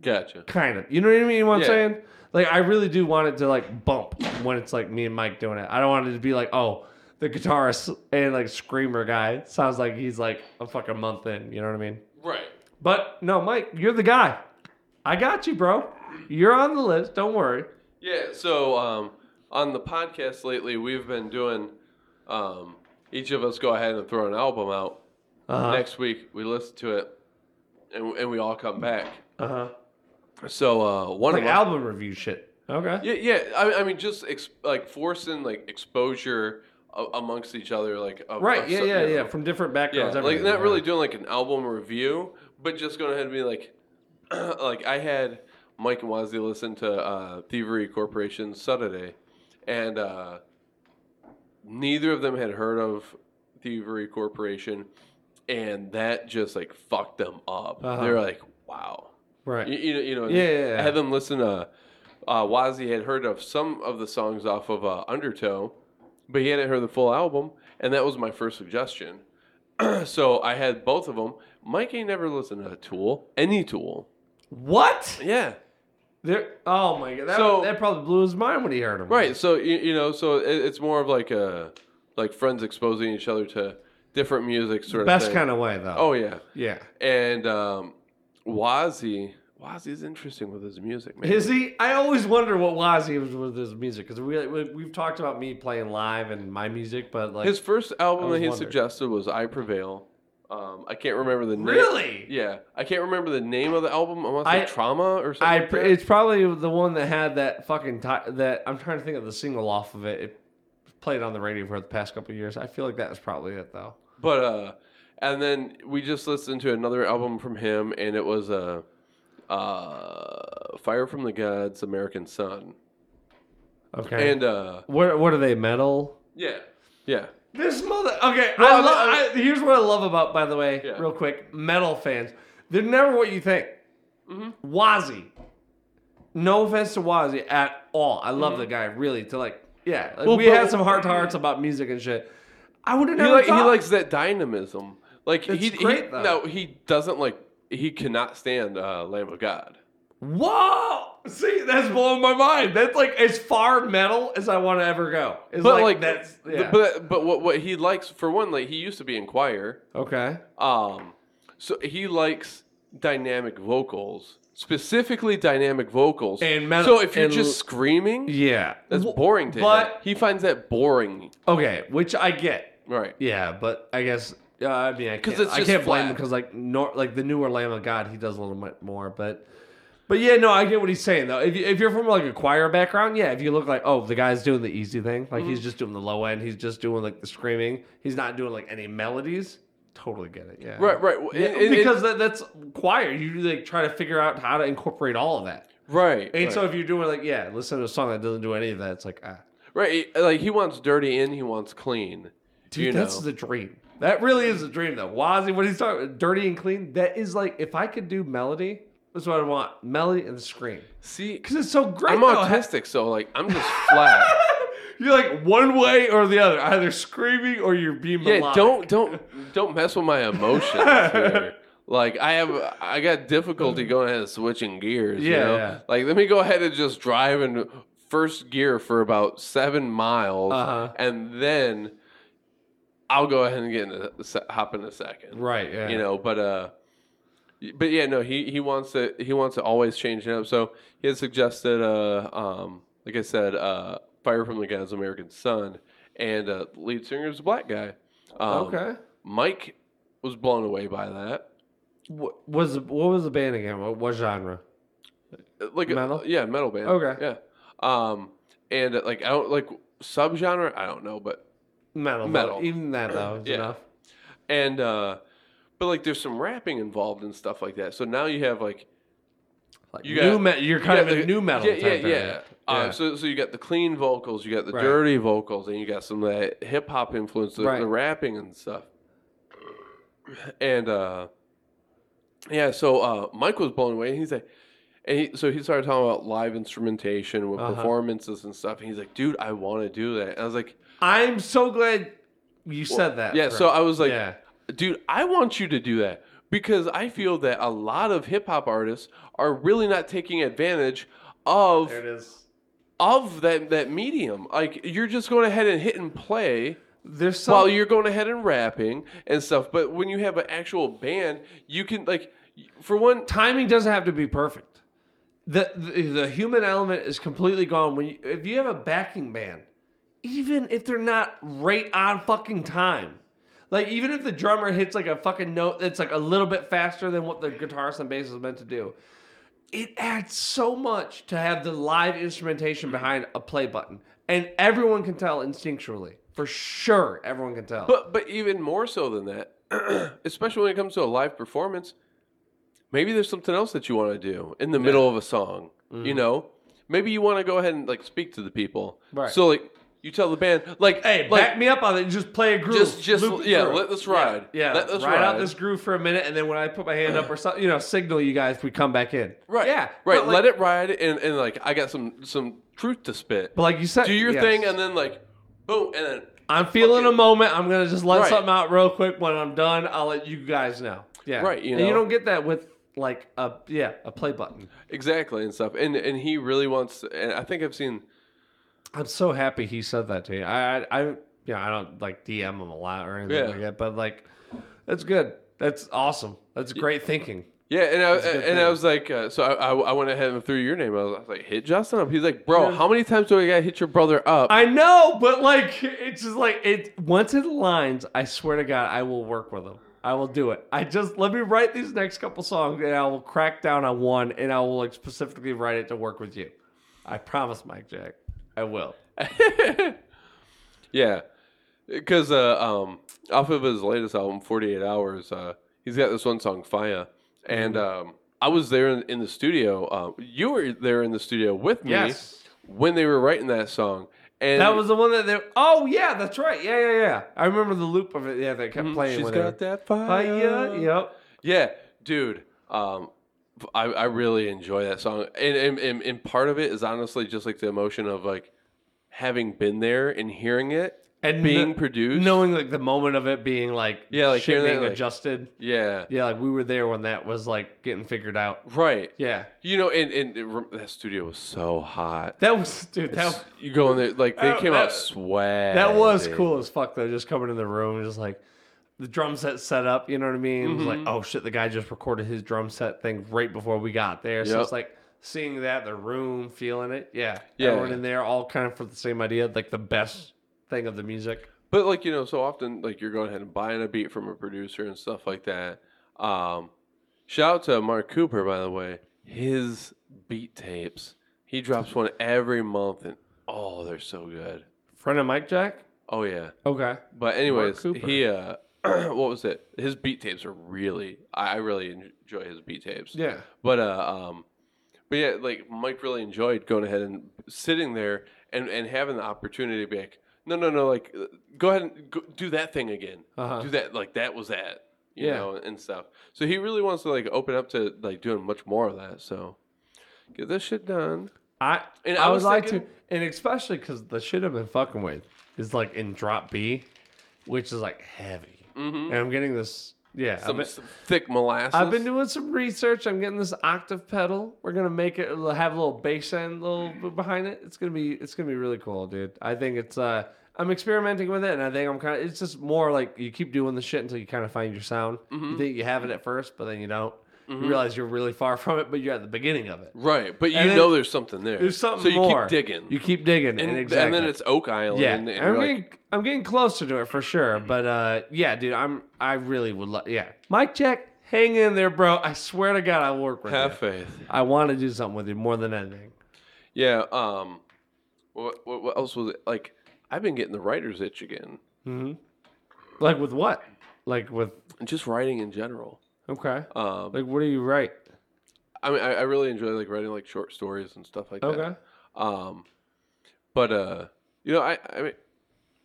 A: Gotcha.
B: kind of. You know what I mean? You know what I'm
A: Yeah.
B: saying? Like I really do want it to like bump when it's like me and Mike doing it. I don't want it to be like, oh, the guitarist and like screamer guy sounds like he's like a fucking month in. You know what I mean?
A: Right.
B: But no, Mike, you're the guy. I got you, bro. You're on the list. Don't worry.
A: Yeah, so um, on the podcast lately, we've been doing um, each of us go ahead and throw an album out.
B: Uh
A: Next week, we listen to it, and, and we all come back.
B: huh. Uh-huh.
A: So uh, one
B: Like
A: of our-
B: album review shit. Okay.
A: yeah, yeah. I, I mean, just ex- like forcing like exposure a- amongst each other, like of,
B: Right.
A: of
B: Yeah.
A: some-
B: Yeah.
A: you know,
B: Yeah. From different
A: yeah.
B: backgrounds.
A: Like
B: everything,
A: not
B: yeah.
A: really doing like an album review, but just going ahead and be like, <clears throat> like I had Mike and Wazzy listen to uh, Thievery Corporation Saturday, and uh, neither of them had heard of Thievery Corporation, and that just like fucked them up.
B: Uh-huh.
A: They're like, wow.
B: Right.
A: You, you know, you know
B: Yeah, yeah, yeah.
A: I had them listen to. Uh, Wazzy had heard of some of the songs off of uh, Undertow, but he hadn't heard the full album, and that was my first suggestion. so I had both of them. Mike ain't never listened to Tool, any Tool.
B: What?
A: Yeah,
B: There. Oh my god. That,
A: So-
B: that probably blew his mind when he heard him.
A: right. So you, you know, so it, it's more of like a like friends exposing each other to different music sort of
B: Best
A: thing.
B: kind of way though.
A: Oh yeah,
B: Yeah.
A: and um, Wazzy, Wazzy's interesting with his music, man.
B: Is he? I always wonder what Wazzy was with his music because we we- we've talked about me playing live and my music, but like
A: His first album
B: always
A: that he
B: wondered.
A: suggested was "I Prevail." Um, I can't remember the name.
B: really,
A: Yeah, I can't remember the name of the album. I want to
B: I-
A: say "Trauma" or something.
B: I
A: like
B: pr-
A: that.
B: it's probably the one that had that fucking ti- that I'm trying to think of the single off of it. It played on the radio for the past couple of years. I feel like that was probably it though.
A: But uh, and then we just listened to another album from him, and it was uh, uh, "Fire from the Gods," "American Sun,"
B: Okay.
A: and uh,
B: what what are they metal?
A: yeah, yeah,
B: This mother. Okay,
A: No,
B: I
A: I mean,
B: love. I, here's what I love about, by the way,
A: Yeah.
B: real quick, metal fans. They're never what you think. Mm-hmm. Wazzy. No offense to Wazzy at all. I love the guy really. To like, yeah, like,
A: Well,
B: we
A: but-
B: had some heart to hearts about music and shit. I would have
A: he,
B: never.
A: like, he
B: thought-
A: likes that dynamism. Like
B: That's
A: he,
B: great,
A: he
B: though.
A: no, he doesn't like. He cannot stand uh, "Lamb of God."
B: Whoa! See, that's blowing my mind. That's like as far metal as I want to ever go. It's
A: But like,
B: that's
A: th-
B: yeah.
A: but but what what he likes for one, like he used to be in choir.
B: okay.
A: Um, so he likes dynamic vocals, specifically dynamic vocals.
B: And metal-
A: So if you're
B: and-
A: just screaming,
B: Yeah.
A: that's boring to him.
B: But
A: He finds that boring.
B: okay, which I get.
A: Right.
B: Yeah, but I guess uh, I mean I can't,
A: 'Cause it's
B: I
A: just
B: can't blame him
A: flat.
B: because like nor, like the newer Lamb of God he does a little bit more, but but yeah, no, I get what he's saying though. If you, if you're from like a choir background, yeah, if you look like oh the guy's doing the easy thing, like
A: Mm-hmm.
B: he's just doing the low end, he's just doing like the screaming, he's not doing like any melodies. Totally get it. Yeah.
A: Right, right. Well,
B: Yeah,
A: and- and-
B: because that, that's choir. You like try to figure out how to incorporate all of that.
A: right.
B: And
A: right.
B: so if you're doing like yeah, listen to a song that doesn't do any of that, it's like ah,
A: right, like he wants dirty and he wants clean.
B: Dude,
A: you
B: that's
A: know?
B: the dream. That really is a dream, though. Wazzy, what he's talking dirty and clean, that is like, if I could do melody, that's what I want. Melody and scream.
A: See,
B: Because it's so great,
A: I'm
B: though.
A: autistic, so like I'm
B: <laughs>
A: just flat.
B: You're like one way or the other. Either screaming or you're being
A: yeah, don't don't don't mess with my emotions.
B: <laughs>
A: here. Like I have, I got difficulty going ahead and switching gears. you
B: Yeah,
A: know?
B: yeah.
A: Like let me go ahead and just drive in first gear for about seven miles,
B: Uh-huh.
A: and then I'll go ahead and get in a, se- hop in a second.
B: Right, yeah.
A: You know, but uh, But yeah, no, he, he wants to he wants to always change it up. So he had suggested, uh, um, like I said, uh, "Fire from the God's American Son," and uh, lead singer is a black guy. Um,
B: Okay.
A: Mike was blown away by that.
B: What was what was the band again? What, what genre?
A: Uh, Like a-
B: Metal?
A: yeah, metal band.
B: Okay.
A: yeah. Um, and uh, like I don't like subgenre. I don't know, but
B: Metal.
A: Metal.
B: but Even that though is
A: Yeah.
B: enough.
A: and uh, but like there's some rapping involved and stuff like that. So now you have like
B: Like
A: You
B: new
A: got-
B: me- you're kind
A: Yeah,
B: of a
A: the-
B: new metal.
A: Yeah,
B: type
A: yeah,
B: band.
A: yeah. Uh,
B: Yeah.
A: so, so you got the clean vocals, you got the
B: Right.
A: dirty vocals, and you got some of that hip hop influence, the,
B: Right.
A: the rapping and stuff. And uh, yeah, so uh, Mike was blown away. He's like, and he, so he started talking about live instrumentation with
B: Uh-huh.
A: performances and stuff. And he's like, dude, I want to do that. And I was like,
B: I'm so glad you said that.
A: yeah.
B: Fred.
A: So I was like,
B: yeah.
A: dude, I want you to do that because I feel that a lot of hip hop artists are really not taking advantage of
B: There it is.
A: of that that medium. Like you're just going ahead and hit and play
B: There's some.
A: while you're going ahead and rapping and stuff. But when you have an actual band, you can like for one
B: timing doesn't have to be perfect. The, the the human element is completely gone when you, if you have a backing band, even if they're not right on fucking time. Like even if the drummer hits like a fucking note that's like a little bit faster than what the guitarist and bass is meant to do, it adds so much to have the live instrumentation
A: Mm-hmm.
B: behind a play button, and everyone can tell instinctually for sure. Everyone can tell.
A: but but even more so than that, <clears throat> especially when it comes to a live performance, maybe there's something else that you want to do in the middle of a song.
B: Mm-hmm.
A: You know? Maybe you want to go ahead and like speak to the people.
B: Right.
A: So like you tell the band like
B: Hey,
A: like,
B: back me up on it. and Just play a groove.
A: Just- just-
B: Loop it
A: yeah,
B: through.
A: let this ride.
B: Yeah,
A: Let this
B: ride, out
A: ride.
B: this groove for a minute, and then when I put my hand up or something, you know, signal you guys we come back in.
A: Right.
B: Yeah.
A: Right.
B: But
A: Let
B: like,
A: it ride and, and like I got some some truth to spit.
B: But like you said,
A: do your
B: yes.
A: thing and then like boom and then
B: I'm feeling a
A: fucking-
B: moment. I'm gonna just let
A: Right.
B: something out real quick. When I'm done, I'll let you guys know. Yeah.
A: Right, you
B: and you
A: know.
B: don't get that with like a yeah a play button.
A: exactly and stuff and and he really wants and i think i've seen
B: I'm so happy he said that to you. I I, I yeah I don't like DM him a lot or anything
A: Yeah.
B: like that, but like that's good. That's awesome. That's great thinking.
A: yeah and i
B: a good
A: and i
B: thing.
A: was like uh, so I, I I went ahead and threw your name I was, I was like hit justin up he's like bro
B: Yeah.
A: how many times do i gotta hit your brother up
B: I know, but like it's just like it once it lines, I swear to God, I will work with them. I will do it. I just let me write these next couple songs and I will crack down on one and I will like specifically write it to work with you. I promise, Mike Jack. I will.
A: yeah because uh um off of his latest album 48 hours uh he's got this one song fire and
B: Mm-hmm.
A: um i was there in, in the studio uh, you were there in the studio with me
B: Yes.
A: when they were writing that song and
B: That was the one that they Oh yeah, that's right. Yeah, yeah, yeah. I remember the loop of it. Yeah, that kept playing
A: Mm-hmm. She's
B: when they
A: got
B: were-
A: uh, that
B: Oh,
A: fire.
B: yeah, yep.
A: Yeah, dude. Um, I, I really enjoy that song, and, and and and part of it is honestly just like the emotion of like having been there and hearing it
B: And
A: being
B: kn-
A: produced.
B: knowing like the moment of it being like
A: Yeah, like,
B: shit
A: hearing
B: being
A: that, like-
B: adjusted.
A: yeah,
B: Yeah, like we were there when that was like getting figured out.
A: right.
B: Yeah.
A: You know, and and it rem- that studio was so hot.
B: That was dude. That,
A: It's- you go in there like they
B: that-
A: came
B: Oh,
A: out
B: that-
A: swag.
B: that was cool as fuck though. Just coming in the room, and just like the drum set set up. You know what I mean? It was
A: Mm-hmm.
B: like oh shit, the guy just recorded his drum set thing right before we got there. So
A: Yep.
B: it's like seeing that the room, feeling it. Yeah,
A: Yeah.
B: Everyone in there, all kind of for the same idea, like the best thing of the music.
A: But like you know, so often like you're going ahead and buying a beat from a producer and stuff like that. Um, shout out to Mark Cooper, by the way. His beat tapes, he drops one every month, and oh, they're so good.
B: Friend of Mike Jack.
A: Oh yeah.
B: Okay.
A: But anyways,
B: Cooper.
A: he uh, <clears throat> what was it? His beat tapes are really. I I really enjoy his beat tapes.
B: Yeah.
A: But uh, um, but yeah, like Mike really enjoyed going ahead and sitting there and and having the opportunity to be like, no, no, no, like uh, go ahead and go, do that thing again.
B: Uh-huh.
A: Do that, like that was that, you
B: Yeah.
A: know, and stuff. So he really wants to like open up to like doing much more of that. So get this shit done.
B: I
A: And
B: I,
A: I
B: would
A: was
B: like to,
A: thinking-
B: and especially because the shit I've been fucking with is like in drop B, which is like heavy, and I'm getting this. Yeah, I've
A: Mm-hmm. Some
B: been-
A: s- thick molasses.
B: I've been doing some research. I'm getting this octave pedal. We're gonna make it it'll have a little bass end, little bit behind it. It's gonna be it's gonna be really cool, dude. I think it's uh I'm experimenting with it, and I think I'm kind of Mm-hmm. it's just more like you keep doing the shit until you kind of find your sound. You think you have it at first, but then you don't. you realize you're really far <laughs> from it, but you're at the beginning of it.
A: Right, but you
B: And then-
A: know there's something there.
B: There's something
A: So you
B: more.
A: keep digging.
B: You keep digging,
A: and,
B: and,
A: and
B: exactly.
A: then it's Oak Island.
B: yeah.
A: and, and
B: I'm
A: you're like,
B: getting I'm getting closer to it for sure, but uh, yeah, dude, I'm I really would love yeah. Mike check, hang in there, bro. I swear to God, I will work with
A: have
B: you.
A: faith.
B: I want to do something with you more than anything.
A: Yeah. Um. What, what what else was it? Like, I've been getting the writer's itch again,
B: Like with what? Like with
A: and just writing in general.
B: okay.
A: Um.
B: Like what do you write?
A: I mean, I, I really enjoy like writing like short stories and stuff like
B: Okay.
A: that. Um. But uh, you know, I I mean.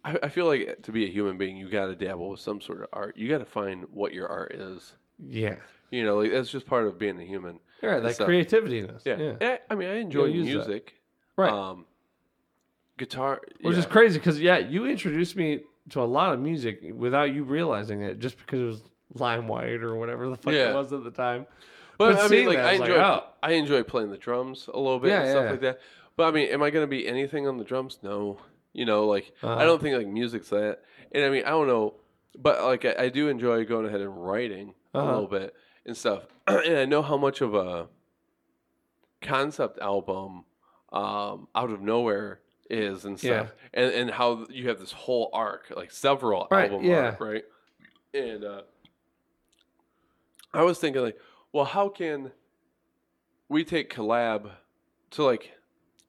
A: I I feel like to be a human being, you got to dabble with some sort of art. You got to find what your art is.
B: Yeah.
A: You know, like that's just part of being a human.
B: All right, like
A: So-
B: creativity in this.
A: Yeah. And I, I mean, I enjoy
B: use that.
A: music.
B: Right.
A: Um, guitar.
B: Which
A: yeah.
B: is crazy because yeah, you introduced me to a lot of music without you realizing it, just because it was LimeWire or whatever the fuck
A: Yeah.
B: it was at the time.
A: But,
B: But
A: I
B: seeing
A: mean, like,
B: that,
A: I
B: it's like,
A: enjoy
B: oh.
A: I enjoy playing the drums a little bit
B: Yeah,
A: and
B: yeah,
A: stuff
B: yeah.
A: like that. But I mean, am I going to be anything on the drums? No. You know, like
B: Uh-huh.
A: I don't think like music's that. And I mean, I don't know, but like I, I do enjoy going ahead and writing
B: Uh-huh.
A: a little bit and stuff. <clears throat> and I know how much of a concept album um, out of nowhere is and
B: Yeah.
A: stuff, and and how you have this whole arc, like several
B: Right,
A: album
B: yeah.
A: arc, right? And uh, I was thinking like, well, how can we take collab to like?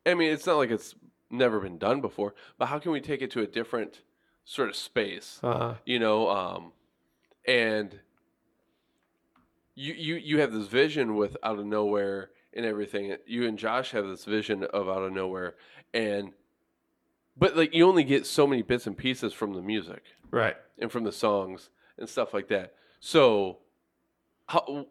A: I mean, it's not like it's never been done before, but how can we take it to a different sort of space?
B: Uh,
A: you know um and you you you have this vision with out of nowhere and everything you and josh have this vision of out of nowhere and but like you only get so many bits and pieces from the music
B: right.
A: and from the songs and stuff like that so how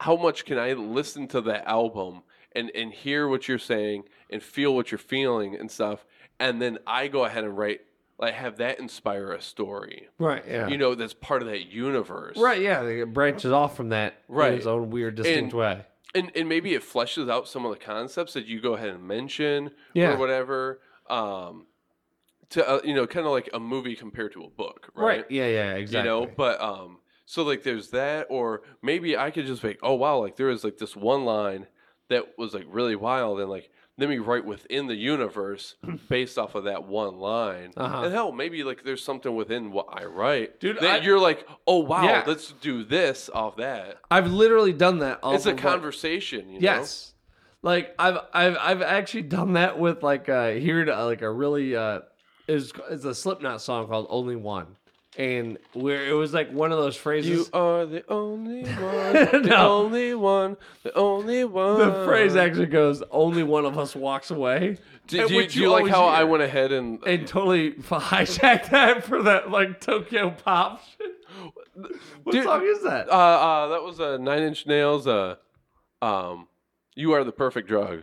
A: how much can i listen to that album and and hear what you're saying and feel what you're feeling and stuff and then i go ahead and write like have that inspire a story
B: Right. Yeah.
A: you know that's part of that universe
B: right. Yeah. It branches off from that in
A: Right.
B: its own weird, distinct
A: And-
B: way.
A: and and maybe it fleshes out some of the concepts that you go ahead and mention
B: Yeah.
A: or whatever um to uh, you know kind of like a movie compared to a book right,
B: Yeah. Yeah. Exactly.
A: you know but um so like there's that or maybe i could just be like oh wow like there is like this one line that was like really wild and like let me write within
B: <clears throat>
A: the universe based off of that one line
B: Uh-huh.
A: and hell maybe like there's something within what i write
B: Dude,
A: that
B: I-
A: you're like oh wow
B: Yeah.
A: let's do this off that
B: I've literally done that. All
A: it's a conversation you know?
B: Yes. Like I've I've I've actually done that with like uh here to like a really uh is it's a Slipknot song called Only One. And where it was like one of those phrases
A: You are the
B: <laughs>
A: only one, the
B: No.
A: only one, the only
B: <laughs>
A: one.
B: the phrase actually goes only one of us walks away.
A: Do,
B: And
A: do you,
B: which
A: do you like
B: always
A: how I
B: hear.
A: went ahead and,
B: and totally <laughs> hijacked that for that like Tokyo pop shit. What
A: Dude,
B: song is that?
A: uh, uh, that was uh, Nine Inch Nails. Uh, um, you are the perfect drug.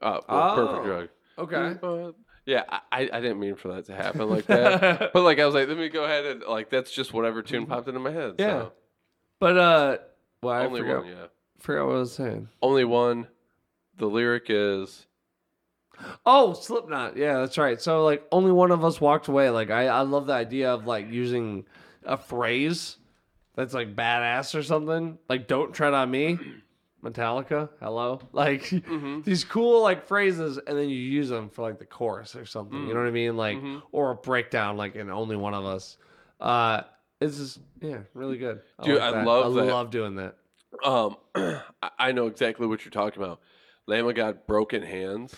A: Uh, well,
B: Oh,
A: perfect drug.
B: okay.
A: You are- Yeah, I, I I didn't mean for that to happen
B: <laughs>
A: like that. but like I was like, let me go ahead and like that's just whatever tune popped into my head.
B: Mm-hmm. Yeah.
A: so.
B: But uh well I
A: only
B: forgot,
A: one. Yeah,
B: forgot what I was saying.
A: only one. The lyric is
B: Oh, Slipknot. Yeah, that's right. So like only one of us walked away. Like I, I love the idea of like using a phrase that's like badass or something. Like don't tread on me. Metallica, hello. <laughs> Like these cool like phrases and then you use them for like the chorus or something. You know what I mean? Like or a breakdown like in only one of us. Uh it's just yeah, really good.
A: Dude, I
B: that.
A: love
B: I
A: that.
B: love doing that.
A: Um, <clears throat> I I know exactly what you're talking about. Lamb of God, broken hands.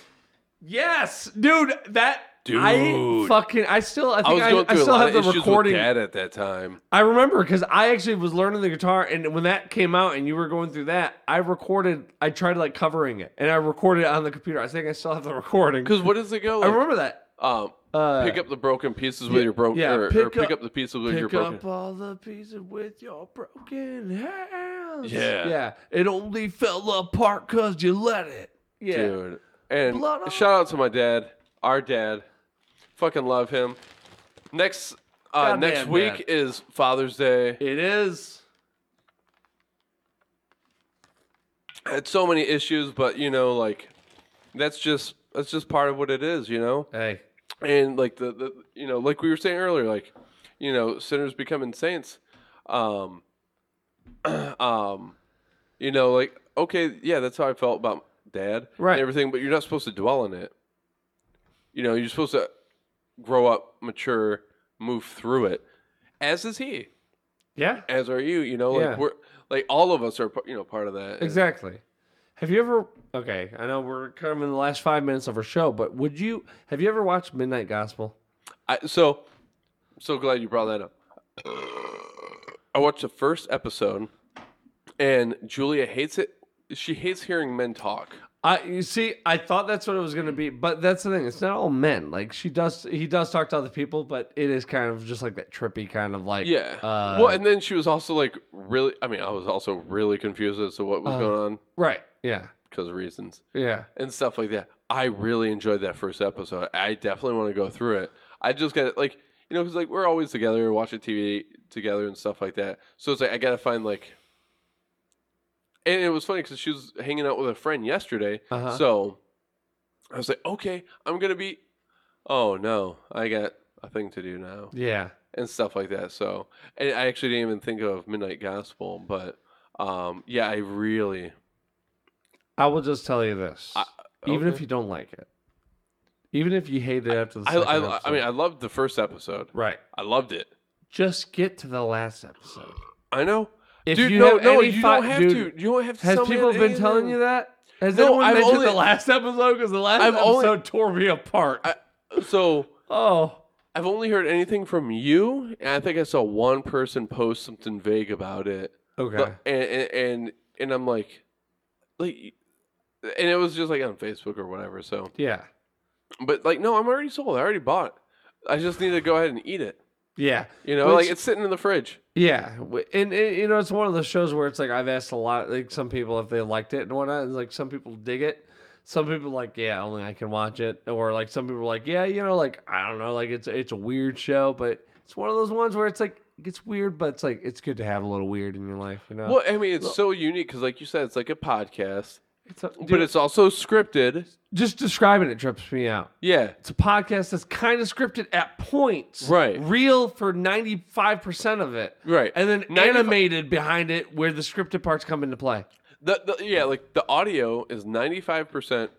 B: Yes, dude, that I
A: Dude.
B: fucking I still I
A: I
B: think
A: was
B: I, I,
A: going through a
B: still
A: lot
B: have
A: of
B: the
A: issues
B: recording.
A: with dad at that time.
B: I remember because I actually was learning the guitar, and when that came out, and you were going through that, I recorded. I tried like covering it, and I recorded it on the computer. I think I still have the recording.
A: Because what does it go?
B: I
A: Like?
B: remember that.
A: um,
B: Uh,
A: pick up the broken pieces with your broken,
B: yeah,
A: or, or
B: pick
A: pick
B: up-
A: up, the pieces with your
B: Pick
A: broken.
B: up all the pieces with your broken hands.
A: Yeah.
B: yeah. It only fell apart because you let it. Yeah,
A: Dude, and
B: Blood on-
A: shout out to my dad, our dad. Fucking love him. Next, uh,
B: Goddamn
A: next week
B: dad.
A: is Father's Day.
B: it is.
A: I had so many issues, but you know, like that's just that's just part of what it is. You know.
B: Hey,
A: and like the, the you know like we were saying earlier like you know sinners becoming saints <clears throat> um um You know, like okay, yeah, that's how I felt about dad,
B: Right.
A: And everything, but you're not supposed to dwell on it. You know, you're supposed to grow up, mature, move through it. As is he,
B: Yeah.
A: as are you. You know, like
B: Yeah.
A: we're like all of us are, you know, part of that. And-
B: Exactly. Have you ever? Okay, I know we're coming in the last five minutes of our show, but would you? Have you ever watched Midnight Gospel?
A: I, so, so glad you brought that up. I watched the first episode, and Julia hates it. She hates hearing men talk.
B: I you see, I thought that's what it was gonna be, but that's the thing. It's not all men. Like she does, he does talk to other people, but it is kind of just like that trippy kind of like
A: Yeah.
B: uh,
A: well, and then she was also like really. I mean, I was also really confused as to what was
B: Uh,
A: going on
B: right, yeah,
A: because of reasons
B: yeah,
A: and stuff like that. I really enjoyed that first episode. I definitely want to go through it. I just got like you know because like we're always together watching TV together and stuff like that. So it's like I gotta find like. And it was funny because she was hanging out with a friend yesterday.
B: Uh-huh.
A: So I was like, okay, I'm gonna be. Oh no, I got a thing to do now
B: yeah.
A: and stuff like that. So, and I actually didn't even think of Midnight Gospel, but um, yeah, I really
B: I will just tell you this:
A: I-
B: even if
A: okay.
B: you don't like it, even if you hate it after the
A: I,
B: second
A: I, I
B: episode,
A: mean, I loved the first episode.
B: right,
A: I loved it.
B: just get to the last episode.
A: I know.
B: If
A: dude,
B: you
A: no,
B: have
A: no,
B: any
A: you
B: fi-
A: don't have
B: dude,
A: to. You don't have to.
B: Has
A: tell me
B: people been
A: anything.
B: telling you that? Has
A: No,
B: anyone
A: I've
B: mentioned
A: only-
B: the last episode? Because the last
A: I've only-
B: episode tore me apart.
A: I- So
B: oh,
A: I've only heard anything from you, and I think I saw one person post something vague about it.
B: okay.
A: But- And, and and and I'm like, like, and it was just like on Facebook or whatever. So,
B: yeah.
A: but like, no, I'm already sold. I already bought. It. I just need to go ahead and eat it.
B: Yeah.
A: You know,
B: Which-
A: like it's sitting in the fridge.
B: Yeah, w- and, and, you know it's one of those shows where it's like I've asked a lot, like some people if they liked it and whatnot, and like some people dig it, some people like yeah, only I can watch it, or like some people are like yeah, you know, like I don't know, like it's it's a weird show, but it's one of those ones where it's like it's weird, but it's like it's good to have a little weird in your life, you know.
A: Well, I mean, it's so unique because, like you said, it's like a podcast,
B: It's a-
A: but
B: dude,
A: it's also scripted.
B: just describing it trips me out.
A: Yeah,
B: It's a podcast that's kind of scripted at points,
A: Right.
B: Real for ninety five percent of it,
A: Right.
B: and then
A: 95
B: animated behind it where the scripted parts come into play.
A: the, the yeah, like the audio is ninety five percent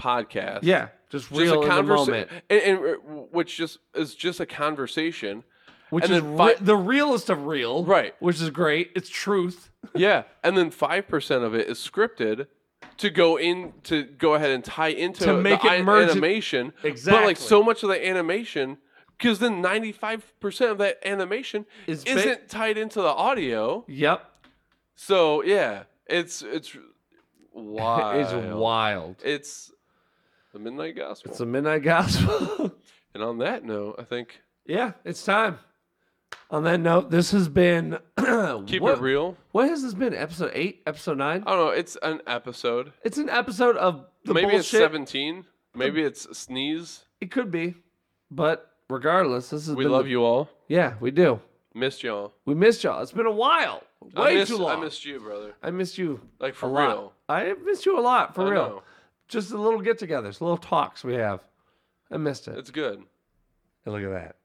A: podcast.
B: Yeah, just
A: just
B: real
A: a
B: in the
A: conversation,
B: moment,
A: and, and, uh, which just is just a conversation.
B: which
A: and
B: is
A: then
B: re-
A: fi-
B: the realest of real,
A: Right.
B: Which is great. It's truth.
A: Yeah, and then five percent of it is scripted to go in to go ahead and tie into
B: To make
A: the
B: it
A: i-
B: merge it-
A: animation. But
B: Exactly.
A: like so much of the animation, because then ninety five percent of that animation
B: Is ba-
A: isn't tied into the audio. <laughs>
B: Yep,
A: So yeah, it's it's wild.
B: it's wild.
A: It's the Midnight Gospel.
B: It's a midnight gospel.
A: and on that note, I think
B: yeah, it's time. On that note, this has been <clears throat>
A: keep
B: what,
A: it real.
B: What has this been? Episode eight, episode nine.
A: I don't know. It's an episode.
B: It's an episode of the
A: Maybe
B: bullshit.
A: it's seventeen. Maybe it's sneeze.
B: It could be, but regardless, this is
A: We love you all.
B: Yeah, we do.
A: Missed y'all.
B: We missed y'all. It's been a while. Way
A: I missed,
B: too long.
A: I missed you, brother.
B: I missed you
A: Like for
B: a
A: real.
B: lot. I missed you a lot for
A: I
B: real.
A: know.
B: Just the little get-togethers, little talks we have. I missed it.
A: It's good.
B: And look at that.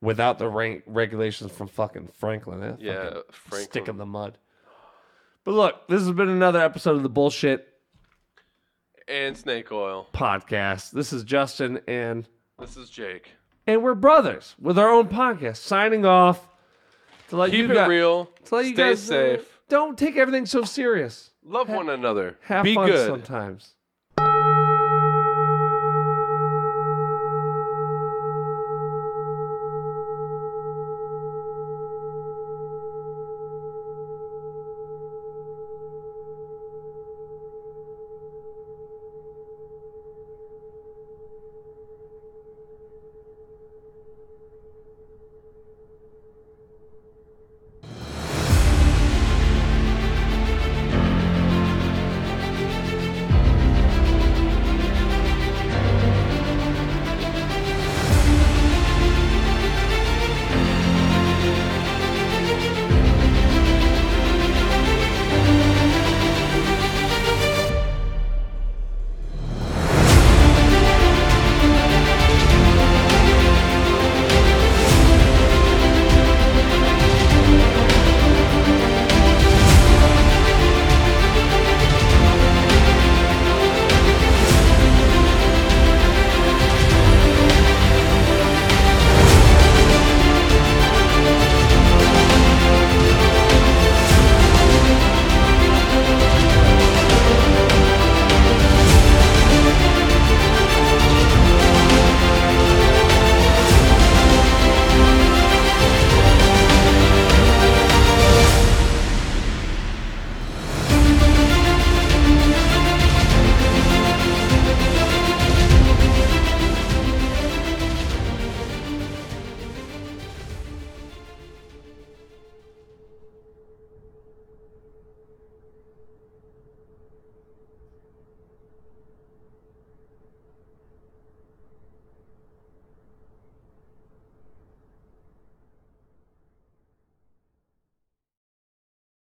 B: Without the rank regulations from fucking Franklin, eh?
A: Yeah,
B: Fucking
A: Franklin.
B: stick in the mud. But look, this has been another episode of the bullshit
A: And snake oil.
B: podcast. This is Justin and
A: This is Jake.
B: and we're brothers with our own podcast. Signing off to let you
A: Keep it
B: guys-
A: real.
B: to let
A: Stay
B: you guys know,
A: safe.
B: Don't take everything so serious.
A: Love one another.
B: Have
A: Be
B: fun
A: good.
B: sometimes.